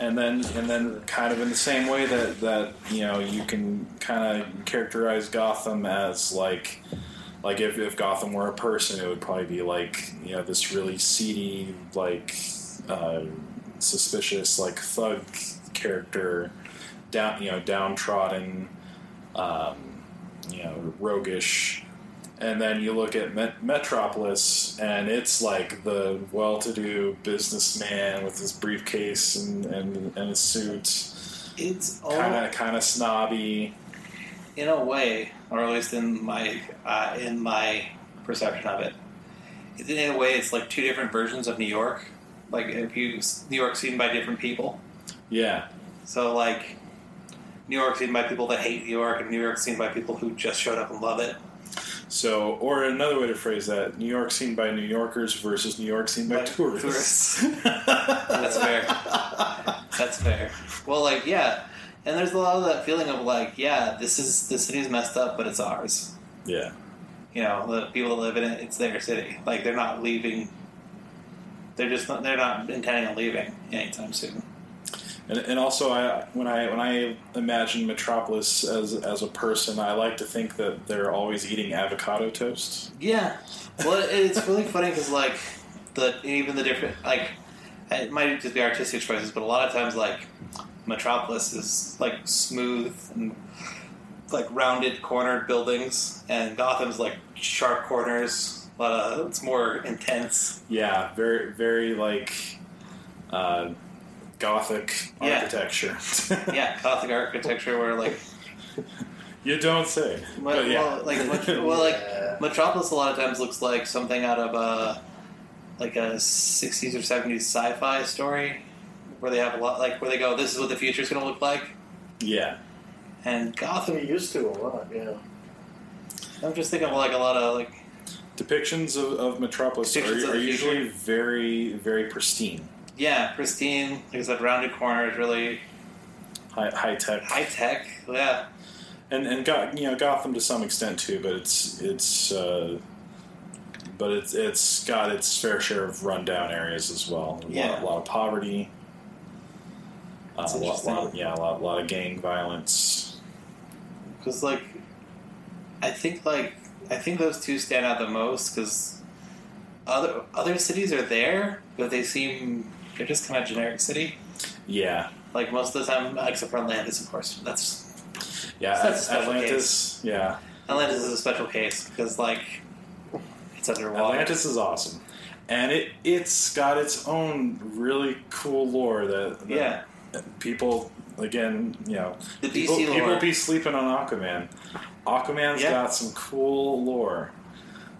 Speaker 4: and then and then kind of in the same way that that you know you can kind of characterize Gotham as like like if, if Gotham were a person, it would probably be like you know this really seedy like uh, suspicious like thug character down you know downtrodden um, you know roguish and then you look at Met- Metropolis, and it's like the well-to-do businessman with his briefcase and, and, and his suit,
Speaker 3: It's all
Speaker 4: kind of kind of snobby.
Speaker 3: in a way, or at least in my uh, in my perception of it. It's in a way, it's like two different versions of New York. Like if you New York seen by different people.
Speaker 4: Yeah,
Speaker 3: So like New York seen by people that hate New York, and New York seen by people who just showed up and love it.
Speaker 4: So, or another way to phrase that: New York seen by New Yorkers versus New York seen by,
Speaker 3: By
Speaker 4: tourists.
Speaker 3: tourists. That's fair. That's fair. Well, like yeah, and there's a lot of that feeling of like yeah, this is the city's messed up, but it's ours.
Speaker 4: yeah,
Speaker 3: you know the people that live in it it's their city like they're not leaving they're just not they're not intending on leaving anytime soon
Speaker 4: And, and also, I when I when I imagine Metropolis as as a person, I like to think that they're always eating avocado toast.
Speaker 3: Yeah. Well, it- it's really funny because like the even the different like it might just be artistic choices, but a lot of times like Metropolis is like smooth and like rounded cornered buildings, and Gotham's like sharp corners. A lot of it's more intense.
Speaker 4: Yeah, very very like uh, gothic
Speaker 3: Yeah.
Speaker 4: architecture.
Speaker 3: Yeah, Gothic architecture where like
Speaker 4: you don't say.
Speaker 3: Well,
Speaker 4: But yeah.
Speaker 3: well, like, Met- well, like Metropolis a lot of times looks like something out of a like a '60s or '70s sci-fi story, where they have a lot, like where they go, "This is what the future's going to look like."
Speaker 4: yeah.
Speaker 3: And Gotham,
Speaker 2: We used to a lot, yeah.
Speaker 3: I'm just thinking of like a lot of like,
Speaker 4: Depictions of, of Metropolis
Speaker 3: Depictions of the
Speaker 4: are, are usually
Speaker 3: future.
Speaker 4: very very pristine,
Speaker 3: yeah, pristine. Like I said, rounded corners, really
Speaker 4: high, high tech,
Speaker 3: high tech. Yeah,
Speaker 4: and and got you know Gotham to some extent too, but it's it's. Uh, but it's it's got its fair share of rundown areas as well. A lot-
Speaker 3: Yeah.
Speaker 4: a lot of poverty. Uh,
Speaker 3: That's
Speaker 4: a lot,
Speaker 3: interesting.
Speaker 4: lot- yeah, a lot, lot of gang violence.
Speaker 3: because like, I think like I think those two stand out the most because other other cities are there, but they seem they're just kind of generic city.
Speaker 4: Yeah,
Speaker 3: Like most of the time, except for Atlantis, of course. That's
Speaker 4: yeah.
Speaker 3: So that's a special
Speaker 4: Atlantis, yeah.
Speaker 3: Atlantis is a special case because like it's underwater.
Speaker 4: Atlantis is awesome, and it it's got its own really cool lore that, that
Speaker 3: Yeah,
Speaker 4: people again you know
Speaker 3: The
Speaker 4: people,
Speaker 3: DC lore.
Speaker 4: people be sleeping on Aquaman. Aquaman's
Speaker 3: Yeah.
Speaker 4: got some cool lore.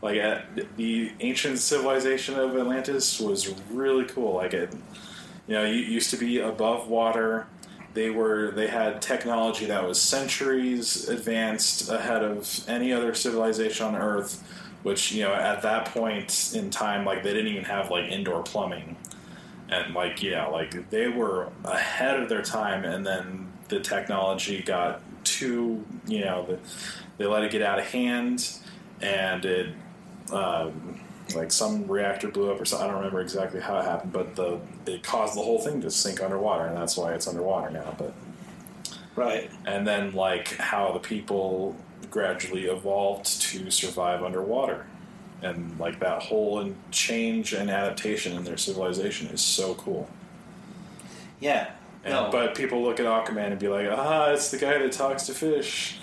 Speaker 4: Like at the ancient civilization of Atlantis was really cool. Like it, you know, you used to be above water. They were they had technology that was centuries advanced ahead of any other civilization on Earth. Which you know at that point in time, like they didn't even have like indoor plumbing, and like yeah, like they were ahead of their time. And then the technology got too you know the, they let it get out of hand, and it um, like some reactor blew up or something. I don't remember exactly how it happened, but the it caused the whole thing to sink underwater, and that's why it's underwater now. But
Speaker 3: right.
Speaker 4: and then like how the people gradually evolved to survive underwater, and like that whole in- change and adaptation in their civilization is so cool.
Speaker 3: Yeah.
Speaker 4: And,
Speaker 3: no.
Speaker 4: But people look at Aquaman and be like, ah, it's the guy that talks to fish.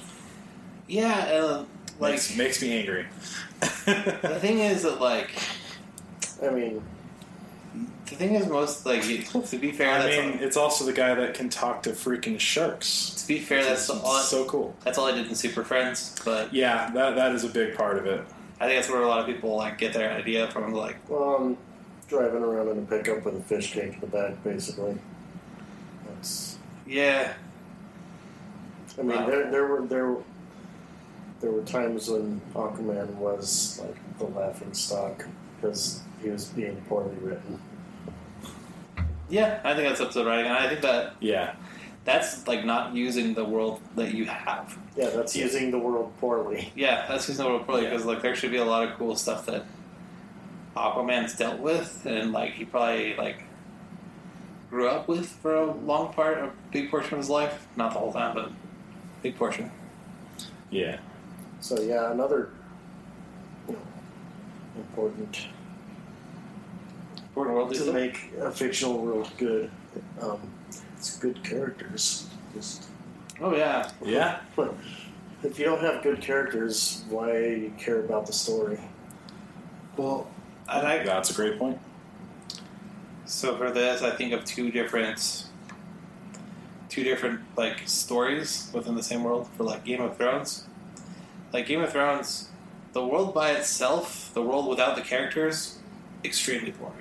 Speaker 3: yeah. Uh, like
Speaker 4: Makes, makes me angry.
Speaker 3: the thing is that like
Speaker 2: I mean,
Speaker 3: the thing is most like you- to be fair,
Speaker 4: I
Speaker 3: that's
Speaker 4: mean, it's also the guy that can talk to freaking sharks.
Speaker 3: to be fair, that's
Speaker 4: It's
Speaker 3: all.
Speaker 4: so cool.
Speaker 3: that's all I did in Super Friends, but
Speaker 4: Yeah, that, that is a big part of it.
Speaker 3: I think that's where a lot of people like get their idea from. Like,
Speaker 2: well, I'm driving around in a pickup with a fish cake in the back, basically. That's.
Speaker 3: yeah,
Speaker 2: I mean,
Speaker 3: Wow.
Speaker 2: there, there were there were- there were times when Aquaman was like the laughing stock because he was being poorly written.
Speaker 3: yeah. I think that's up to the writing, and I think that
Speaker 4: Yeah,
Speaker 3: that's like not using the world that you have.
Speaker 2: Yeah, that's using the world poorly.
Speaker 3: Yeah, that's just not probably because like there should be a lot of cool stuff that Aquaman's dealt with, and like he probably like grew up with for a long part, a big portion of his life. Not the whole time, but a big portion.
Speaker 4: yeah.
Speaker 2: So yeah, another you know, important
Speaker 3: Important world
Speaker 2: to
Speaker 3: to
Speaker 2: make a fictional world good. Um, it's good characters. Just
Speaker 3: Oh yeah,
Speaker 4: Yeah.
Speaker 2: if you don't have good characters, why you care about the story?
Speaker 3: well, and I
Speaker 4: That's a great point.
Speaker 3: So for this, I think of two different, two different like stories within the same world. For like Game of Thrones, like Game of Thrones, the world by itself, the world without the characters, extremely boring.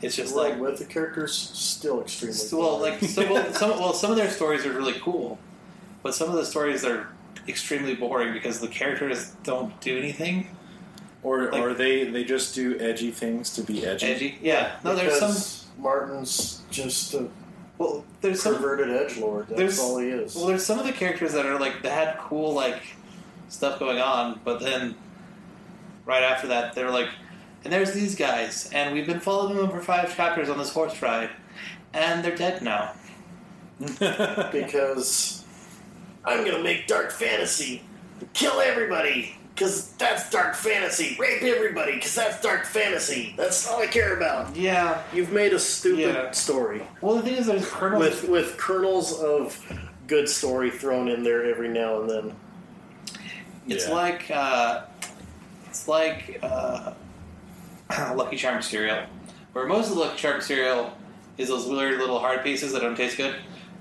Speaker 3: It's just like
Speaker 2: Like with the characters, still extremely
Speaker 3: so, well, like so, well, some well some of their stories are really cool, but some of the stories are extremely boring because the characters don't do anything
Speaker 4: Or
Speaker 3: Like-
Speaker 4: or they they just do edgy things to be edgy.
Speaker 3: edgy. Yeah, no, there's
Speaker 2: because
Speaker 3: some
Speaker 2: Martin's just a
Speaker 3: well there's some
Speaker 2: perverted edge lord. That's
Speaker 3: There's-
Speaker 2: all he is.
Speaker 3: Well, there's some of the characters that are like they had cool like stuff going on, but then right after that they're like, and there's these guys, and we've been following them for five chapters on this horse ride, and they're dead now.
Speaker 2: because I'm gonna make dark fantasy, kill everybody, because that's dark fantasy. Rape everybody, because that's dark fantasy. That's all I care about.
Speaker 3: Yeah.
Speaker 2: You've made a stupid
Speaker 3: Yeah.
Speaker 2: story
Speaker 3: Well, the thing is, there's kernels.
Speaker 2: with with kernels of good story thrown in there every now and then.
Speaker 3: It's
Speaker 4: Yeah.
Speaker 3: like uh, it's like uh, Lucky Charm cereal, where most of the Lucky Charm cereal is those weird little hard pieces that don't taste good.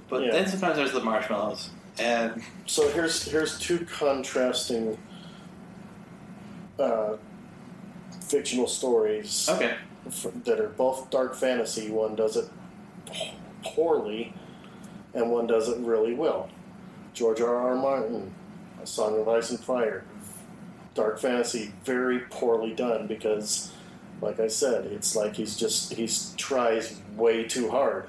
Speaker 3: But
Speaker 2: Yeah.
Speaker 3: then sometimes there's the marshmallows, and
Speaker 2: So here's here's two contrasting uh, fictional stories
Speaker 3: okay,
Speaker 2: f- that are both dark fantasy. One does it p- poorly, and one does it really well. George R. R. Martin, A Song of Ice and Fire, dark fantasy, very poorly done because, like I said, it's like he's just he's tries way too hard,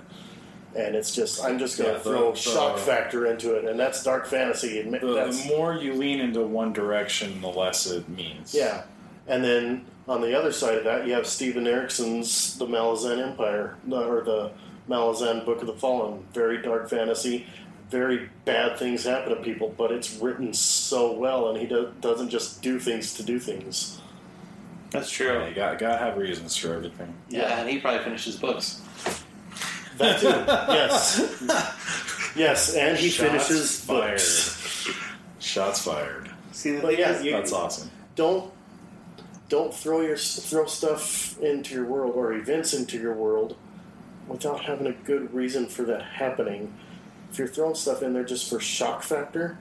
Speaker 2: and it's just I'm just gonna
Speaker 4: Yeah, the-
Speaker 2: throw
Speaker 4: the-
Speaker 2: shock factor into it, and that's dark fantasy. And ma-
Speaker 4: The,
Speaker 2: that's
Speaker 4: the more you lean into one direction, the less it means.
Speaker 2: yeah, and then on the other side of that, you have Stephen Erickson's The Malazan Empire, the- or the Malazan Book of the Fallen. Very dark fantasy, very bad things happen to people, but it's written so well, and he do- doesn't just do things to do things.
Speaker 3: that's
Speaker 4: Yeah,
Speaker 3: true.
Speaker 4: you got gotta have reasons for everything.
Speaker 3: Yeah, and he probably finished his books.
Speaker 2: That too. yes. Yes, and he
Speaker 4: Shots
Speaker 2: finishes
Speaker 4: fired.
Speaker 2: books.
Speaker 4: Shots fired.
Speaker 3: See, the
Speaker 2: But
Speaker 3: thing
Speaker 2: yeah,
Speaker 3: is-
Speaker 2: you,
Speaker 4: That's awesome.
Speaker 2: don't don't throw your throw stuff into your world or events into your world without having a good reason for that happening. If you're throwing stuff in there just for shock factor,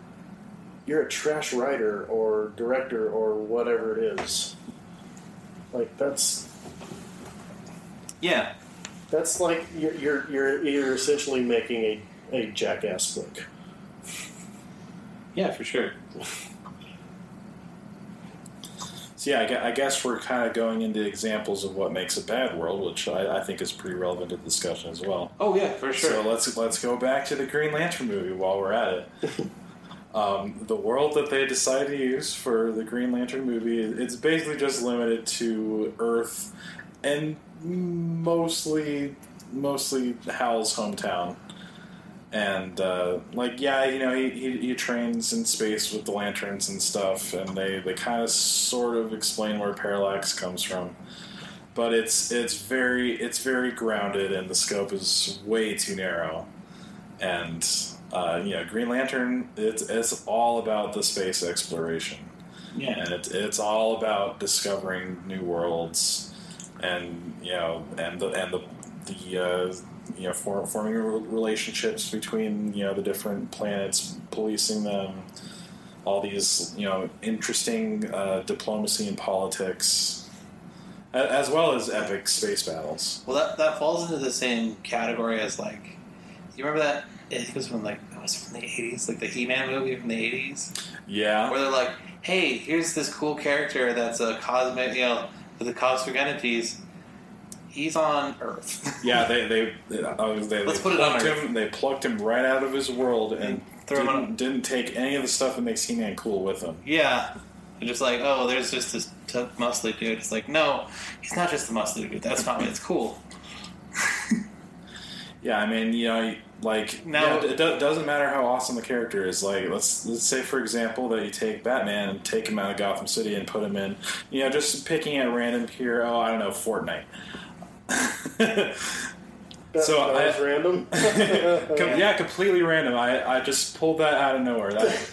Speaker 2: you're a trash writer or director or whatever it is. Like that's
Speaker 3: yeah,
Speaker 2: that's like you're you're you're, you're essentially making a, a jackass book.
Speaker 3: yeah, for sure.
Speaker 4: So yeah, I gue- I guess we're kind of going into examples of what makes a bad world, which I, I think is pretty relevant to the discussion as well.
Speaker 3: Oh yeah, for sure.
Speaker 4: So let's let's go back to the Green Lantern movie while we're at it. um, the world that they decided to use for the Green Lantern movie it's basically just limited to Earth and mostly mostly Hal's hometown. And uh, like yeah, you know he, he he trains in space with the lanterns and stuff, and they they kind of sort of explain where parallax comes from but it's it's very it's very grounded and the scope is way too narrow and uh, you know green lantern it's it's all about the space exploration
Speaker 3: yeah,
Speaker 4: and it's it's all about discovering new worlds and you know and the and the the uh, you know for, forming re- relationships between you know the different planets policing them all these you know interesting uh, diplomacy and politics a- as well as epic space battles
Speaker 3: Well, that, that falls into the same category as like, you remember that? It was from like that was from the '80s, like the He-Man movie from the '80s.
Speaker 4: yeah
Speaker 3: where they're like, "Hey, here's this cool character that's a cosmic, you know, with the cosmic entities. He's on Earth.
Speaker 4: yeah they they they, uh, they,
Speaker 3: Let's
Speaker 4: they
Speaker 3: put it on
Speaker 4: plucked
Speaker 3: Earth.
Speaker 4: him they plucked him right out of his world and,
Speaker 3: And threw him
Speaker 4: didn't,
Speaker 3: on-
Speaker 4: didn't take any of the stuff that makes He-Man cool with him
Speaker 3: yeah, and just like, oh, there's just this tough muscly dude. It's like, no, he's not just a muscly dude. That's not it's cool.
Speaker 4: Yeah, I mean, you know, like
Speaker 3: Now-
Speaker 4: now it do- doesn't matter how awesome the character is. Like, let's let's say for example that you take Batman and take him out of Gotham City and put him in, you know, just picking at random here. Oh, I don't know, Fortnite.
Speaker 2: That,
Speaker 4: So
Speaker 2: that
Speaker 4: I-
Speaker 2: was random.
Speaker 4: Com- yeah, completely random. I, I just pulled that out of nowhere. That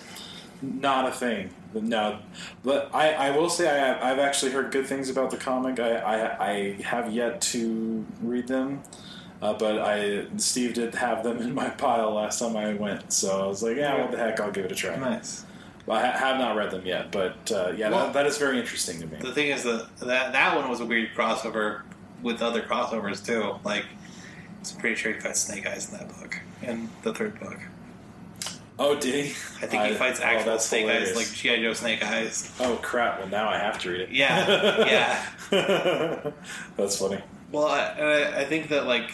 Speaker 4: not a thing. No, but I, I will say I have, I've actually heard good things about the comic. I, I, I have yet to read them, uh, but I Steve did have them in my pile last time I went, so I was like, yeah, what the heck, I'll give it a try.
Speaker 3: Nice.
Speaker 4: But I ha- have not read them yet, but uh, yeah,
Speaker 3: Well-
Speaker 4: that, that is very interesting to me.
Speaker 3: The thing is that that that one was a weird crossover with other crossovers too. Like, it's pretty sure he fights Snake Eyes in that book and the third book.
Speaker 4: oh, did he?
Speaker 3: I think he fights
Speaker 4: oh,
Speaker 3: actual
Speaker 4: that's
Speaker 3: Snake
Speaker 4: hilarious.
Speaker 3: Eyes, like GI Joe Snake Eyes.
Speaker 4: oh crap! Well, now I have to read it.
Speaker 3: Yeah, yeah.
Speaker 4: yeah. that's funny.
Speaker 3: Well, I, I- I think that like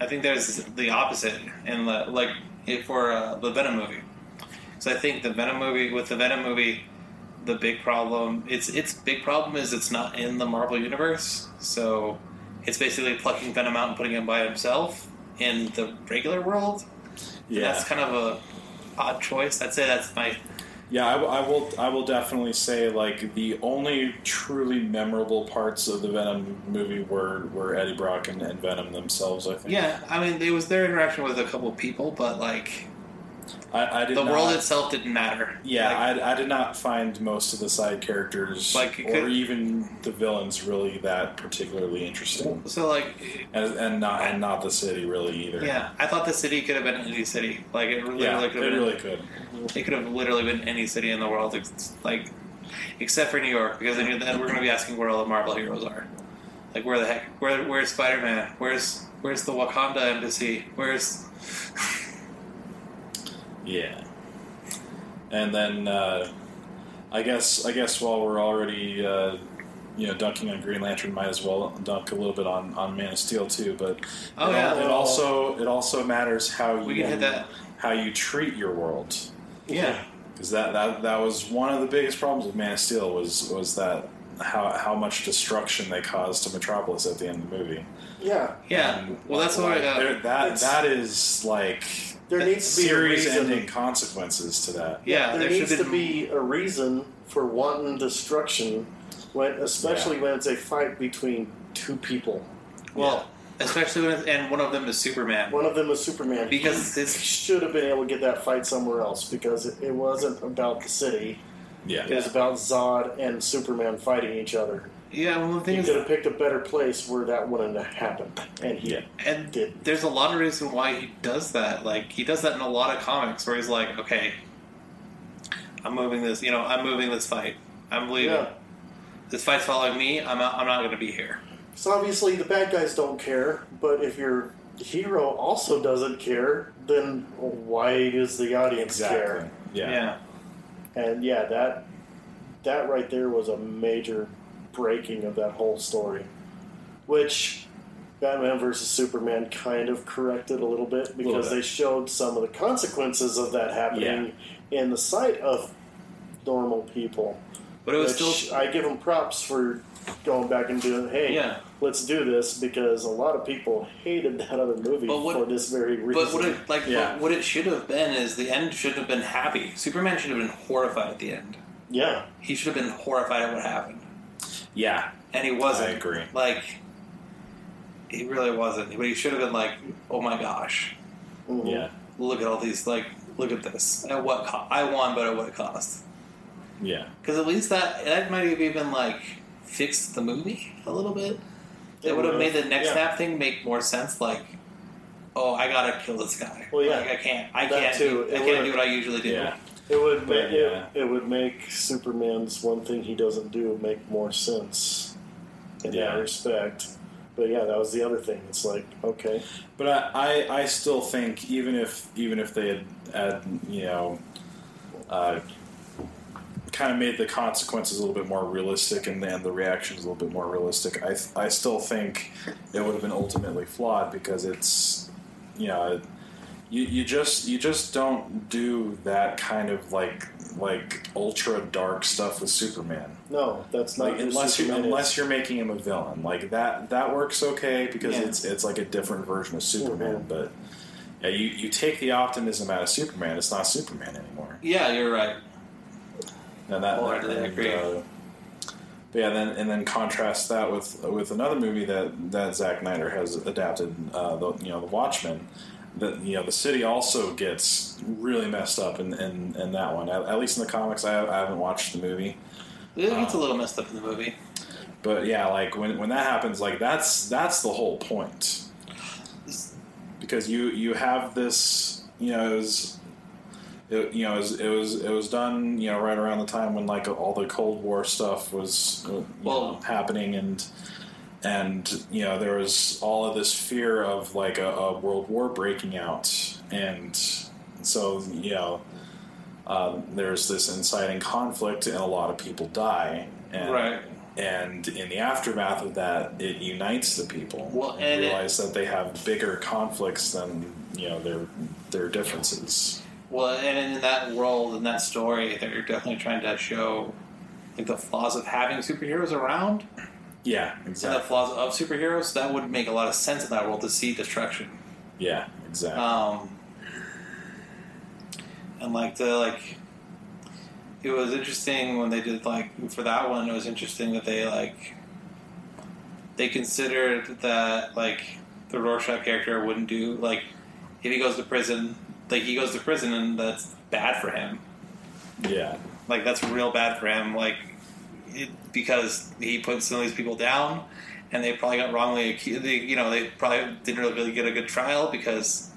Speaker 3: I think there's the opposite in the, like if for uh, the Venom movie. So I think the Venom movie with the Venom movie, the big problem its its big problem is it's not in the Marvel universe. So it's basically plucking Venom out and putting him by himself in the regular world.
Speaker 4: Yeah.
Speaker 3: That's kind of a odd choice. I'd say that's my
Speaker 4: Yeah, I, w- I will. I will definitely say like the only truly memorable parts of the Venom movie were were Eddie Brock and, and Venom themselves. I think.
Speaker 3: yeah. I mean, it was their interaction with a couple of people, but like
Speaker 4: I, I did
Speaker 3: the
Speaker 4: not,
Speaker 3: world itself didn't matter.
Speaker 4: Yeah,
Speaker 3: Like,
Speaker 4: I, I did not find most of the side characters,
Speaker 3: Like, it
Speaker 4: or
Speaker 3: could-
Speaker 4: even the villains, really that particularly interesting,
Speaker 3: so like
Speaker 4: and, and not and not the city really either.
Speaker 3: Yeah, I thought the city could have been any city. Like uh, it really,
Speaker 4: yeah,
Speaker 3: could have
Speaker 4: it
Speaker 3: been,
Speaker 4: really could.
Speaker 3: it could have literally been any city in the world, ex- like except for New York, because I knew that we're going to be asking where all the Marvel heroes are. Like where the heck? Where where's Spider Man? Where's where's the Wakanda embassy? Where's
Speaker 4: Yeah. And then uh, I guess I guess while we're already uh, you know dunking on Green Lantern, might as well dunk a little bit on, on Man of Steel too. But
Speaker 3: Oh,
Speaker 4: it,
Speaker 3: yeah.
Speaker 4: al- it also it also matters how you
Speaker 3: we can hit that?
Speaker 4: how you treat your world
Speaker 3: Yeah,
Speaker 4: because that, that that was one of the biggest problems with Man of Steel was was that how how much destruction they caused to Metropolis at the end of the movie.
Speaker 2: Yeah,
Speaker 3: yeah.
Speaker 4: And,
Speaker 3: well, that's why.
Speaker 4: like,
Speaker 3: Uh,
Speaker 4: there- that
Speaker 2: It's-
Speaker 4: that is like
Speaker 2: there needs to be a reason.
Speaker 4: series-ending consequences to that.
Speaker 3: yeah,
Speaker 2: there,
Speaker 3: should
Speaker 2: needs
Speaker 3: have been,
Speaker 2: to be a reason for wanton destruction, when especially when it's a fight between two people.
Speaker 3: well, especially when it's, and one of them is Superman
Speaker 2: One of them is Superman.
Speaker 3: because
Speaker 2: he
Speaker 3: it's
Speaker 2: should have been able to get that fight somewhere else because it, it wasn't about the city.
Speaker 4: Yeah.
Speaker 2: It was about Zod and Superman fighting each other.
Speaker 3: yeah. Well, the
Speaker 2: He
Speaker 3: thing is,
Speaker 2: could have picked a better place where that wouldn't have happened, and he
Speaker 4: Yeah.
Speaker 3: And
Speaker 2: did.
Speaker 3: there's a lot of reason why he does that. Like he does that in a lot of comics where he's like, okay, I'm moving this. You know, I'm moving this fight. I'm leaving.
Speaker 2: Yeah.
Speaker 3: This fight's following me. I'm out, I'm not going to be here.
Speaker 2: So obviously the bad guys don't care, but if your hero also doesn't care, then why does the audience
Speaker 4: Exactly.
Speaker 2: care?
Speaker 4: Yeah.
Speaker 2: And yeah, that that right there was a major breaking of that whole story, which Batman versus Superman kind of corrected a little bit because
Speaker 4: bit.
Speaker 2: they showed some of the consequences of that happening in the sight of normal people.
Speaker 3: but it was
Speaker 2: Which
Speaker 3: still
Speaker 2: I give them props for going back and doing, hey,
Speaker 3: yeah.
Speaker 2: let's do this because a lot of people hated that other movie
Speaker 3: But what-
Speaker 2: for this very reason.
Speaker 3: But what it like
Speaker 4: Yeah.
Speaker 3: but what it should have been is the end should have been happy. Superman should have been horrified at the end.
Speaker 2: yeah,
Speaker 3: He should have been horrified at what happened,
Speaker 4: Yeah.
Speaker 3: and he wasn't.
Speaker 4: I agree.
Speaker 3: Like he really wasn't. But he should have been like, oh my gosh.
Speaker 2: Mhm.
Speaker 4: Yeah.
Speaker 3: look at all these like look at this at what co- i won but at what cost
Speaker 4: Yeah.
Speaker 3: because at least that that might have even like fixed the movie a little bit it
Speaker 2: It
Speaker 3: would have made
Speaker 2: would've,
Speaker 3: the next
Speaker 2: yeah.
Speaker 3: half thing make more sense like oh i gotta kill this guy
Speaker 2: Well, yeah.
Speaker 3: like, i can't i
Speaker 2: That
Speaker 3: can't
Speaker 2: too.
Speaker 3: do,
Speaker 2: It
Speaker 3: i can't
Speaker 2: would've-
Speaker 3: do what i usually do
Speaker 4: Yeah.
Speaker 2: It would
Speaker 4: But,
Speaker 2: make
Speaker 4: yeah.
Speaker 2: it, it would make Superman's one thing he doesn't do make more sense in
Speaker 4: Yeah.
Speaker 2: that respect. But yeah, that was the other thing. It's like okay,
Speaker 4: But I, I, I still think even if even if they had, had you know uh, kind of made the consequences a little bit more realistic and then the reactions a little bit more realistic, I, I still think it would have been ultimately flawed because it's you know you, you just you just don't do that kind of like like ultra dark stuff with Superman.
Speaker 2: no, that's not
Speaker 4: like
Speaker 2: who
Speaker 4: unless you
Speaker 2: Superman is.
Speaker 4: unless you're making him a villain like that that works okay because
Speaker 3: Yeah.
Speaker 4: it's it's like a different version of superman but yeah, you you take the optimism out of superman it's not superman anymore
Speaker 3: yeah you're right
Speaker 4: and that
Speaker 3: Wholeheartedly
Speaker 4: and,
Speaker 3: agree.
Speaker 4: uh, but yeah then and then contrast that with with another movie that that Zack Snyder has adapted uh, the you know the Watchmen that you know the city also gets really messed up in, in, in that one at, at least in the comics I, I haven't watched the movie
Speaker 3: it
Speaker 2: Um,
Speaker 3: gets a little messed up in the movie
Speaker 4: But yeah, like when, when that happens, like that's that's the whole point. Because you you have this, you know, it was, it, you know, it was, it was it was done, you know, right around the time when like all the Cold War stuff was uh, you
Speaker 3: Well-
Speaker 4: know, happening, and and you know there was all of this fear of like a, a world war breaking out, and so you know. Um, there's this inciting conflict, and a lot of people die. And
Speaker 3: right
Speaker 4: and in the aftermath of that, it unites the people.
Speaker 3: Well,
Speaker 4: and,
Speaker 3: and it-
Speaker 4: realize that they have bigger conflicts than you know their their differences.
Speaker 3: Well, and in that world, in that story, they're definitely trying to show like the flaws of having superheroes around
Speaker 4: Yeah,
Speaker 3: and the
Speaker 4: exactly.
Speaker 3: flaws of superheroes. That would make a lot of sense in that world to see destruction.
Speaker 4: Yeah, exactly.
Speaker 3: Um, and like the like. It was interesting when they did like for that one. It was interesting that they like. They considered that like the Rorschach character wouldn't do like if he goes to prison, like he goes to prison and that's bad for him.
Speaker 4: Yeah.
Speaker 3: Like that's real bad for him. Like it, because he put some of these people down, and they probably got wrongly accused. They, you know, they probably didn't really get a good trial because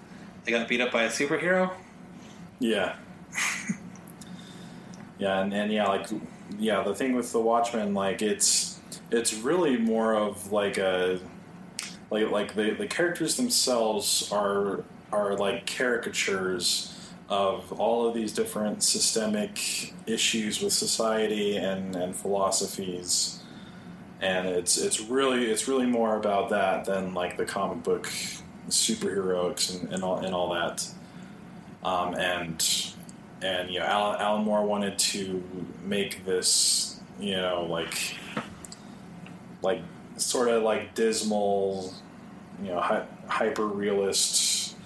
Speaker 3: they got beat up by a superhero.
Speaker 4: Yeah. yeah, and, and yeah, like yeah, the thing with the Watchmen, like it's it's really more of like a like like the the characters themselves are are like caricatures of all of these different systemic issues with society and, and philosophies. And it's it's really it's really more about that than like the comic book superheroics and, and all and all that um, and and you know Alan, Alan Moore wanted to make this you know like like sort of like dismal you know hy- hyper realist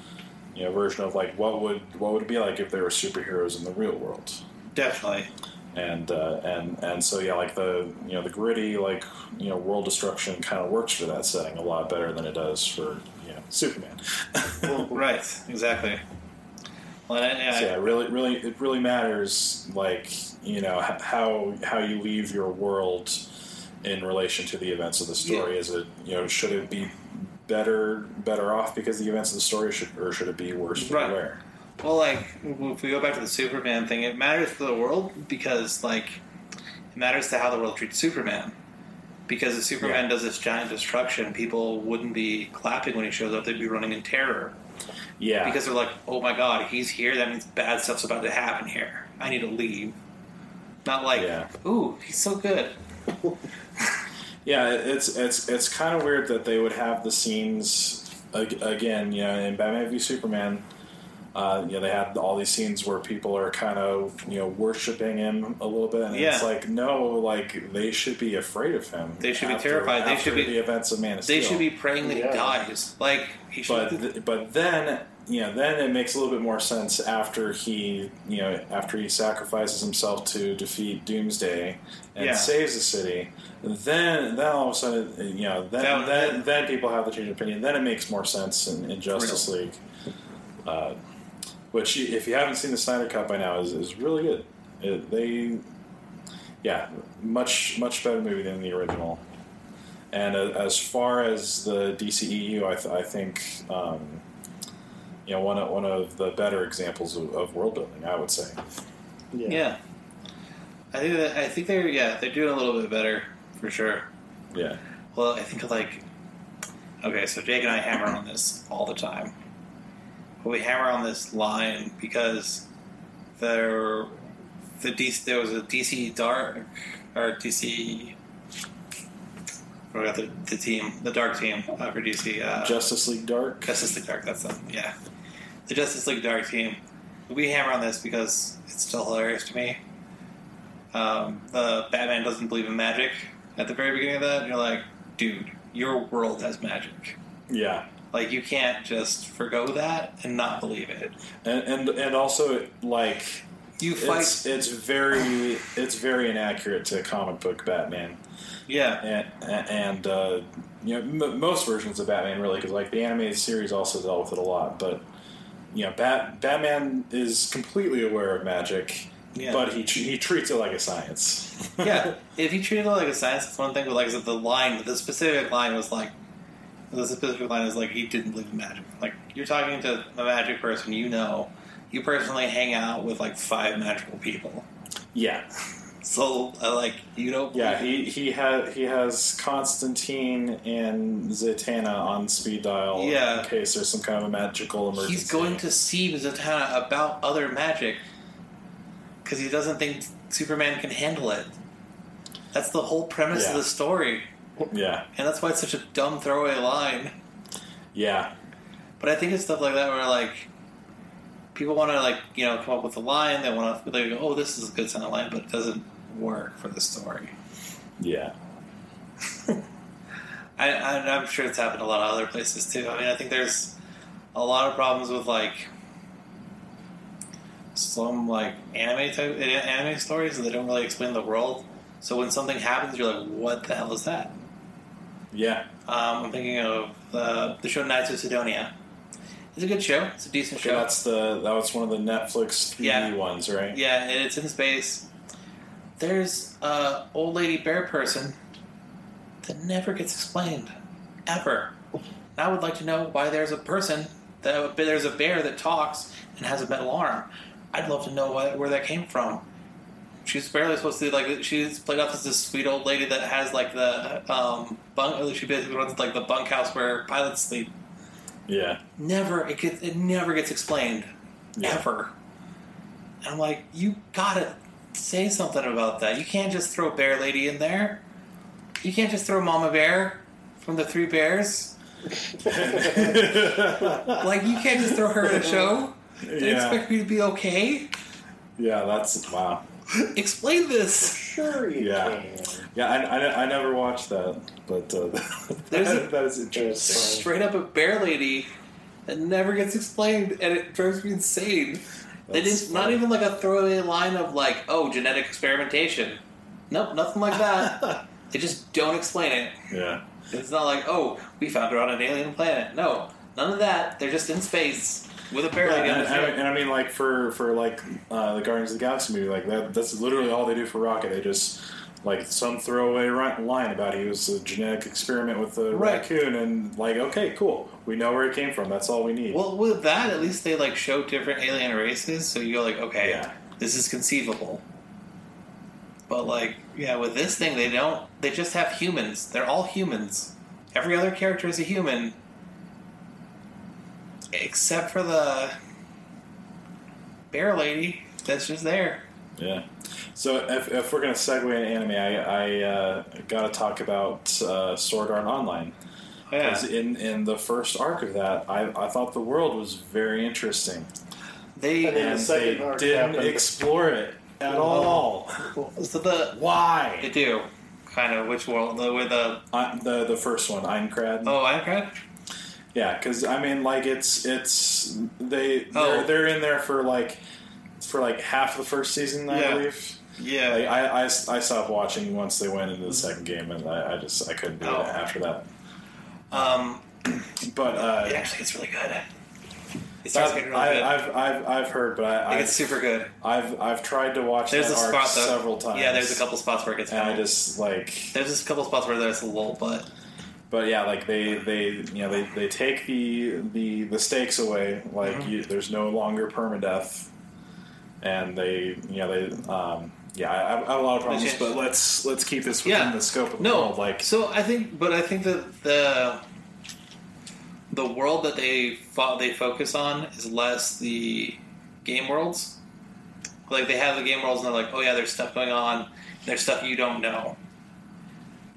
Speaker 4: you know version of like what would what would it be like if there were superheroes in the real world
Speaker 3: Definitely.
Speaker 4: and uh, and and so yeah like the you know the gritty like you know world destruction kind of works for that setting a lot better than it does for you know Superman
Speaker 3: right. Exactly. Well, and I- and I-
Speaker 4: So, yeah, it really, really, it really matters, like you know h- how how you leave your world in relation to the events of the story. Is it you know should it be better better off because the events of the story, should, or should it be worse for
Speaker 3: Right.
Speaker 4: wear?
Speaker 3: Well, like if we go back to the Superman thing, it matters to the world because like it matters to how the world treats Superman. Because if Superman
Speaker 4: Yeah.
Speaker 3: does this giant destruction, people wouldn't be clapping when he shows up; they'd be running in terror
Speaker 4: Yeah,
Speaker 3: because they're like, "Oh my God, he's here! That means bad stuff's about to happen here. I need to leave." Not like,
Speaker 4: Yeah.
Speaker 3: "Ooh, he's so good."
Speaker 4: Yeah, it's it's it's kind of weird that they would have the scenes ag- again. You know, in Batman v Superman, uh, you know they had all these scenes where people are kind of you know worshiping him a little bit, and it's
Speaker 3: Yeah.
Speaker 4: like no, like they should be afraid of him.
Speaker 3: They should be terrified. They
Speaker 4: after
Speaker 3: should be-
Speaker 4: the events of Man of
Speaker 3: They
Speaker 4: Steel.
Speaker 3: should be praying that
Speaker 2: Yeah.
Speaker 3: he dies. Like he should.
Speaker 4: But th- but then you know then it makes a little bit more sense after he you know after he sacrifices himself to defeat Doomsday and
Speaker 3: Yeah.
Speaker 4: saves the city. Then then all of a sudden you know then
Speaker 3: That-
Speaker 4: then, then people have the change of opinion. Then it makes more sense in, in Justice League. Uh, which you- if you haven't seen the Snyder Cut by now is, is really good. It, they yeah much much better movie than the original. And uh, as far as the DCEU, I, th- I think um, you know one of, one of the better examples of, of world building, I would say.
Speaker 2: Yeah.
Speaker 3: yeah, I think that I think they're yeah they're doing a little bit better for sure.
Speaker 4: Yeah,
Speaker 3: Well, I think like okay, so Jake and I hammer on this all the time. But we hammer on this line because there the DC, there was a DC Dark or DC I forgot the, the team, the Dark team uh, for DC. Uh,
Speaker 4: Justice League Dark.
Speaker 3: Justice League Dark. That's them. Yeah, the Justice League Dark team. We hammer on this because it's still hilarious to me. Um, the Batman doesn't believe in magic at the very beginning of that. And you're like, dude, your world has magic.
Speaker 4: Yeah,
Speaker 3: Like you can't just forgo that and not believe it.
Speaker 4: and and, and also like
Speaker 3: You fight.
Speaker 4: it's it's very it's very inaccurate to comic book Batman.
Speaker 3: yeah.
Speaker 4: and, and uh, you know m- most versions of Batman really because like the animated series also dealt with it a lot, but you know Bat- Batman is completely aware of magic,
Speaker 3: Yeah.
Speaker 4: but he tr- he treats it like a science.
Speaker 3: yeah, if you treated it like a science, it's one thing. But like I said, the line, the specific line was like, the specific line is like, he didn't believe in magic. Like you're talking to a magic person, you know, you personally hang out with like five magical people,
Speaker 4: yeah,
Speaker 3: so uh, like you don't. Believe
Speaker 4: yeah. He he ha- he has Constantine and Zatanna on speed dial
Speaker 3: Yeah.
Speaker 4: in case there's some kind of a magical emergency.
Speaker 3: he's going to see Zatanna about other magic because he doesn't think Superman can handle it. That's the whole premise
Speaker 4: Yeah.
Speaker 3: of the story,
Speaker 4: yeah
Speaker 3: and that's why it's such a dumb throwaway line.
Speaker 4: yeah
Speaker 3: But I think it's stuff like that where like people want to like you know come up with a line. They want to they go, oh, this is a good sound line, but it doesn't work for the story.
Speaker 4: yeah.
Speaker 3: I, I, I'm sure it's happened a lot of other places too. I mean, I think there's a lot of problems with like some like anime type eh, anime stories, and they don't really explain the world. So when something happens, you're like, "What the hell is that?"
Speaker 4: Yeah.
Speaker 3: Um, I'm thinking of uh, the the show Knights of Sidonia. It's a good show. It's a decent
Speaker 4: Okay,
Speaker 3: show.
Speaker 4: that's the that was one of the Netflix 3D
Speaker 3: Yeah.
Speaker 4: ones, right?
Speaker 3: Yeah, and it's in space. There's a old lady bear person that never gets explained, ever. And I would like to know why there's a person that there's a bear that talks and has a metal arm. I'd love to know why, where that came from. She's barely supposed to like she's played off as this sweet old lady that has like the um bunk. She basically runs like the bunkhouse where pilots sleep.
Speaker 4: Yeah.
Speaker 3: Never it gets it never gets explained
Speaker 4: Yeah.
Speaker 3: ever. And I'm like, you gotta say something about that. You can't just throw Bear Lady in there. You can't just throw Mama Bear from the Three Bears. like, you can't just throw her in a show. They
Speaker 4: Yeah.
Speaker 3: expect me to be okay.
Speaker 4: Yeah, that's wow.
Speaker 3: Explain this.
Speaker 2: Sure you
Speaker 4: Yeah. Yeah, I, I, I never watched that, but uh,
Speaker 3: There's a-
Speaker 4: that is interesting.
Speaker 3: Straight up a Bear Lady that never gets explained, and it drives me insane. They
Speaker 4: That's
Speaker 3: didn't, not
Speaker 4: funny.
Speaker 3: even like a throwaway line of like, oh, genetic experimentation. Nope, nothing like that. They just don't explain it.
Speaker 4: Yeah.
Speaker 3: It's not like, oh, we found her on an alien planet. No, none of that. They're just in space with a bear
Speaker 4: Yeah,
Speaker 3: lady on
Speaker 4: and,
Speaker 3: the
Speaker 4: and, I mean,
Speaker 3: ship.
Speaker 4: and I mean, like for for like uh, the Guardians of the Galaxy movie, like that that's literally all they do for Rocket. They just like some throwaway ri- line about he was a genetic experiment with a
Speaker 3: Right.
Speaker 4: raccoon, and like okay, cool, we know where it came from. That's all we need.
Speaker 3: Well, with that, at least they like show different alien races, so you go like, okay,
Speaker 4: Yeah.
Speaker 3: this is conceivable. But like, yeah, with this thing, they don't. They just have humans. They're all humans. Every other character is a human, except for the bear lady that's just there.
Speaker 4: Yeah. So if, if we're going to segue into anime, I, I uh, got to talk about uh, Sword Art Online.
Speaker 3: Oh, Yeah.
Speaker 4: 'Cause In in the first arc of that, I, I thought the world was very interesting,
Speaker 3: They
Speaker 4: and,
Speaker 6: then the second
Speaker 4: they
Speaker 6: arc
Speaker 4: didn't
Speaker 6: happened.
Speaker 4: explore it at all.
Speaker 3: so the They
Speaker 4: Why?
Speaker 3: do, kind of. Which world? The with the
Speaker 4: I, the the first one, Einkrad.
Speaker 3: oh, I cried.
Speaker 4: Yeah, because I mean, like it's it's they
Speaker 3: Oh.
Speaker 4: they're, they're in there for like for like half the first season, I
Speaker 3: Yeah.
Speaker 4: believe.
Speaker 3: Yeah,
Speaker 4: Like, I, I, I stopped watching once they went into the second game, and I, I just I couldn't do
Speaker 3: Oh.
Speaker 4: it after that.
Speaker 3: um,
Speaker 4: But uh,
Speaker 3: it actually gets really good. It starts
Speaker 4: that,
Speaker 3: getting really good.
Speaker 4: I, I've, I've I've heard, but I,
Speaker 3: it
Speaker 4: I've,
Speaker 3: gets super good.
Speaker 4: I've I've tried to watch
Speaker 3: There's
Speaker 4: that
Speaker 3: a
Speaker 4: arc
Speaker 3: spot though.
Speaker 4: several times.
Speaker 3: Yeah, there's a couple spots where it gets.
Speaker 4: and I
Speaker 3: Fun.
Speaker 4: just like,
Speaker 3: There's a couple spots where there's a lull, but
Speaker 4: but yeah, like they they you know they, they take the the the stakes away. Like
Speaker 3: Mm-hmm.
Speaker 4: you, there's no longer permadeath, and they you know they um yeah I, I have a lot of problems,
Speaker 3: changed-
Speaker 4: but let's let's keep this within
Speaker 3: Yeah.
Speaker 4: the scope of the
Speaker 3: no.
Speaker 4: world. Like
Speaker 3: so I think, but I think that the the world that they fo- they focus on is less the game worlds. Like they have the game worlds, and they're like, oh yeah, there's stuff going on. There's stuff you don't know.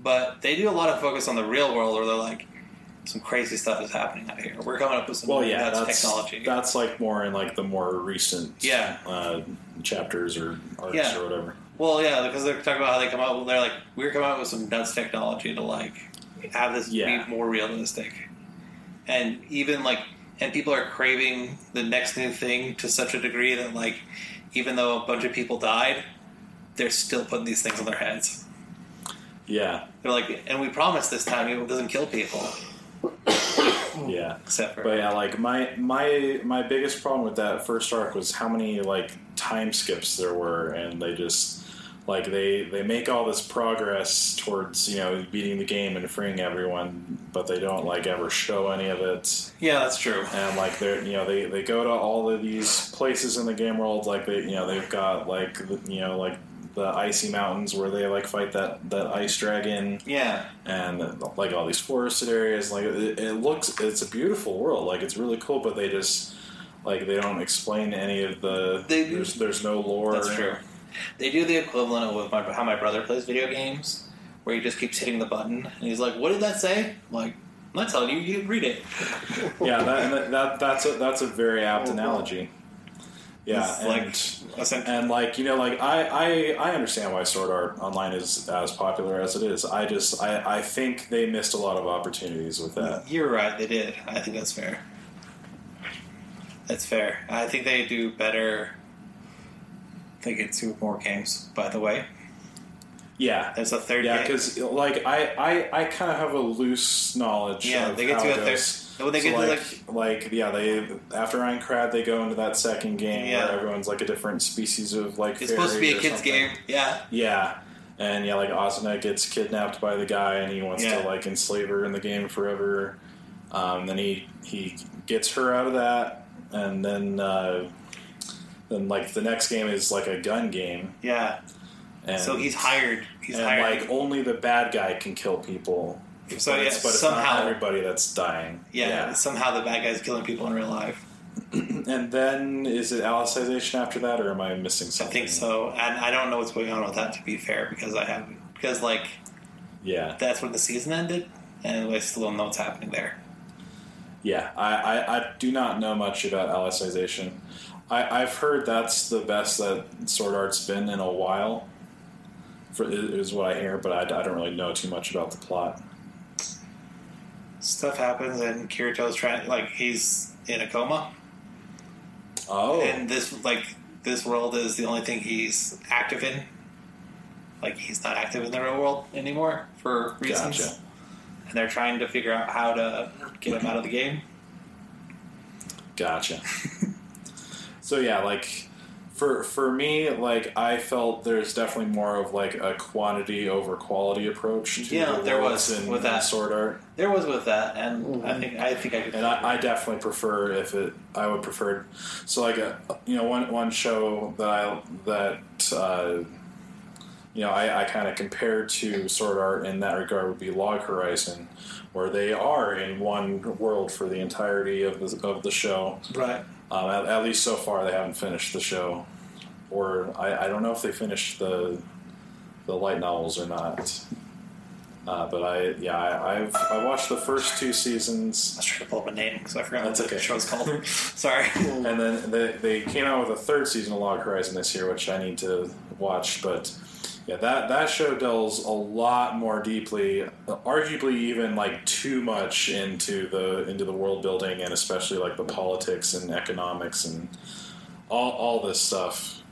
Speaker 3: But they do a lot of focus on the real world, where they're like, some crazy stuff is happening out here. We're coming up with some
Speaker 4: well yeah
Speaker 3: nuts
Speaker 4: that's
Speaker 3: technology.
Speaker 4: That's like more in like the more recent
Speaker 3: Yeah.
Speaker 4: uh, chapters or arcs
Speaker 3: Yeah.
Speaker 4: or whatever.
Speaker 3: well, yeah, because they're talking about how they come out. They're like, we're coming out with some nuts technology to like have this
Speaker 4: Yeah.
Speaker 3: be more realistic, and even like, and people are craving the next new thing to such a degree that like, even though a bunch of people died, they're still putting these things on their heads.
Speaker 4: Yeah,
Speaker 3: They're like, and we promise this time it doesn't kill people,
Speaker 4: yeah.
Speaker 3: except for
Speaker 4: But yeah, like my my my biggest problem with that first arc was how many like time skips there were, and they just like they they make all this progress towards you know beating the game and freeing everyone, but they don't like ever show any of it.
Speaker 3: yeah, that's true.
Speaker 4: And like they're you know they they go to all of these places in the game world, like they you know they've got like the- you know like the icy mountains where they like fight that that ice dragon
Speaker 3: Yeah,
Speaker 4: and like all these forested areas. Like it, it looks, it's a beautiful world. Like it's really cool, but they just like they don't explain any of the.
Speaker 3: They do-
Speaker 4: there's there's no lore.
Speaker 3: That's true. They do the equivalent of with my, how my brother plays video games, where he just keeps hitting the button and he's like, "What did that say?" I'm like, "I'm not telling you. You didn't read it."
Speaker 4: Yeah, that, and that, that that's a that's a very apt
Speaker 3: Oh,
Speaker 4: analogy. Yeah,
Speaker 3: It's
Speaker 4: and,
Speaker 3: like essentially-
Speaker 4: and like you know, like I, I I understand why Sword Art Online is as popular as it is. I just I I think they missed a lot of opportunities with that.
Speaker 3: You're right. They did. I think that's fair. That's fair. I think they do better they get two more games. By the way,
Speaker 4: Yeah,
Speaker 3: there's a third.
Speaker 4: yeah,
Speaker 3: game.
Speaker 4: because like I, I, I kind of have a loose knowledge.
Speaker 3: Yeah,
Speaker 4: of
Speaker 3: they get
Speaker 4: how
Speaker 3: to
Speaker 4: it
Speaker 3: a
Speaker 4: goes.
Speaker 3: thir- when they
Speaker 4: So,
Speaker 3: get to,
Speaker 4: like, like, yeah, they after Crab, they go into that second game
Speaker 3: Yeah.
Speaker 4: where everyone's like a different species of like.
Speaker 3: it's supposed to
Speaker 4: fairy
Speaker 3: be a
Speaker 4: or
Speaker 3: kids'
Speaker 4: something.
Speaker 3: game. Yeah,
Speaker 4: Yeah. And yeah, like Asuna gets kidnapped by the guy, and he wants
Speaker 3: Yeah.
Speaker 4: to like enslave her in the game forever. Um, then he he gets her out of that, and then uh, then like the next game is like a gun game,
Speaker 3: yeah.
Speaker 4: and
Speaker 3: so he's hired. He's
Speaker 4: and
Speaker 3: hired.
Speaker 4: like only the bad guy can kill people.
Speaker 3: so
Speaker 4: but
Speaker 3: yeah,
Speaker 4: it's, but it's not
Speaker 3: somehow,
Speaker 4: everybody that's dying.
Speaker 3: yeah, somehow the bad guy's killing people in real life.
Speaker 4: And then is it Alicization after that, or am I missing
Speaker 3: I
Speaker 4: something?
Speaker 3: think so, and I don't know what's going on with that. To be fair, because I haven't. Because like
Speaker 4: Yeah.
Speaker 3: that's when the season ended, and I still don't know what's happening there.
Speaker 4: Yeah, I, I, I do not know much about Alicization. I, I've heard that's the best that Sword Art's been in a while, for, is what I hear, but I, I don't really know too much about the plot.
Speaker 3: Stuff happens, and Kirito's trying. Like he's in a coma,
Speaker 4: Oh,
Speaker 3: and this like this world is the only thing he's active in. Like he's not active in the real world anymore for reasons,
Speaker 4: Gotcha.
Speaker 3: and they're trying to figure out how to get him out of the game.
Speaker 4: Gotcha. so yeah, like for for me, like I felt there's definitely more of like a quantity over quality approach. To
Speaker 3: Yeah,
Speaker 4: the
Speaker 3: there
Speaker 4: worlds
Speaker 3: was
Speaker 4: in,
Speaker 3: with that.
Speaker 4: in Sword Art,
Speaker 3: There was with that, and I
Speaker 4: Mm-hmm.
Speaker 3: think I think I could.
Speaker 4: and I, I definitely prefer if it. I would prefer so like a you know one one show that I that. Uh, you know, I, I kind of compare to Sword Art in that regard would be Log Horizon, where they are in one world for the entirety of the, of the show,
Speaker 3: right.
Speaker 4: um, at, at least so far, they haven't finished the show, or I, I don't know if they finished the the light novels or not. Uh, but I yeah I, I've I watched the first two
Speaker 3: I
Speaker 4: seasons,
Speaker 3: was trying to pull up a name because I forgot
Speaker 4: That's
Speaker 3: what the
Speaker 4: okay. Mm-hmm.
Speaker 3: show's called. Sorry.
Speaker 4: and then they, they came out with a third season of Log Horizon this year, which I need to watch. But yeah, that that show delves a lot more deeply, arguably even like too much into the into the world building and especially like the politics and economics and all, all this stuff.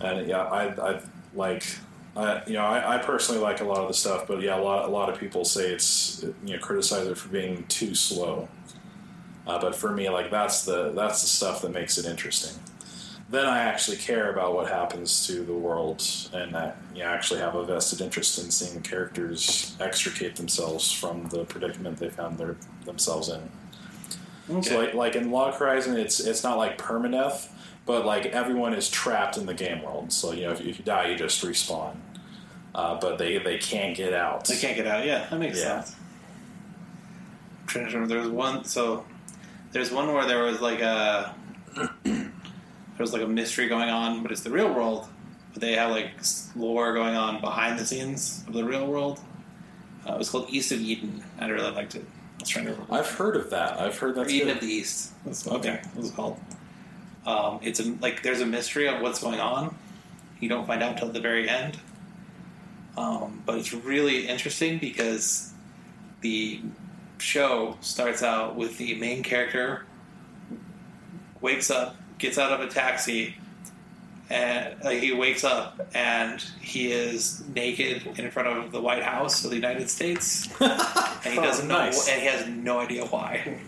Speaker 4: And yeah, I, I like, I, you know, I, I personally like a lot of the stuff, but yeah, a lot, a lot of people say it's, you know, criticize it for being too slow. Uh, but for me, like that's the that's the stuff that makes it interesting. Then I actually care about what happens to the world, and I you know, actually have a vested interest in seeing the characters extricate themselves from the predicament they found their themselves in. So like, like in Log Horizon, it's it's not like permadeath, but like everyone is trapped in the game world. So you know, if you, if you die, you just respawn. Uh, but they they can't get out.
Speaker 3: They can't get out. Yeah, that makes
Speaker 4: Yeah.
Speaker 3: sense. I'm trying to remember. There was one. So there's one where there was like a there was like a mystery going on, but it's the real world. But they have like s- lore going on behind the scenes of the real world. Uh, it was called East of Eden. I really liked it. I was trying to remember.
Speaker 4: I've heard of that. I've heard that's
Speaker 3: Eden
Speaker 4: good.
Speaker 3: of the East. That's what- okay. That's what it's called. Um, it's a, like there's a mystery of what's going on. You don't find out till the very end. Um, but it's really interesting because the show starts out with the main character wakes up, gets out of a taxi, and like, he wakes up and he is naked in front of the White House of the United States, and he
Speaker 4: Oh,
Speaker 3: doesn't
Speaker 4: nice.
Speaker 3: know, and he has no idea why.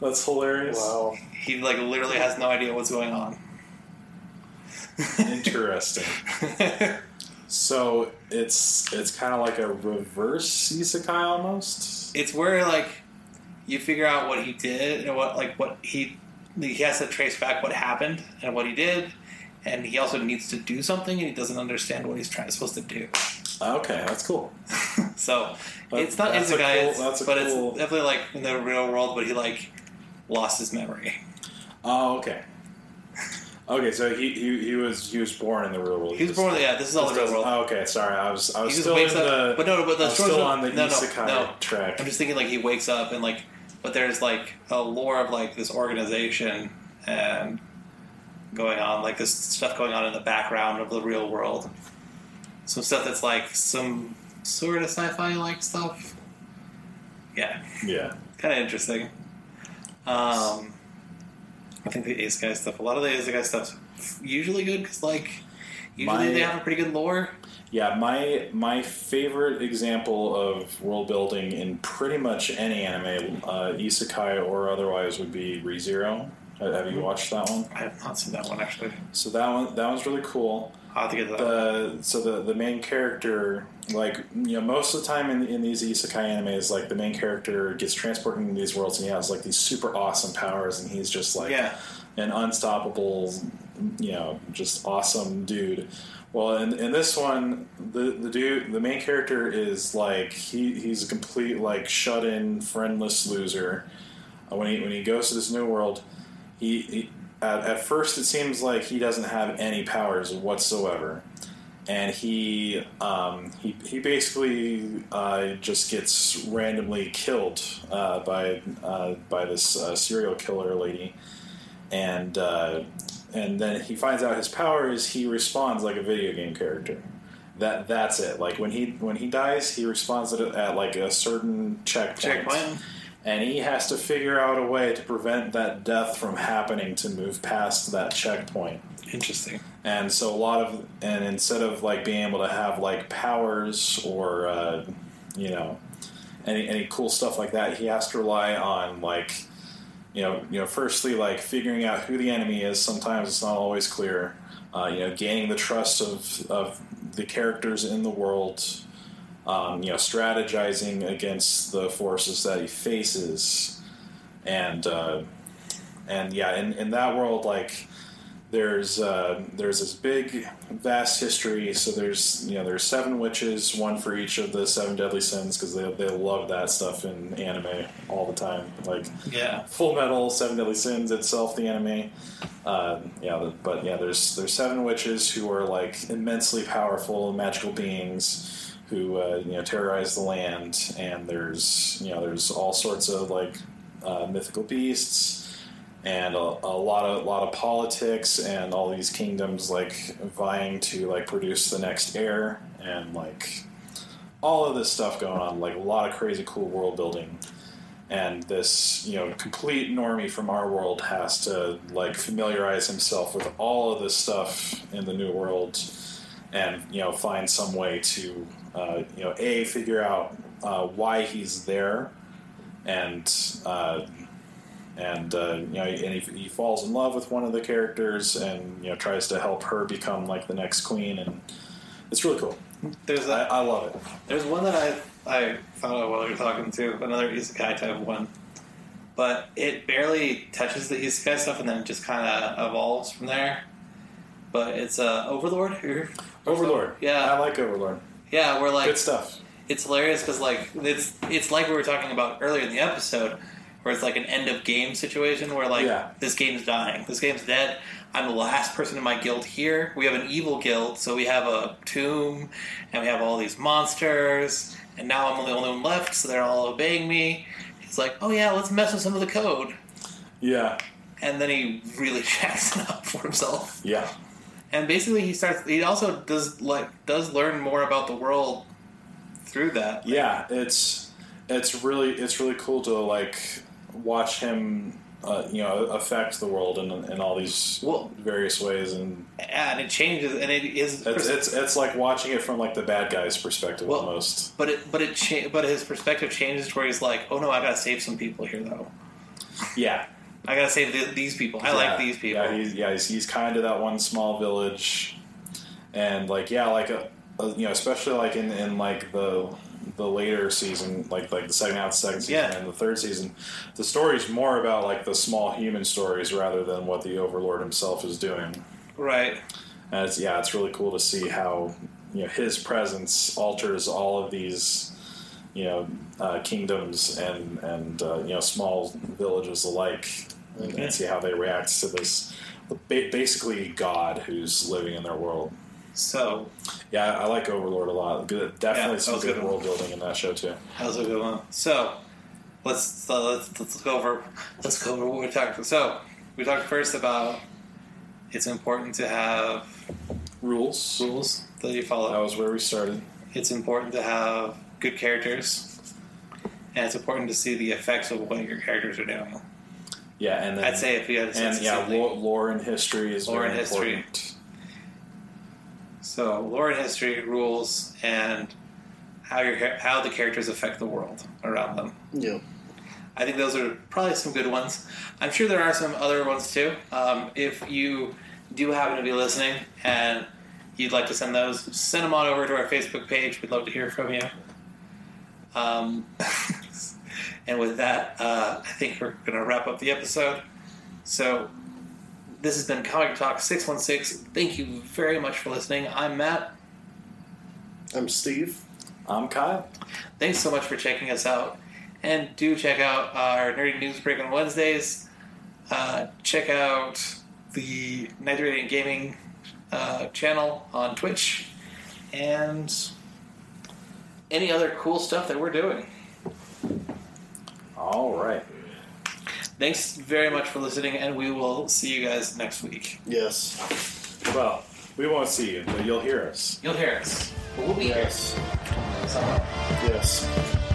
Speaker 4: That's hilarious.
Speaker 2: Wow.
Speaker 3: He like literally has no idea what's going on.
Speaker 4: Interesting. so it's it's kind of like a reverse isekai almost.
Speaker 3: it's where like you figure out what he did and what like what he he has to trace back what happened and what he did, and he also needs to do something and he doesn't understand what he's trying supposed to do.
Speaker 4: Okay, that's cool.
Speaker 3: So
Speaker 4: That-
Speaker 3: it's not
Speaker 4: that's a
Speaker 3: isekai,
Speaker 4: cool-
Speaker 3: it's-
Speaker 4: that's a
Speaker 3: but
Speaker 4: cool-
Speaker 3: it's definitely like in the real world. But he like lost his memory.
Speaker 4: Oh, okay. Okay, so he, he he was he was born in the real world.
Speaker 3: He was born. Yeah, this is all the real world.
Speaker 4: Oh, okay, sorry, I was I was
Speaker 3: he just
Speaker 4: still
Speaker 3: wakes
Speaker 4: in
Speaker 3: up.
Speaker 4: the
Speaker 3: but no, but the
Speaker 4: I'm
Speaker 3: story's
Speaker 4: still
Speaker 3: not-
Speaker 4: on the
Speaker 3: no, no,
Speaker 4: isekai
Speaker 3: no.
Speaker 4: track.
Speaker 3: I'm just thinking like he wakes up and like, but there's like a lore of like this organization and going on like this stuff going on in the background of the real world. Some stuff that's like some sort of sci-fi like stuff. Yeah,
Speaker 4: yeah,
Speaker 3: kind of interesting. Um, I think the isekai stuff. A lot of the isekai stuff's usually good because like Usually
Speaker 4: My-
Speaker 3: they have a pretty good lore.
Speaker 4: Yeah, my my favorite example of world building in pretty much any anime, uh, isekai or otherwise, would be ReZero. Uh, Have
Speaker 3: Mm-hmm.
Speaker 4: you watched that one?
Speaker 3: I have not seen that one actually.
Speaker 4: So that one that one's really cool.
Speaker 3: I'll have to get to that.
Speaker 4: The so the the main character, like you know, most of the time in in these isekai animes, like the main character gets transported into these worlds and he has like these super awesome powers and he's just like
Speaker 3: yeah.
Speaker 4: an unstoppable, you know, just awesome dude. Well, in, in this one, the, the dude, the main character is like he, he's a complete like shut in, friendless loser. Uh, When he when he goes to this new world, he, he at, at first it seems like he doesn't have any powers whatsoever, and he um, he he basically uh, just gets randomly killed uh, by uh, by this uh, serial killer lady and uh, and then he finds out his power is he responds like a video game character. That that's it. Like when he when he dies, he responds at, at like a certain checkpoint,
Speaker 3: Checkpoint.
Speaker 4: and he has to figure out a way to prevent that death from happening to move past that checkpoint.
Speaker 3: Interesting.
Speaker 4: And so a lot of and instead of like being able to have like powers or uh, you know any any cool stuff like that, he has to rely on like you know you know firstly like figuring out who the enemy is. Sometimes it's not always clear. Uh, you know, gaining the trust of of the characters in the world. Um, you know, strategizing against the forces that he faces, and uh, and yeah, in, in that world, like there's uh, there's this big vast history so there's you know there's seven witches one for each of the seven deadly sins because they, they love that stuff in anime all the time like
Speaker 3: Yeah.
Speaker 4: full metal seven deadly sins itself the anime uh, yeah the- but yeah there's there's seven witches who are like immensely powerful magical beings who uh, you know terrorize the land and there's you know there's all sorts of like uh, mythical beasts and a, a lot of lot of politics and all these kingdoms like vying to like produce the next heir and like all of this stuff going on like a lot of crazy cool world building and this you know complete normie from our world has to like familiarize himself with all of this stuff in the new world and you know find some way to uh, you know a figure out uh, why he's there and uh, and uh, you know, and he, he falls in love with one of the characters, and you know, tries to help her become like the next queen, and it's really cool.
Speaker 3: There's
Speaker 4: I,
Speaker 3: that.
Speaker 4: I love it.
Speaker 3: There's one that I I found out while you were talking to another isekai type one, but it barely touches the isekai stuff and then just kind of evolves from there. But it's uh, Overlord. or-
Speaker 4: Overlord,
Speaker 3: Yeah.
Speaker 4: I like Overlord.
Speaker 3: Yeah, we're like
Speaker 4: Good stuff.
Speaker 3: it's hilarious because like it's it's like we were talking about earlier in the episode where it's like an end of game situation where like
Speaker 4: Yeah.
Speaker 3: this game's dying this game's dead i'm the last person in my guild here we have an evil guild so we have a tomb and we have all these monsters and now i'm the only one left so they're all obeying me he's like oh yeah let's mess with some of the code
Speaker 4: Yeah,
Speaker 3: and then he really jacks it up for himself
Speaker 4: yeah,
Speaker 3: and basically he starts he also does like does learn more about the world through that
Speaker 4: yeah. It's it's really it's really cool to like watch him. Uh, you know, affect the world in, in all these
Speaker 3: Well-
Speaker 4: various ways, and
Speaker 3: Yeah, and it changes, and it is.
Speaker 4: it's, it's it's like watching it from like the bad guy's perspective
Speaker 3: Well-
Speaker 4: almost.
Speaker 3: but it, but it, cha- but his perspective changes to where he's like, oh no, I gotta save some people here though.
Speaker 4: Yeah,
Speaker 3: I gotta save th- these people. I
Speaker 4: Yeah.
Speaker 3: like these people.
Speaker 4: Yeah, he's, yeah, he's, he's kind of that one small village, and like yeah, like a, a, you know, especially like in, in like the the later season, like like the second half, of the second season,
Speaker 3: Yeah.
Speaker 4: and the third season, the story's more about like the small human stories rather than what the Overlord himself is doing.
Speaker 3: Right.
Speaker 4: And it's, yeah, it's really cool to see how you know his presence alters all of these you know uh, kingdoms and and uh, you know small villages alike, and, and see how they react to this ba- basically god who's living in their world.
Speaker 3: So
Speaker 4: Yeah, I like Overlord a lot. Good,
Speaker 3: Yeah,
Speaker 4: definitely
Speaker 3: that
Speaker 4: some
Speaker 3: was
Speaker 4: good
Speaker 3: good one.
Speaker 4: world building in that show too.
Speaker 3: that was a good one. So let's so let's let's go over let's go over what we talked. So we talked first about it's important to have
Speaker 4: Rules.
Speaker 3: rules that you
Speaker 4: That
Speaker 3: follow.
Speaker 4: was where we started.
Speaker 3: It's important to have good characters, and it's important to see the effects of what your characters are doing.
Speaker 4: Yeah, and then
Speaker 3: I'd say if you had a sense
Speaker 4: and
Speaker 3: of
Speaker 4: yeah,
Speaker 3: something-
Speaker 4: lore, lore and history is
Speaker 3: Lore
Speaker 4: very
Speaker 3: and history.
Speaker 4: important.
Speaker 3: So lore and history, rules, and how your how the characters affect the world around them.
Speaker 2: Yeah.
Speaker 3: I think those are probably some good ones. I'm sure there are some other ones too. Um, if you do happen to be listening and you'd like to send those, send them on over to our Facebook page. We'd love to hear from you. Um, and with that, uh, I think we're going to wrap up the episode. So this has been Comic Talk 616. Thank you very much for listening. I'm Matt.
Speaker 2: I'm Steve.
Speaker 4: I'm Kyle.
Speaker 3: Thanks so much for checking us out. And do check out our Nerdy News Break on Wednesdays. Uh, check out the Nitrogen Gaming uh, channel on Twitch. And any other cool stuff that we're doing.
Speaker 4: All right.
Speaker 3: Thanks very much for listening, and we will see you guys next week.
Speaker 2: Yes.
Speaker 4: Well, we won't see you, but you'll hear us.
Speaker 3: You'll hear us. We'll be
Speaker 2: Yes.
Speaker 3: here somewhere.
Speaker 2: Yes.